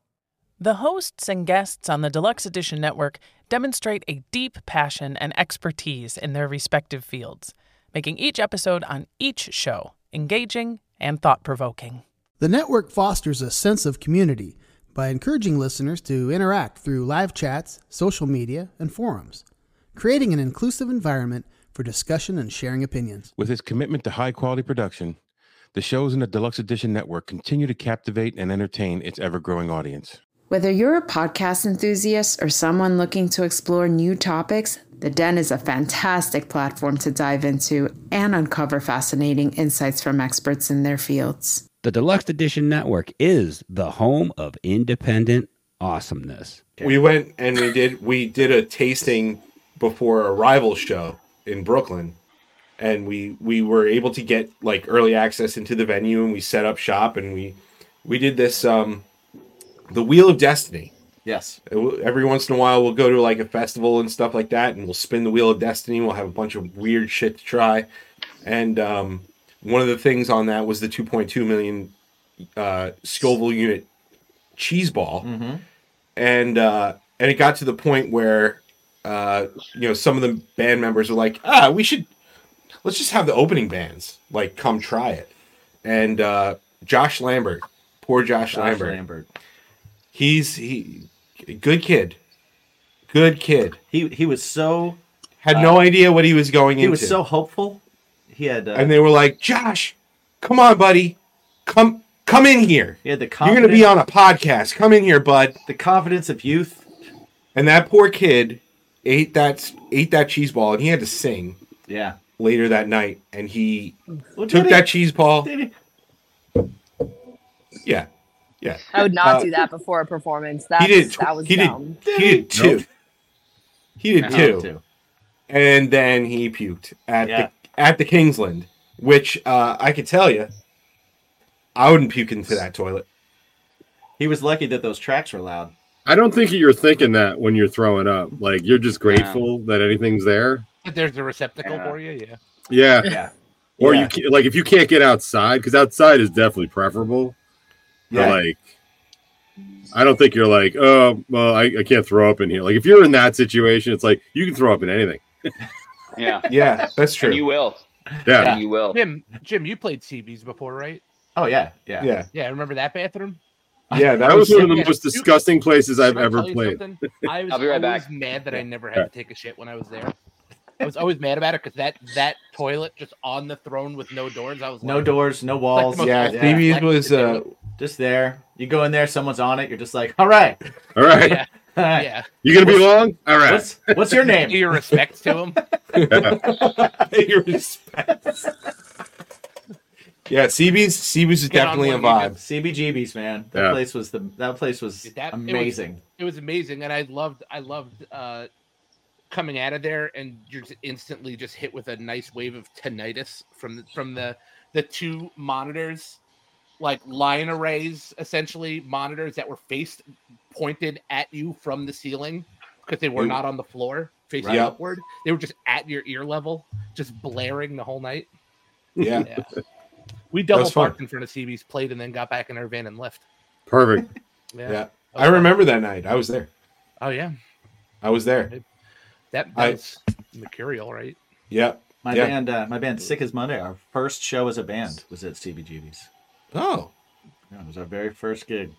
S8: The hosts and guests on the Deluxe Edition Network demonstrate a deep passion and expertise in their respective fields, making each episode on each show engaging and thought provoking.
S19: The network fosters a sense of community by encouraging listeners to interact through live chats, social media, and forums, creating an inclusive environment for discussion and sharing opinions.
S20: With its commitment to high quality production, the shows in the Deluxe Edition Network continue to captivate and entertain its ever growing audience.
S21: Whether you're a podcast enthusiast or someone looking to explore new topics, The Den is a fantastic platform to dive into and uncover fascinating insights from experts in their fields.
S12: The Deluxe Edition Network is the home of independent awesomeness.
S1: we went and we did we did a tasting before a rival show in Brooklyn, and we we were able to get like early access into the venue, and we set up shop, and we we did this um the Wheel of Destiny.
S2: Yes.
S1: Every once in a while, we'll go to like a festival and stuff like that, and we'll spin the Wheel of Destiny. We'll have a bunch of weird shit to try, and um, one of the things on that was the 2.2 million uh, Scoville unit cheese ball
S2: Mm-hmm.
S1: and uh, and it got to the point where uh, you know some of the band members were like, ah, we should let's just have the opening bands like come try it. And uh, Josh Lambert, poor Josh,
S2: Josh
S1: Lambert,
S2: Lambert.
S1: he's he good kid, good kid.
S2: He he was so
S1: had
S2: uh,
S1: no idea what he was going
S2: He
S1: into.
S2: was so hopeful. He had uh,
S1: and they were like, Josh, come on, buddy, come come in here.
S2: he had the
S1: You're going to be
S2: confidence-
S1: on a podcast. Come in here, bud.
S2: The confidence of youth.
S1: And that poor kid ate that ate that cheese ball, and he had to sing
S2: Yeah.
S1: later that night. And he
S2: Well,
S1: took
S2: did
S1: that
S2: he-
S1: cheese ball.
S2: did he-
S1: Yeah, yeah.
S15: I would not
S1: Uh,
S15: do that before a performance. That
S1: he did.
S15: was, that was
S1: he
S15: dumb.
S1: did. He did two. He did
S15: No.
S1: two.
S15: Two.
S1: And then he puked at
S2: Yeah.
S1: the at the Kingsland, which uh, I could tell you, I wouldn't puke into that toilet.
S2: He was lucky that those tracks were loud.
S5: I don't think you're thinking that when you're throwing up. Like you're just grateful that anything's there.
S4: But there's a receptacle for you, yeah.
S5: Yeah.
S4: Yeah.
S5: Or
S4: Yeah.
S5: you can, like if you can't get outside because outside is definitely preferable. But,
S1: Yeah.
S5: Like I don't think you're like oh well I, I can't throw up in here. Like if you're in that situation, it's like you can throw up in anything.
S14: Yeah.
S1: Yeah, that's true.
S14: And you will.
S5: Yeah.
S14: And you will.
S4: Jim, Jim, you played TVs before, right?
S2: Oh yeah,
S1: yeah. Yeah.
S4: Yeah, remember that bathroom?
S5: Yeah, that was one of the most disgusting places I've
S4: Can I
S5: ever
S4: tell you
S5: played.
S4: something? I was
S14: I'll be right
S4: always
S14: back.
S4: mad that I never
S5: Yeah.
S4: had to take a shit when I was there. I was always mad about it because that that toilet just on the throne with no doors. I was
S2: No
S4: like-
S2: doors, no
S4: Like the
S2: walls.
S4: most
S1: Yeah,
S4: reflective
S1: Phoebe's
S4: thing.
S1: was uh,
S2: Just there. You go in there, someone's on it. You're just like, all right,
S5: all right,
S4: Yeah.
S2: all right.
S4: Yeah.
S5: You gonna be long? All right.
S2: What's, what's your name?
S4: Do your respects to him.
S1: your respects. Yeah, CB's CB's is definitely a vibe.
S2: CBGBs, man. That
S1: Yeah.
S2: place was the that place was
S4: That- it was-
S2: amazing.
S4: It was, amazing, and I loved I loved uh, coming out of there, and you're just instantly just hit with a nice wave of tinnitus from the, from the the two monitors, like line arrays, essentially monitors that were faced pointed at you from the ceiling because they were
S1: Ooh.
S4: not on the floor facing
S1: Right. Yep.
S4: upward. They were just at your ear level, just blaring the whole night.
S1: Yeah.
S4: We
S1: That
S4: double
S1: was fun.
S4: parked in front of CB's plate and then got back in our van and left.
S5: Perfect.
S1: Yeah. I remember that night. I was there.
S4: Oh yeah.
S1: I was there.
S4: That
S1: I-
S4: that's mercurial, right?
S1: Yeah.
S2: My
S1: yeah.
S2: band, uh, my band, Sick as Monday. Our first show as a band was at CBGB's.
S1: Oh,
S2: yeah, it was our very first gig.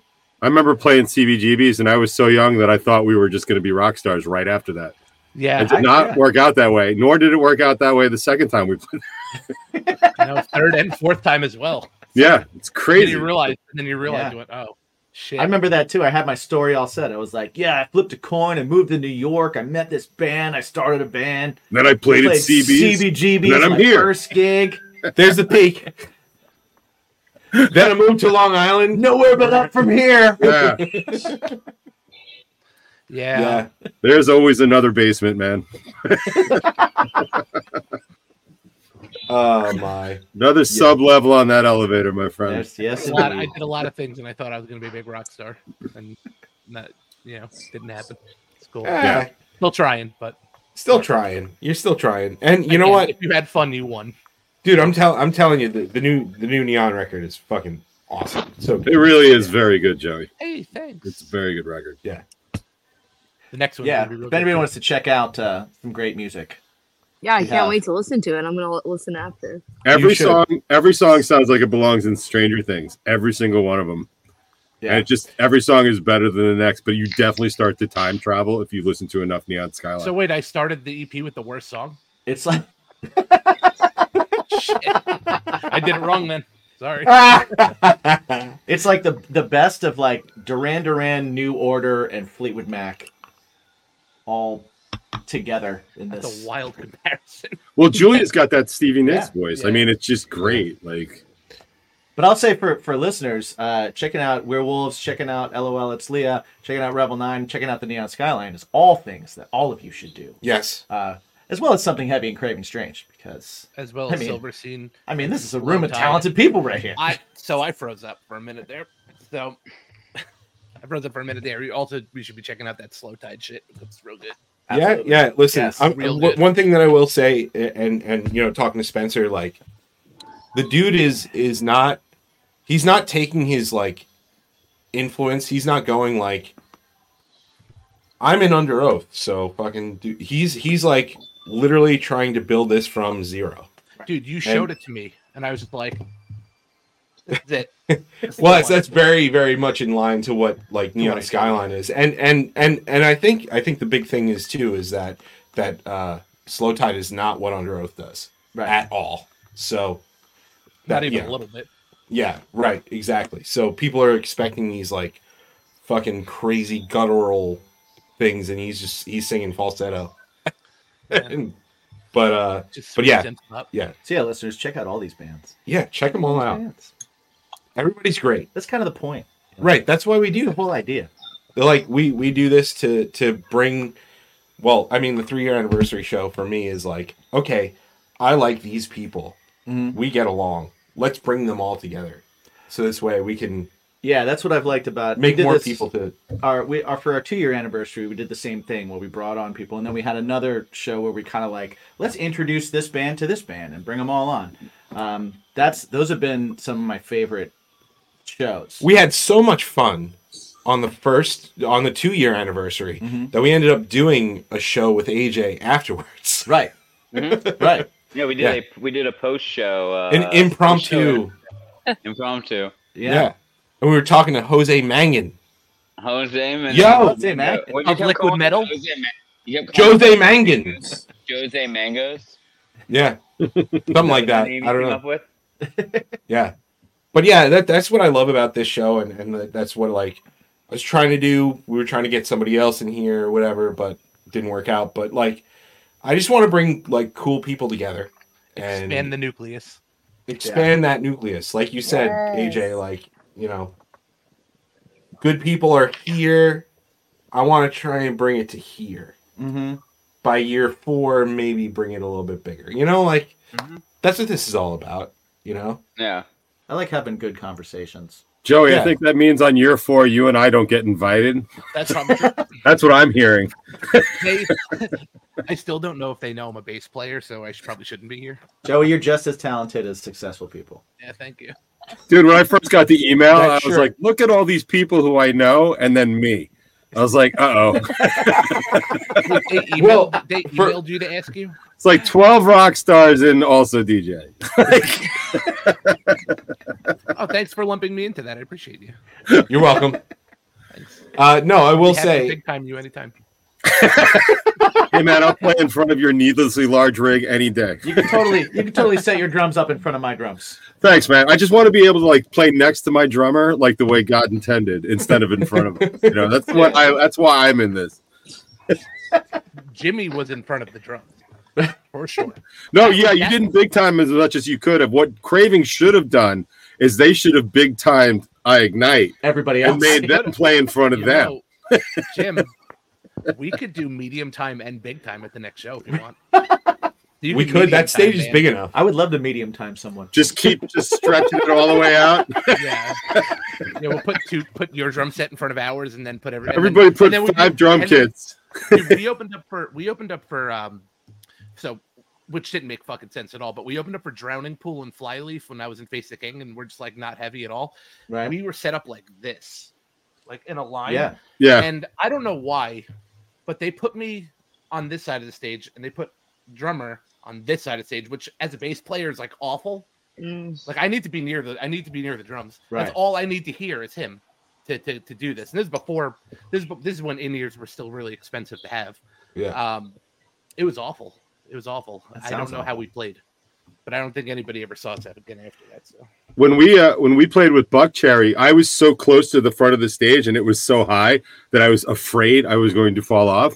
S5: I remember playing CBGBs, and I was so young that I thought we were just going to be rock stars right after that.
S4: Yeah,
S5: it did
S4: I-
S5: not
S4: yeah.
S5: work out that way. Nor did it work out that way the second time we played.
S4: No, third and fourth time as well.
S5: yeah, it's
S4: And
S5: crazy.
S4: you realize, and then you realize,
S2: Yeah.
S4: you went, oh shit.
S2: I remember that too. I had my story all set. I was like, yeah, I flipped a coin. I moved to New York. I met this band. I started a band.
S5: Then I played at CB's,
S2: CBGB's.
S5: then I'm
S2: my
S5: here.
S2: First gig.
S1: There's the peak. then I moved to Long Island.
S2: Nowhere but up from here.
S5: Yeah.
S4: Yeah.
S5: There's always another basement, man.
S1: Oh my.
S5: Another sub level on that elevator, my friend.
S4: A lot- I did a lot of things, and I thought I was going to be a big rock star, and that you know didn't happen. It's cool.
S1: Yeah.
S4: Still trying, but
S1: Still trying. You're still trying. And you know
S4: Again,
S1: what?
S4: If you had fun, you won.
S1: Dude, I'm telling I'm telling you the, the new the new neon record is fucking awesome. So
S5: It really is very good, Joey.
S4: Hey, thanks.
S5: It's a very good record.
S1: Yeah.
S4: The next
S2: one. Yeah.
S4: would be real
S2: If anybody
S4: good.
S2: wants to check out uh, some great music,
S15: Yeah, I can't
S2: Yeah.
S15: wait to listen to it. I'm gonna l- listen after.
S5: Every
S2: You should.
S5: song, every song sounds like it belongs in Stranger Things. Every single one of them. And it just every song is better than the next, but you definitely start to time travel if you listen to enough Neon Skyline.
S4: So wait, I started the EP with the worst song.
S2: It's like
S4: I did it wrong then. Sorry.
S2: it's like the the best of like Duran Duran, New Order, and Fleetwood Mac, all together in this.
S4: That's a wild comparison.
S5: well, Julia's got that Stevie Nicks
S2: Yeah,
S5: voice. I
S2: yeah.
S5: mean, it's just great. Like
S2: But I'll say for for listeners, uh, checking out Werewolves, checking out LOL, it's Leah, checking out Rebel Nine, checking out the Neon Skyline is all things that all of you should do.
S1: Yes.
S2: Uh, as well as something heavy and craving strange, because
S4: As well
S2: I
S4: as
S2: mean,
S4: Silver Scene.
S2: I mean, this is a
S4: Low
S2: room of
S4: Tide.
S2: talented people right here.
S4: I so I froze up for a minute there. So I froze up for a minute there. You Also, we should be checking out that slow tide shit. It's real good. Absolutely.
S1: Yeah, yeah. Listen,
S4: Yes,
S1: I'm,
S4: real
S1: I'm-
S4: good.
S1: one thing that I will say, and and you know, talking to Spencer, like the dude is is not, he's not taking his like influence. He's not going like, I'm in under oath, so fucking. Do, he's he's like literally trying to build this from zero.
S4: dude, you showed it to me, and I was just like, "This is it."
S1: well that's, that's very very much in line to what like neon skyline is and and and and i think i think the big thing is too is that that uh slow tide is not what under oath does at all so
S4: Not
S1: that,
S4: even
S1: yeah.
S4: a little bit.
S1: yeah right exactly so people are expecting these like fucking crazy guttural things and he's just he's singing falsetto but uh but yeah yeah
S2: So yeah, listeners, check out all these bands.
S1: yeah check them all out everybody's great
S2: That's kind of the point.
S1: Right. That's why we do the
S2: whole idea.
S1: Like we we do this to to bring. Well, I mean, the three year anniversary show for me is like, okay, I like these people.
S2: Mm-hmm.
S1: We get along. Let's bring them all together. So this way we can
S2: Yeah, that's what I've liked about Uh, we
S1: make
S2: did
S1: more
S2: this-
S1: people to.
S2: our we our for our two year anniversary we did the same thing where we brought on people and then we had another show where we kind of like let's introduce this band to this band and bring them all on um that's those have been some of my favorite shows
S1: We had so much fun on the first on the two year anniversary
S2: Mm-hmm.
S1: that we ended up doing a show with AJ afterwards.
S2: Right.
S1: Mm-hmm.
S2: right.
S14: Yeah, we did a we did a post show. Uh,
S1: An impromptu.
S14: post-show. impromptu.
S1: Yeah. And we were talking to Jose Mangan.
S14: Jose Man.
S1: Yo! Jose Man-
S14: What you
S1: Of
S14: kept
S1: Liquid
S14: calling him?
S1: Metal?
S14: Jose, Man- you kept calling
S1: Jose
S14: him
S1: Mangan.
S14: Jose Mangoes.
S1: Yeah. Something like that. I
S14: Name you
S1: don't
S14: came
S1: know.
S14: Up with?
S1: yeah but yeah that, that's what i love about this show and, and that- that's what like i was trying to do we were trying to get somebody else in here or whatever but it didn't work out but like i just want to bring like cool people together and
S4: Expand the nucleus.
S1: expand that nucleus like you said aj like you know good people are here i want to try and bring it to here
S2: mm-hmm.
S1: by year four maybe bring it a little bit bigger you know like
S4: Mm-hmm.
S1: that's what this is all about you know
S14: yeah
S2: i like having good conversations
S5: Joey,
S1: Yeah.
S5: I think that means on year four, you and I don't get invited.
S4: That's probably true.
S5: That's what I'm hearing.
S4: They, I still don't know if they know I'm a bass player, so I should, probably shouldn't be here.
S2: joey you're just as talented as successful people
S4: Yeah, thank you.
S5: Dude, when I first got the email,
S2: That
S5: I was
S2: shirt.
S5: like, look at all these people who I know and then me. I was like, uh oh.
S4: They emailed, they emailed you to ask you.
S5: It's like 12 rock stars and also DJ.
S4: Oh, thanks for lumping me into that. I appreciate you.
S1: You're welcome. Uh, no, I will
S4: Be happy to
S1: say,
S4: big time you anytime.
S5: hey, man, I'll play in front of your needlessly large rig any day.
S2: you can totally you can totally set your drums up in front of my drums
S5: Thanks, man. I just want to be able to like play next to my drummer, like the way God intended, instead of in front of him. You know, that's what I. That's why I'm in this.
S4: Jimmy was in front of the drum for sure.
S5: No, yeah, you didn't big time as much as you could have. What Craving should have done is they should have big timed I ignite
S2: everybody
S5: and
S2: else.
S5: made them play in front of
S4: You
S5: them.
S4: know, Jim, we could do medium time and big time at the next show if you want. You
S1: We
S4: do
S1: could.
S4: medium
S1: That stage
S4: time,
S1: is
S4: man.
S1: big enough.
S2: I would love to medium time someone.
S5: Just keep just stretching it all the way out.
S4: Yeah. yeah, we'll put two, put your drum set in front of ours, and then put every, and then-
S5: Everybody put
S4: and then we
S5: five
S4: do-
S5: drum
S4: and then-
S5: kits.
S4: Dude, we opened up for we opened up for um, so which didn't make fucking sense at all. But we opened up for Drowning Pool and Flyleaf when I was in Face the King, and we're just like not heavy at all.
S2: Right.
S4: We were set up like this, like in a line.
S2: Yeah.
S5: Yeah.
S4: And I don't know why, but they put me on this side of the stage, and they put drummer on this side of the stage, which as a bass player is like awful. Like I need to be near the I need to be near the drums.
S2: Right.
S4: That's all I need to hear is him to, to, to do this. And this is before this is this is when in ears were still really expensive to have.
S1: Yeah.
S4: Um, it was awful. It was awful.
S2: That
S4: I don't
S2: sounds
S4: know how we played, but I don't think anybody ever saw us again after that. So
S5: when we uh, when we played with Buck Cherry, I was so close to the front of the stage and it was so high that I was afraid I was going to fall off.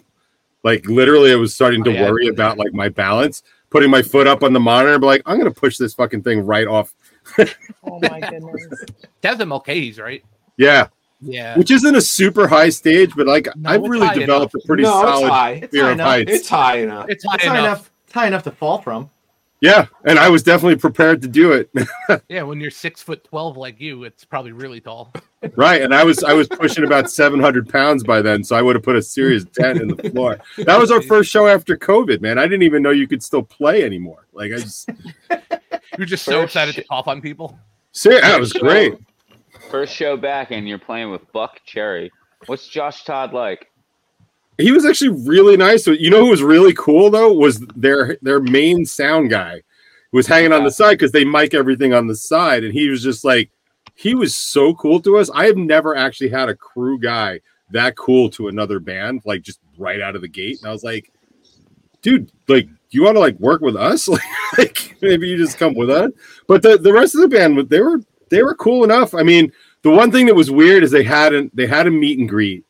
S5: Like literally, I was starting to
S4: Oh, yeah, I
S5: worry about like my balance, putting my foot up on the monitor, and be like, I'm gonna push this fucking thing right off.
S15: Oh my goodness.
S4: that was at Mulcahy's, right?
S5: Yeah.
S4: Yeah.
S5: Which isn't a super high stage, but like I've
S4: it's
S5: really
S4: high
S5: developed
S4: enough.
S5: a pretty
S4: No, it's
S5: solid
S4: high. It's
S5: fear
S4: high
S5: of
S4: enough.
S5: heights.
S4: It's high enough. It's high enough.
S2: It's high enough to fall from.
S5: Yeah, and I was definitely prepared to do it.
S4: Yeah, when you're six foot twelve like you, it's probably really tall.
S5: Right, and I was I was pushing about seven hundred pounds by then, so I would have put a serious dent in the floor. That was our first show after COVID, man. I didn't even know you could still play anymore. Like I just,
S4: You're just so excited to cough on people.
S5: see, that was great.
S14: First show back, and you're playing with Buck Cherry. What's Josh Todd like?
S5: He was actually really nice. You know who was really cool though was their their main sound guy who was hanging on the side because they mic everything on the side, and he was just like he was so cool to us. I have never actually had a crew guy that cool to another band, like just right out of the gate. And I was like, dude, like you want to like work with us? like maybe you just come with us. But the, the rest of the band they were they were cool enough. I mean, the one thing that was weird is they had an, they had a meet and greet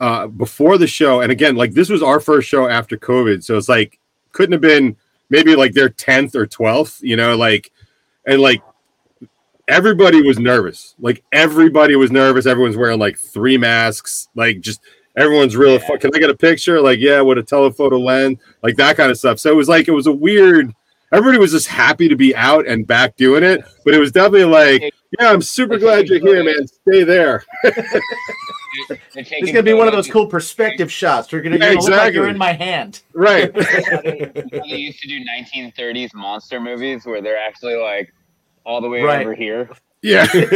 S5: uh, before the show, and again, like this was our first show after COVID, so it's like couldn't have been maybe like their tenth or twelfth, you know, like and like everybody was nervous. Like everybody was nervous. Everyone's wearing like three masks. Like just everyone's real. fu- Can I get a picture? Like yeah, with a telephoto lens, like that kind of stuff. So it was like it was a weird. Everybody was just happy to be out and back doing it, but it was definitely like, yeah, I'm super glad you're here, man. Stay there.
S2: It's gonna be one of those cool perspective shots. You're gonna
S5: Yeah,
S2: you're gonna look like you're
S5: exactly.
S2: in my hand.
S5: Right.
S14: They used to do 1930s monster movies where they're actually like all the way
S2: Right.
S14: over here.
S5: Yeah.
S14: And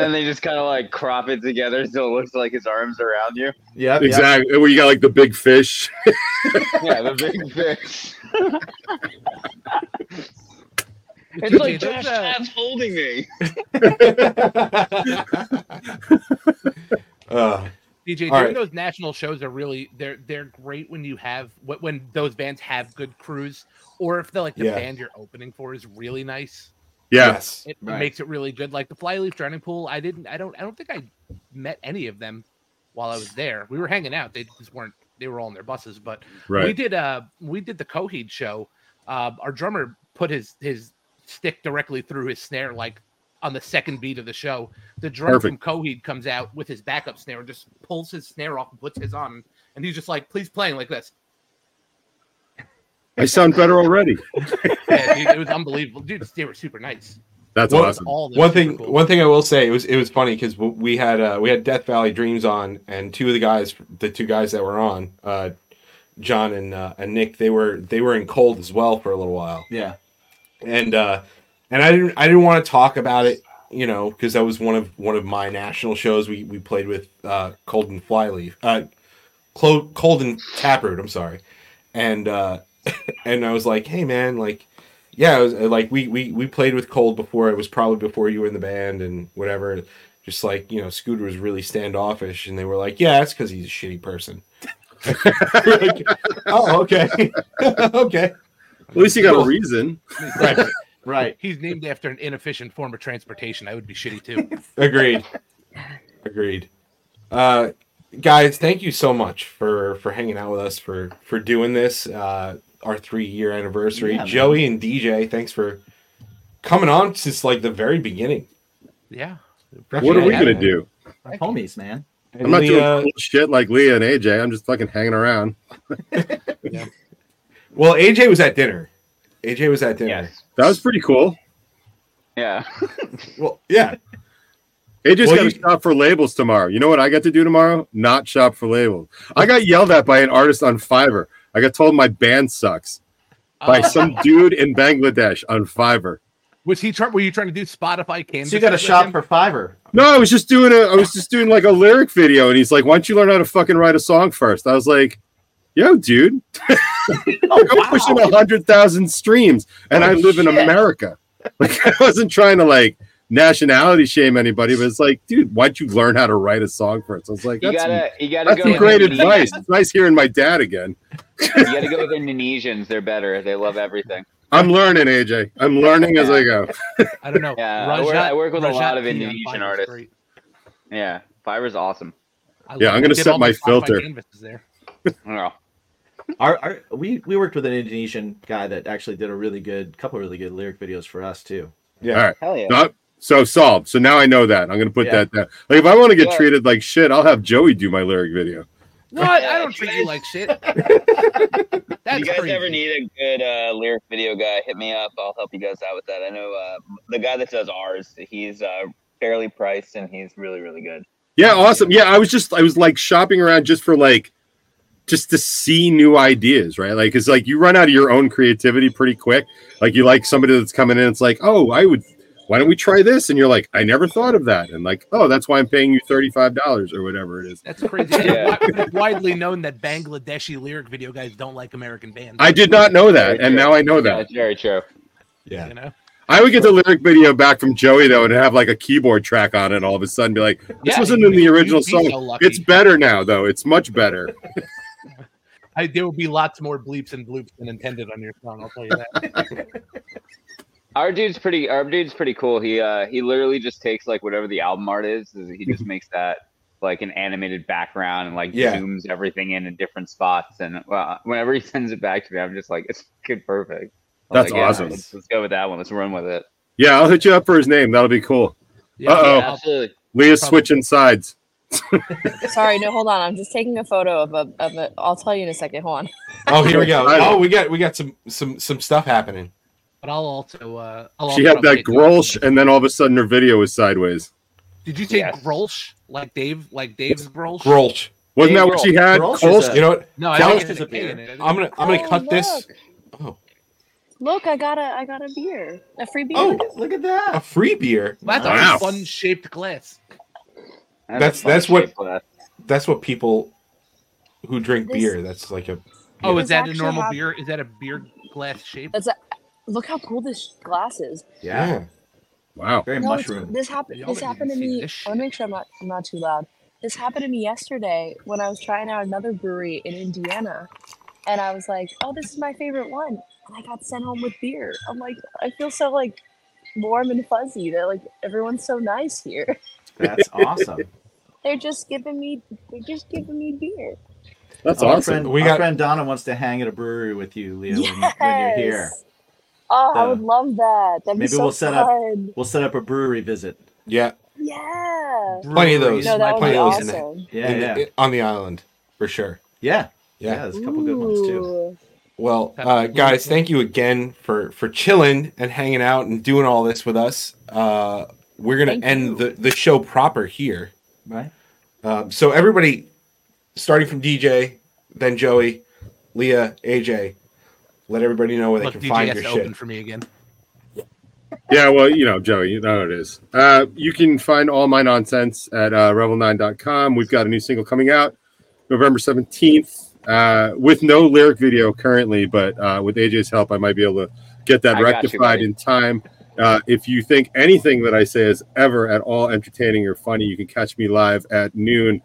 S14: then they just kind of like crop it together so it looks like his arms around you.
S2: Yeah,
S5: exactly. Where you got like the big fish.
S14: yeah, the big fish.
S16: It's like
S14: Dude,
S16: Josh
S14: that's,
S16: Tad's holding me.
S1: Uh, all
S4: DJ, doing
S1: right.
S4: those national shows are really they're they're great when you have wh- when those bands have good crews, or if they're like the
S1: Yeah.
S4: band you're opening for is really nice.
S5: Yeah. Yes.
S4: it
S1: Right.
S4: makes it really good. Like the Flyleaf Drowning Pool, I didn't, I don't, I don't think I met any of them while I was there. We were hanging out; they just weren't. They were all in their buses, but we
S5: Right.
S4: did. Uh, we did the Coheed show. Uh, our drummer put his his stick directly through his snare, like on the second beat of the show. The drummer from
S5: Perfect.
S4: Coheed comes out with his backup snare and just pulls his snare off and puts his on, and he's just like, "Please playing like this."
S5: I sound better already.
S4: Yeah, dude, it was unbelievable, dude. They were super nice.
S5: That's
S1: one,
S5: awesome.
S4: All the
S1: One thing,
S4: cool.
S1: one thing I will say, it was it was funny because we had uh, we had Death Valley Dreams on, and two of the guys, the two guys that were on, uh, John and uh, and Nick, they were they were in cold as well for a little while.
S2: Yeah.
S1: and uh, and I didn't I didn't want to talk about it, you know, because that was one of one of my national shows. We we played with uh, Cold and Flyleaf, uh, Clo- Cold and Taproot. I'm sorry, and uh, and I was like, hey man, like yeah, it was, uh, like we we we played with Cold before. It was probably before you were in the band and whatever. Just like you know, Scooter was really standoffish, and they were like, yeah, that's because he's a shitty person. Like, oh, okay, okay.
S5: At least you got a reason.
S1: Right.
S2: Right.
S4: He's named after an inefficient form of transportation. I would be shitty too.
S1: Agreed. Agreed. Uh, guys, thank you so much for for hanging out with us for for doing this. Uh, our three year anniversary.
S4: Yeah, man.
S1: Joey and DJ, thanks for coming on since like the very beginning.
S4: Yeah.
S1: What are we gonna do?
S2: Homies, man.
S5: I'm not
S1: Leah-
S5: doing cool shit like Leah and AJ. I'm just fucking hanging around.
S1: Well, AJ was at dinner. AJ was at dinner.
S5: That was pretty cool.
S14: Yeah.
S1: well, yeah.
S5: AJ's
S1: Well,
S5: got to shop for labels tomorrow. You know what I got to do tomorrow? Not shop for labels. I got yelled at by an artist on Fiverr. I got told my band sucks by some dude in Bangladesh on Fiverr.
S4: Was he trying? Were you trying to do Spotify Canvas?
S2: So you got a
S4: with
S2: shop
S4: him?
S2: for Fiverr.
S5: No, I was just doing a I was just doing like a lyric video and he's like, "Why don't you learn how to fucking write a song first? I was like, "Yo, dude. I'm pushing 100,000 streams and I live in America." Like I wasn't trying to like nationality shame anybody, but it's like, dude, why'd you learn how to write a song first? I was like,
S14: You
S5: that's,
S14: gotta- you gotta
S5: that's
S14: go
S5: some
S14: with
S5: great
S14: Indian.
S5: advice. It's nice hearing my dad again.
S14: you got to go with Indonesians. They're better. They love everything.
S5: I'm learning, AJ. I'm learning as I go.
S14: I
S4: don't know.
S14: Yeah, I,
S4: Rajat-
S14: work, I work with a
S4: Rajat
S14: lot of
S4: P on
S14: Indonesian
S4: Fiverr
S14: artists.
S4: Street.
S14: Yeah, Fiverr's awesome.
S4: I
S5: Yeah,
S4: love
S5: I'm
S4: it.
S5: gonna
S4: Did
S5: set
S4: all
S5: my
S4: the Spotify
S5: filter.
S4: canvases there.
S2: Our, our we we worked with an Indonesian guy that actually did a really good couple really good lyric videos for us too.
S5: All right. So, so solved. So now I know that. I'm gonna put
S2: Yeah.
S5: that down. Like if I want to get
S2: Yeah.
S5: treated like shit, I'll have Joey do my lyric video.
S4: No, I, I don't treat you like shit.
S16: That's
S14: you guys
S16: crazy.
S14: ever need a good uh, lyric video guy, hit me up. I'll help you guys out with that. I know uh, the guy that does ours. He's uh, fairly priced and he's really really good.
S5: Yeah, awesome. Yeah, I was just I was like shopping around just for like just to see new ideas, right? Like it's like you run out of your own creativity pretty quick. Like you like somebody that's coming in, it's like, oh, I would why don't we try this? And you're like, I never thought of that. And like, oh, that's why I'm paying you thirty-five dollars or whatever it is.
S4: That's crazy.
S5: Yeah.
S4: It's widely known that Bangladeshi lyric video guys don't like American bands.
S5: I did not know that, and now I know that.
S14: That's very true.
S1: Yeah.
S4: You know?
S5: I would get the lyric video back from Joey though, and have like a keyboard track on it. And all of a sudden, be like, "This
S4: Yeah,
S5: wasn't in the original
S4: be
S5: song.
S4: so lucky.
S5: it's better now, though. It's much better."
S4: I, there will be lots more bleeps and bloops than intended on your song. I'll tell you that.
S14: Our dude's pretty. Our dude's pretty cool. He uh, he literally just takes like whatever the album art is. is He just makes that like an animated background and like
S1: Mhm. Yeah.
S14: zooms everything in in different spots. And well, whenever he sends it back to me, I'm just like, it's good, perfect. I was
S5: That's
S14: like, yeah,
S5: awesome.
S14: let's, let's go with that one. Let's run with it.
S5: Yeah, I'll hit you up for his name. That'll be cool.
S14: Yeah,
S5: uh oh,
S14: absolutely.
S5: Leah's
S14: Probably.
S5: switching sides.
S15: Sorry, no, hold on. I'm just taking a photo of a, of a. I'll tell you in a second. Hold on.
S1: Oh, here we go.
S5: Right.
S1: Oh, we got we got some some some stuff happening.
S4: But I'll also. Uh, I'll
S5: She
S4: also
S5: had that
S4: update-
S5: Grolsch, and then all of a sudden her video was sideways.
S4: Did you say Grolsch? Like Dave? Like Dave's Grolsch?
S1: Grolsch.
S5: Wasn't that what she had? Grolsch?
S1: you know what?
S4: No, I
S1: That
S4: think
S1: was-
S4: it's a beer. in it.
S1: I'm gonna I'm gonna
S15: Oh,
S1: cut this. Oh.
S15: look. Look, I got a I got a beer, a free beer.
S1: Oh.
S15: Look at-
S2: look at that.
S1: A free beer.
S4: That's
S1: Wow.
S4: a fun shaped glass.
S1: That's that's what that's what people who drink
S15: This-
S1: beer. That's like a.
S4: Oh,
S15: This
S4: is that a
S15: actually
S4: normal
S15: have-
S4: beer? Is that a beer glass shape?
S15: That's a. Look how cool this glass is.
S1: Yeah.
S5: Wow.
S2: Very
S15: No, it's-
S2: mushroom.
S15: This happened.
S2: Y'all
S15: This
S2: didn't
S15: happened to
S2: see
S15: me.
S2: this
S15: I want to make sure I'm not. I'm not too loud. This happened to me yesterday when I was trying out another brewery in Indiana, and I was like, "Oh, this is my favorite one," and I got sent home with beer. I'm like, I feel so like warm and fuzzy. They're like, everyone's so nice here.
S2: That's awesome.
S15: They're just giving me. They're just giving me beer.
S5: That's
S2: our
S5: awesome.
S2: Friend,
S5: We
S2: our
S5: got-
S2: friend Donna wants to hang at a brewery with you, Leah, when, when you're here.
S15: Yes. Oh, I
S2: So,
S15: would love that. That'd
S2: Maybe
S15: be so
S2: we'll set
S15: fun.
S2: up we'll set up a brewery visit.
S1: Yeah.
S15: Yeah.
S1: Plenty of those.
S15: No, that would
S1: plenty
S15: be
S1: of those in the-
S15: awesome.
S2: Yeah,
S1: in the-
S2: yeah.
S1: on the island for sure.
S2: Yeah.
S1: Yeah.
S2: there's a couple good ones too.
S1: Well, uh, guys, thank you again for for chilling and hanging out and doing all this with us. Uh, we're gonna
S2: Thank
S1: end the the show proper here.
S2: Right.
S1: Um, so everybody, starting from DJ, then Joey, Leah, AJ, let everybody know where
S4: Look,
S1: they can
S4: DJ
S1: find
S4: has
S1: your
S4: to
S1: shit.
S4: open for me again.
S5: yeah, well, you know, Joey, you know how it is. Uh, you can find all my nonsense at uh, rebel9.com. We've got a new single coming out November 17th uh, with no lyric video currently, but uh, with AJ's help, I might be able to get that
S14: I got you,
S5: rectified
S14: buddy.
S5: in time. Uh, if you think anything that I say is ever at all entertaining or funny, you can catch me live at noon.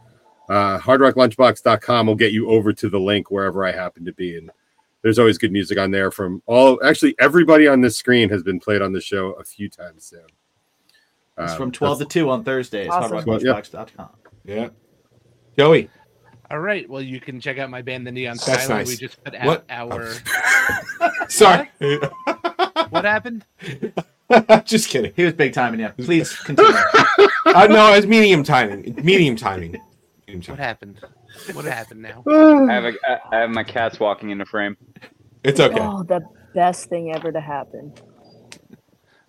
S5: Uh, hardrocklunchbox.com will get you over to the link wherever I happen to be. And there's always good music on there from all actually everybody on this screen has been played on the show a few times so
S2: It's
S5: um,
S2: from twelve to two on Thursdays.
S4: Awesome.
S2: hardrocklunchbox.com.
S1: Yeah. Joey.
S4: All right. Well, you can check out my band, The Neon
S1: That's
S4: Skyline.
S1: nice.
S4: We just put out
S1: What?
S4: our.
S1: Sorry.
S4: what happened?
S1: Just kidding.
S2: He was big timing you. Please continue.
S1: uh, no, it's medium timing. Medium timing.
S4: What happened? What happened now?
S14: I have a, I- I have my cats walking into frame.
S1: It's
S15: Oh, the best thing ever to happen.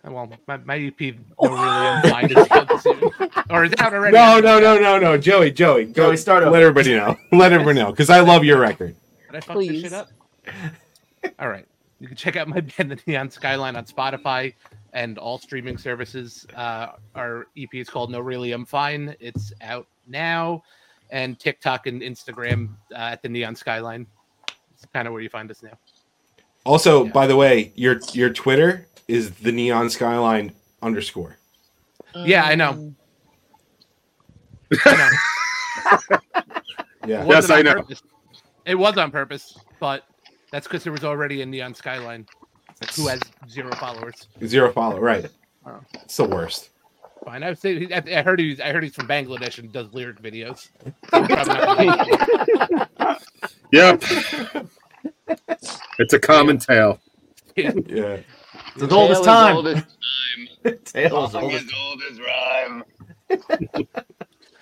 S4: Well, my, my EP will really unwind itself soon. Or is it out already?
S1: No, no, no, no, no, Joey, Joey, go
S4: Joey, start over.
S1: Let everybody know. Let everyone know because I love your record.
S4: Did I fuck this shit up? All right. You can check out my band, The Neon Skyline, on Spotify and all streaming services. Uh, our EP is called No Really I'm Fine. It's out now. And TikTok and Instagram uh, at The Neon Skyline. It's kind of where you find us now.
S1: Also, by the way, your your Twitter is the neon skyline underscore.
S4: Yeah, I know.
S1: Yeah.
S4: It
S1: Yes,
S4: wasn't
S1: I
S4: on
S1: know.
S4: purpose. It was on purpose, but that's because there was already a Neon Skyline who has zero followers.
S1: Zero follow, right?
S4: Oh.
S1: It's the worst.
S4: Fine. I, would say, I I heard he's I heard he's from Bangladesh and does lyric videos. Probably not gonna-
S5: Yep. it's a common tale.
S4: Yeah.
S5: It's as old as time.
S2: Tales
S16: Song as old as rhyme.
S4: Uh,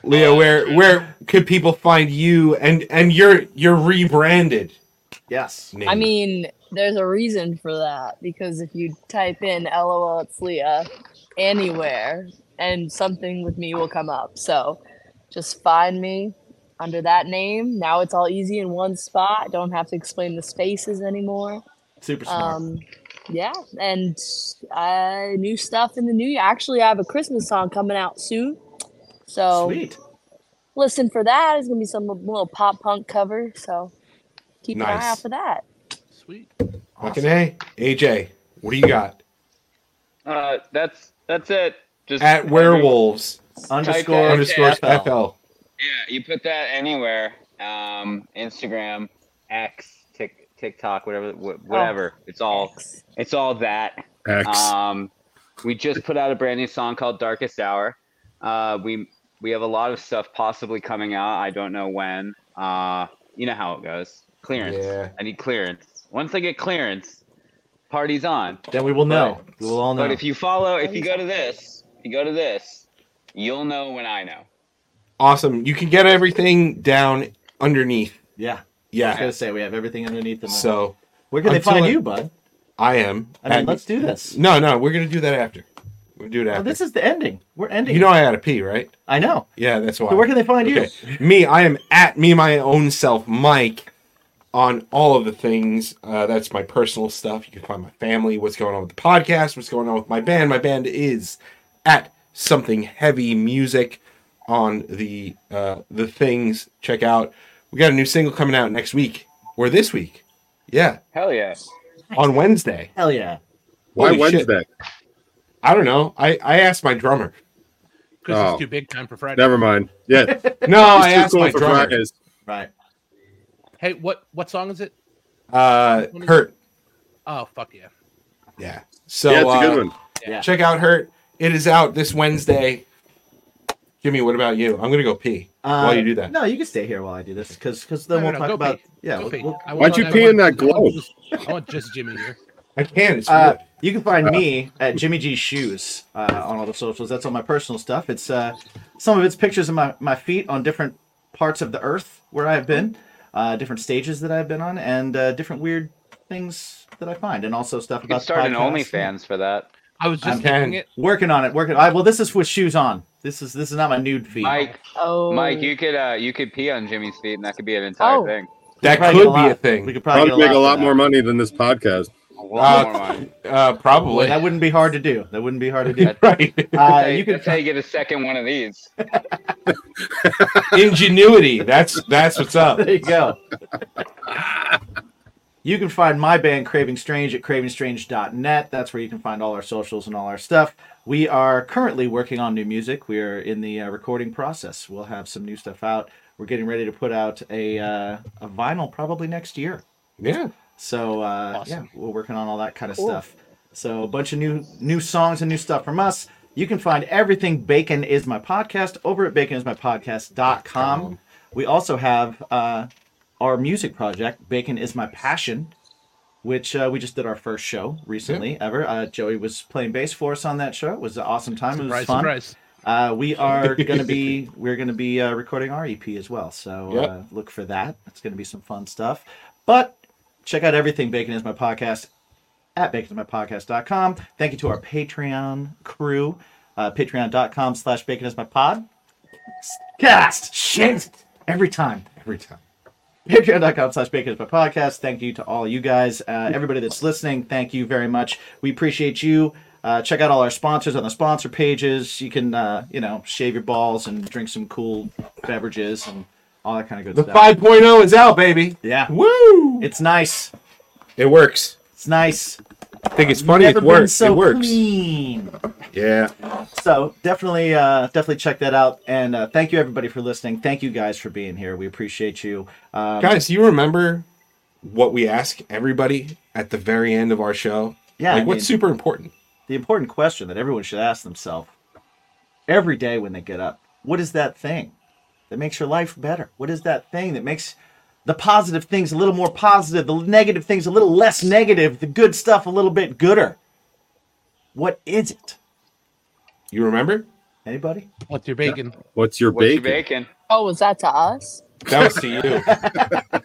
S1: Leo, where where could people find you and and your your rebranded?
S2: Yes.
S15: I mean, there's a reason for that because if you type in "lol it's Leah" anywhere, and something with me will come up. So, just find me under that name. Now it's all easy in one spot. Don't have to explain the spaces anymore. Um,
S2: Super smart.
S15: yeah, and uh, new stuff in the new year. Actually, I have a Christmas song coming out soon. So
S2: Sweet.
S15: listen for that. It's gonna be some little pop punk cover. So keep an eye
S1: Nice.
S15: out for that.
S1: Fucking hey, AJ, what do you got?
S14: Uh, that's that's it. Just
S1: At werewolves
S14: Underscore
S1: underscore
S14: FL.
S1: FL.
S14: Yeah, you put that anywhere. Um, Instagram, X, Tik, TikTok, whatever, wh- whatever. It's all, it's all that.
S5: X.
S14: Um, we just put out a brand new song called Darkest Hour. Uh, we we have a lot of stuff possibly coming out. I don't know when. Uh, you know how it goes. Clearance.
S2: Yeah.
S14: I need clearance. Once I get clearance, party's on.
S2: Then we will know.
S14: But-
S2: We will all know.
S14: But if you follow, if you go to this, if you go to this, you'll know when I know.
S1: Awesome. You can get everything down underneath.
S2: Yeah.
S1: Yeah.
S2: I was gonna say we have everything underneath the
S1: So
S2: Where can they
S1: until
S2: find
S1: it-
S2: you, bud?
S1: I am.
S2: I mean,
S1: at-
S2: let's do this.
S1: No, no, we're gonna do that after. We'll do it after.
S2: Oh, this is the ending. We're ending.
S1: You know I had a pee, right?
S2: I know.
S1: Yeah, that's why.
S2: So where can they find you?
S1: Me, I am at me my own self, Mike, on all of the things. Uh, that's my personal stuff. You can find my family, what's going on with the podcast, what's going on with my band. My band is at something heavy music on the uh, the things. Check out. We got a new single coming out next week or this week. Yeah,
S14: Hell yeah.
S1: on Wednesday.
S2: Hell yeah.
S5: Why
S1: Holy shit.
S5: Wednesday?
S1: I don't know. I I asked my drummer.
S4: Because
S5: Oh.
S4: it's too big time for Friday.
S5: Never mind. Yeah.
S1: No, I
S5: It's too
S1: asked
S5: cool
S1: my
S5: for
S1: drummer.
S5: Fridays.
S2: Right.
S4: Hey, what what song is it?
S1: Uh, Hurt.
S4: Oh fuck yeah!
S1: Yeah. So
S5: Yeah, it's a good
S1: uh,
S5: one.
S4: Yeah.
S1: Check out Hurt. It is out this Wednesday. Jimmy, what about you? I'm gonna go pee
S2: Uh,
S1: while you do that.
S2: No, you can stay here while I do this because then
S4: No,
S2: we'll
S4: no,
S2: talk
S4: go
S2: about
S4: pee.
S2: yeah.
S4: Go
S2: we'll-
S4: pee.
S2: we'll-
S4: I want- I want- I want just- I want just Jimmy here.
S1: I can. It's
S2: Uh,
S1: weird.
S2: you can find me at Jimmy G Shoes uh, on all the socials. That's all my personal stuff. It's uh, some of it's pictures of my, my feet on different parts of the earth where I've been, uh, different stages that I've been on, and uh, different weird things that I find, and also stuff
S14: You
S2: about
S14: can start an
S2: the podcast.
S14: OnlyFans for that.
S4: I was
S2: I'm working on it. Working. I, well, this is with shoes on. This is this is not my nude feet.
S14: Mike,
S15: oh.
S14: Mike, you could uh, you could pee on Jimmy's feet, and that could be an entire
S15: Oh.
S2: Uh,
S14: thing.
S1: That
S5: probably get a
S1: could be a
S5: lot-
S1: thing.
S5: we could probably Probably get a make a lot lot for that. more money than this podcast.
S1: Uh, uh, probably.
S2: that wouldn't be hard to do. That wouldn't be hard to do.
S1: right.
S2: Uh,
S14: you
S2: you can
S14: that's how you get a second one of these.
S1: Ingenuity. That's that's what's up.
S2: There you go. You can find my band Craving Strange at cravingstrange.net. That's where you can find all our socials and all our stuff. We are currently working on new music. We are in the uh, recording process. We'll have some new stuff out. We're getting ready to put out a uh, a vinyl probably next year.
S1: Yeah.
S2: So uh, yeah, we're working on all that kind of
S15: Cool.
S2: stuff. So a bunch of new new songs and new stuff from us. You can find everything Bacon is my podcast over at baconismypodcast.com. We also have uh, our music project Bacon is my passion, which uh, we just did our first show recently ever. Uh, Joey was playing bass for us on that show. It was an awesome time. it was
S4: Surprise,
S2: fun.
S4: surprise.
S2: Uh, we are going to be we're going to be uh, recording our EP as well, so
S11: Yep.
S2: uh, look for that. It's going to be some fun stuff. But check out everything Bacon is my podcast at baconismypodcast.com. Thank you to our Patreon crew, uh, patreon.com slash bacon is my pod. Cast shit every time.
S1: Every time.
S2: Patreon.com slash bacon is my podcast. Thank you to all you guys. Uh, everybody that's listening, thank you very much. We appreciate you. Uh, check out all our sponsors on the sponsor pages. You can, uh, you know, shave your balls and drink some cool beverages and all that kind of good
S1: The
S2: stuff.
S1: 5.0 is out, baby.
S2: Yeah.
S1: Woo!
S2: It's nice.
S1: It works.
S2: It's nice.
S1: I think it's funny.
S2: Never
S1: it
S2: been
S1: works.
S2: so
S1: it works.
S2: clean.
S1: Yeah.
S2: So definitely, uh, definitely check that out. And uh, thank you everybody for listening. Thank you guys for being here. We appreciate you, um,
S1: Guys, do you remember what we ask everybody at the very end of our show?
S2: Yeah,
S1: Like,
S2: I
S1: what's
S2: mean-
S1: super important?
S2: The important question that everyone should ask themselves every day when they get up: What is that thing that makes your life better? What is that thing that makes the positive things a little more positive, the negative things a little less negative, the good stuff a little bit gooder? What is it?
S1: You remember?
S2: Anybody?
S4: What's your bacon?
S5: What's your
S4: What's your
S5: bacon?
S15: Oh, was that to us?
S1: That was to you.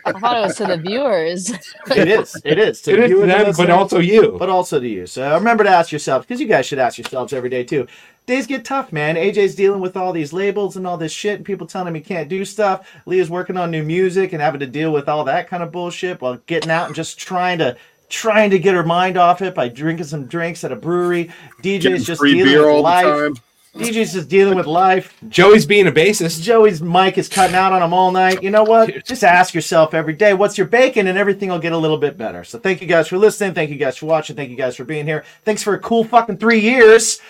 S15: I thought it was to the viewers.
S2: it is. It is.
S1: It is
S2: you
S1: to
S2: and the
S1: them, but
S2: listeners,
S1: also you.
S2: But also to you. So remember to ask yourself, because you guys should ask yourselves every day too. Days get tough, man. AJ's dealing with all these labels and all this shit, and people telling him he can't do stuff. Leah's working on new music and having to deal with all that kind of bullshit while getting out and just trying to trying to get her mind off it by drinking some drinks at a brewery. DJ's
S1: Getting
S2: just
S1: free
S2: dealing
S1: beer
S2: with
S1: all the
S2: life.
S1: time.
S2: DJ's just dealing with life.
S1: Joey's being a bassist.
S2: Joey's mic is cutting out on him all night. You know what? Just ask yourself every day, what's your bacon? And everything will get a little bit better. So thank you guys for listening. Thank you guys for watching. Thank you guys for being here. Thanks for a cool fucking three years.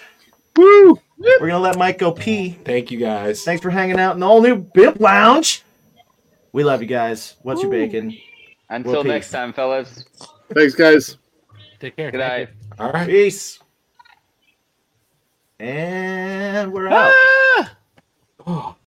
S2: Woo! We're going to let Mike go pee.
S1: Thank you guys.
S2: Thanks for hanging out in the all new Bip Lounge. We love you guys. What's your bacon?
S14: Until
S2: Well, peace.
S14: next time, fellas.
S5: Thanks, guys.
S4: Take care.
S14: Good night.
S1: All right.
S2: Peace.
S14: Ah!
S2: And we're out.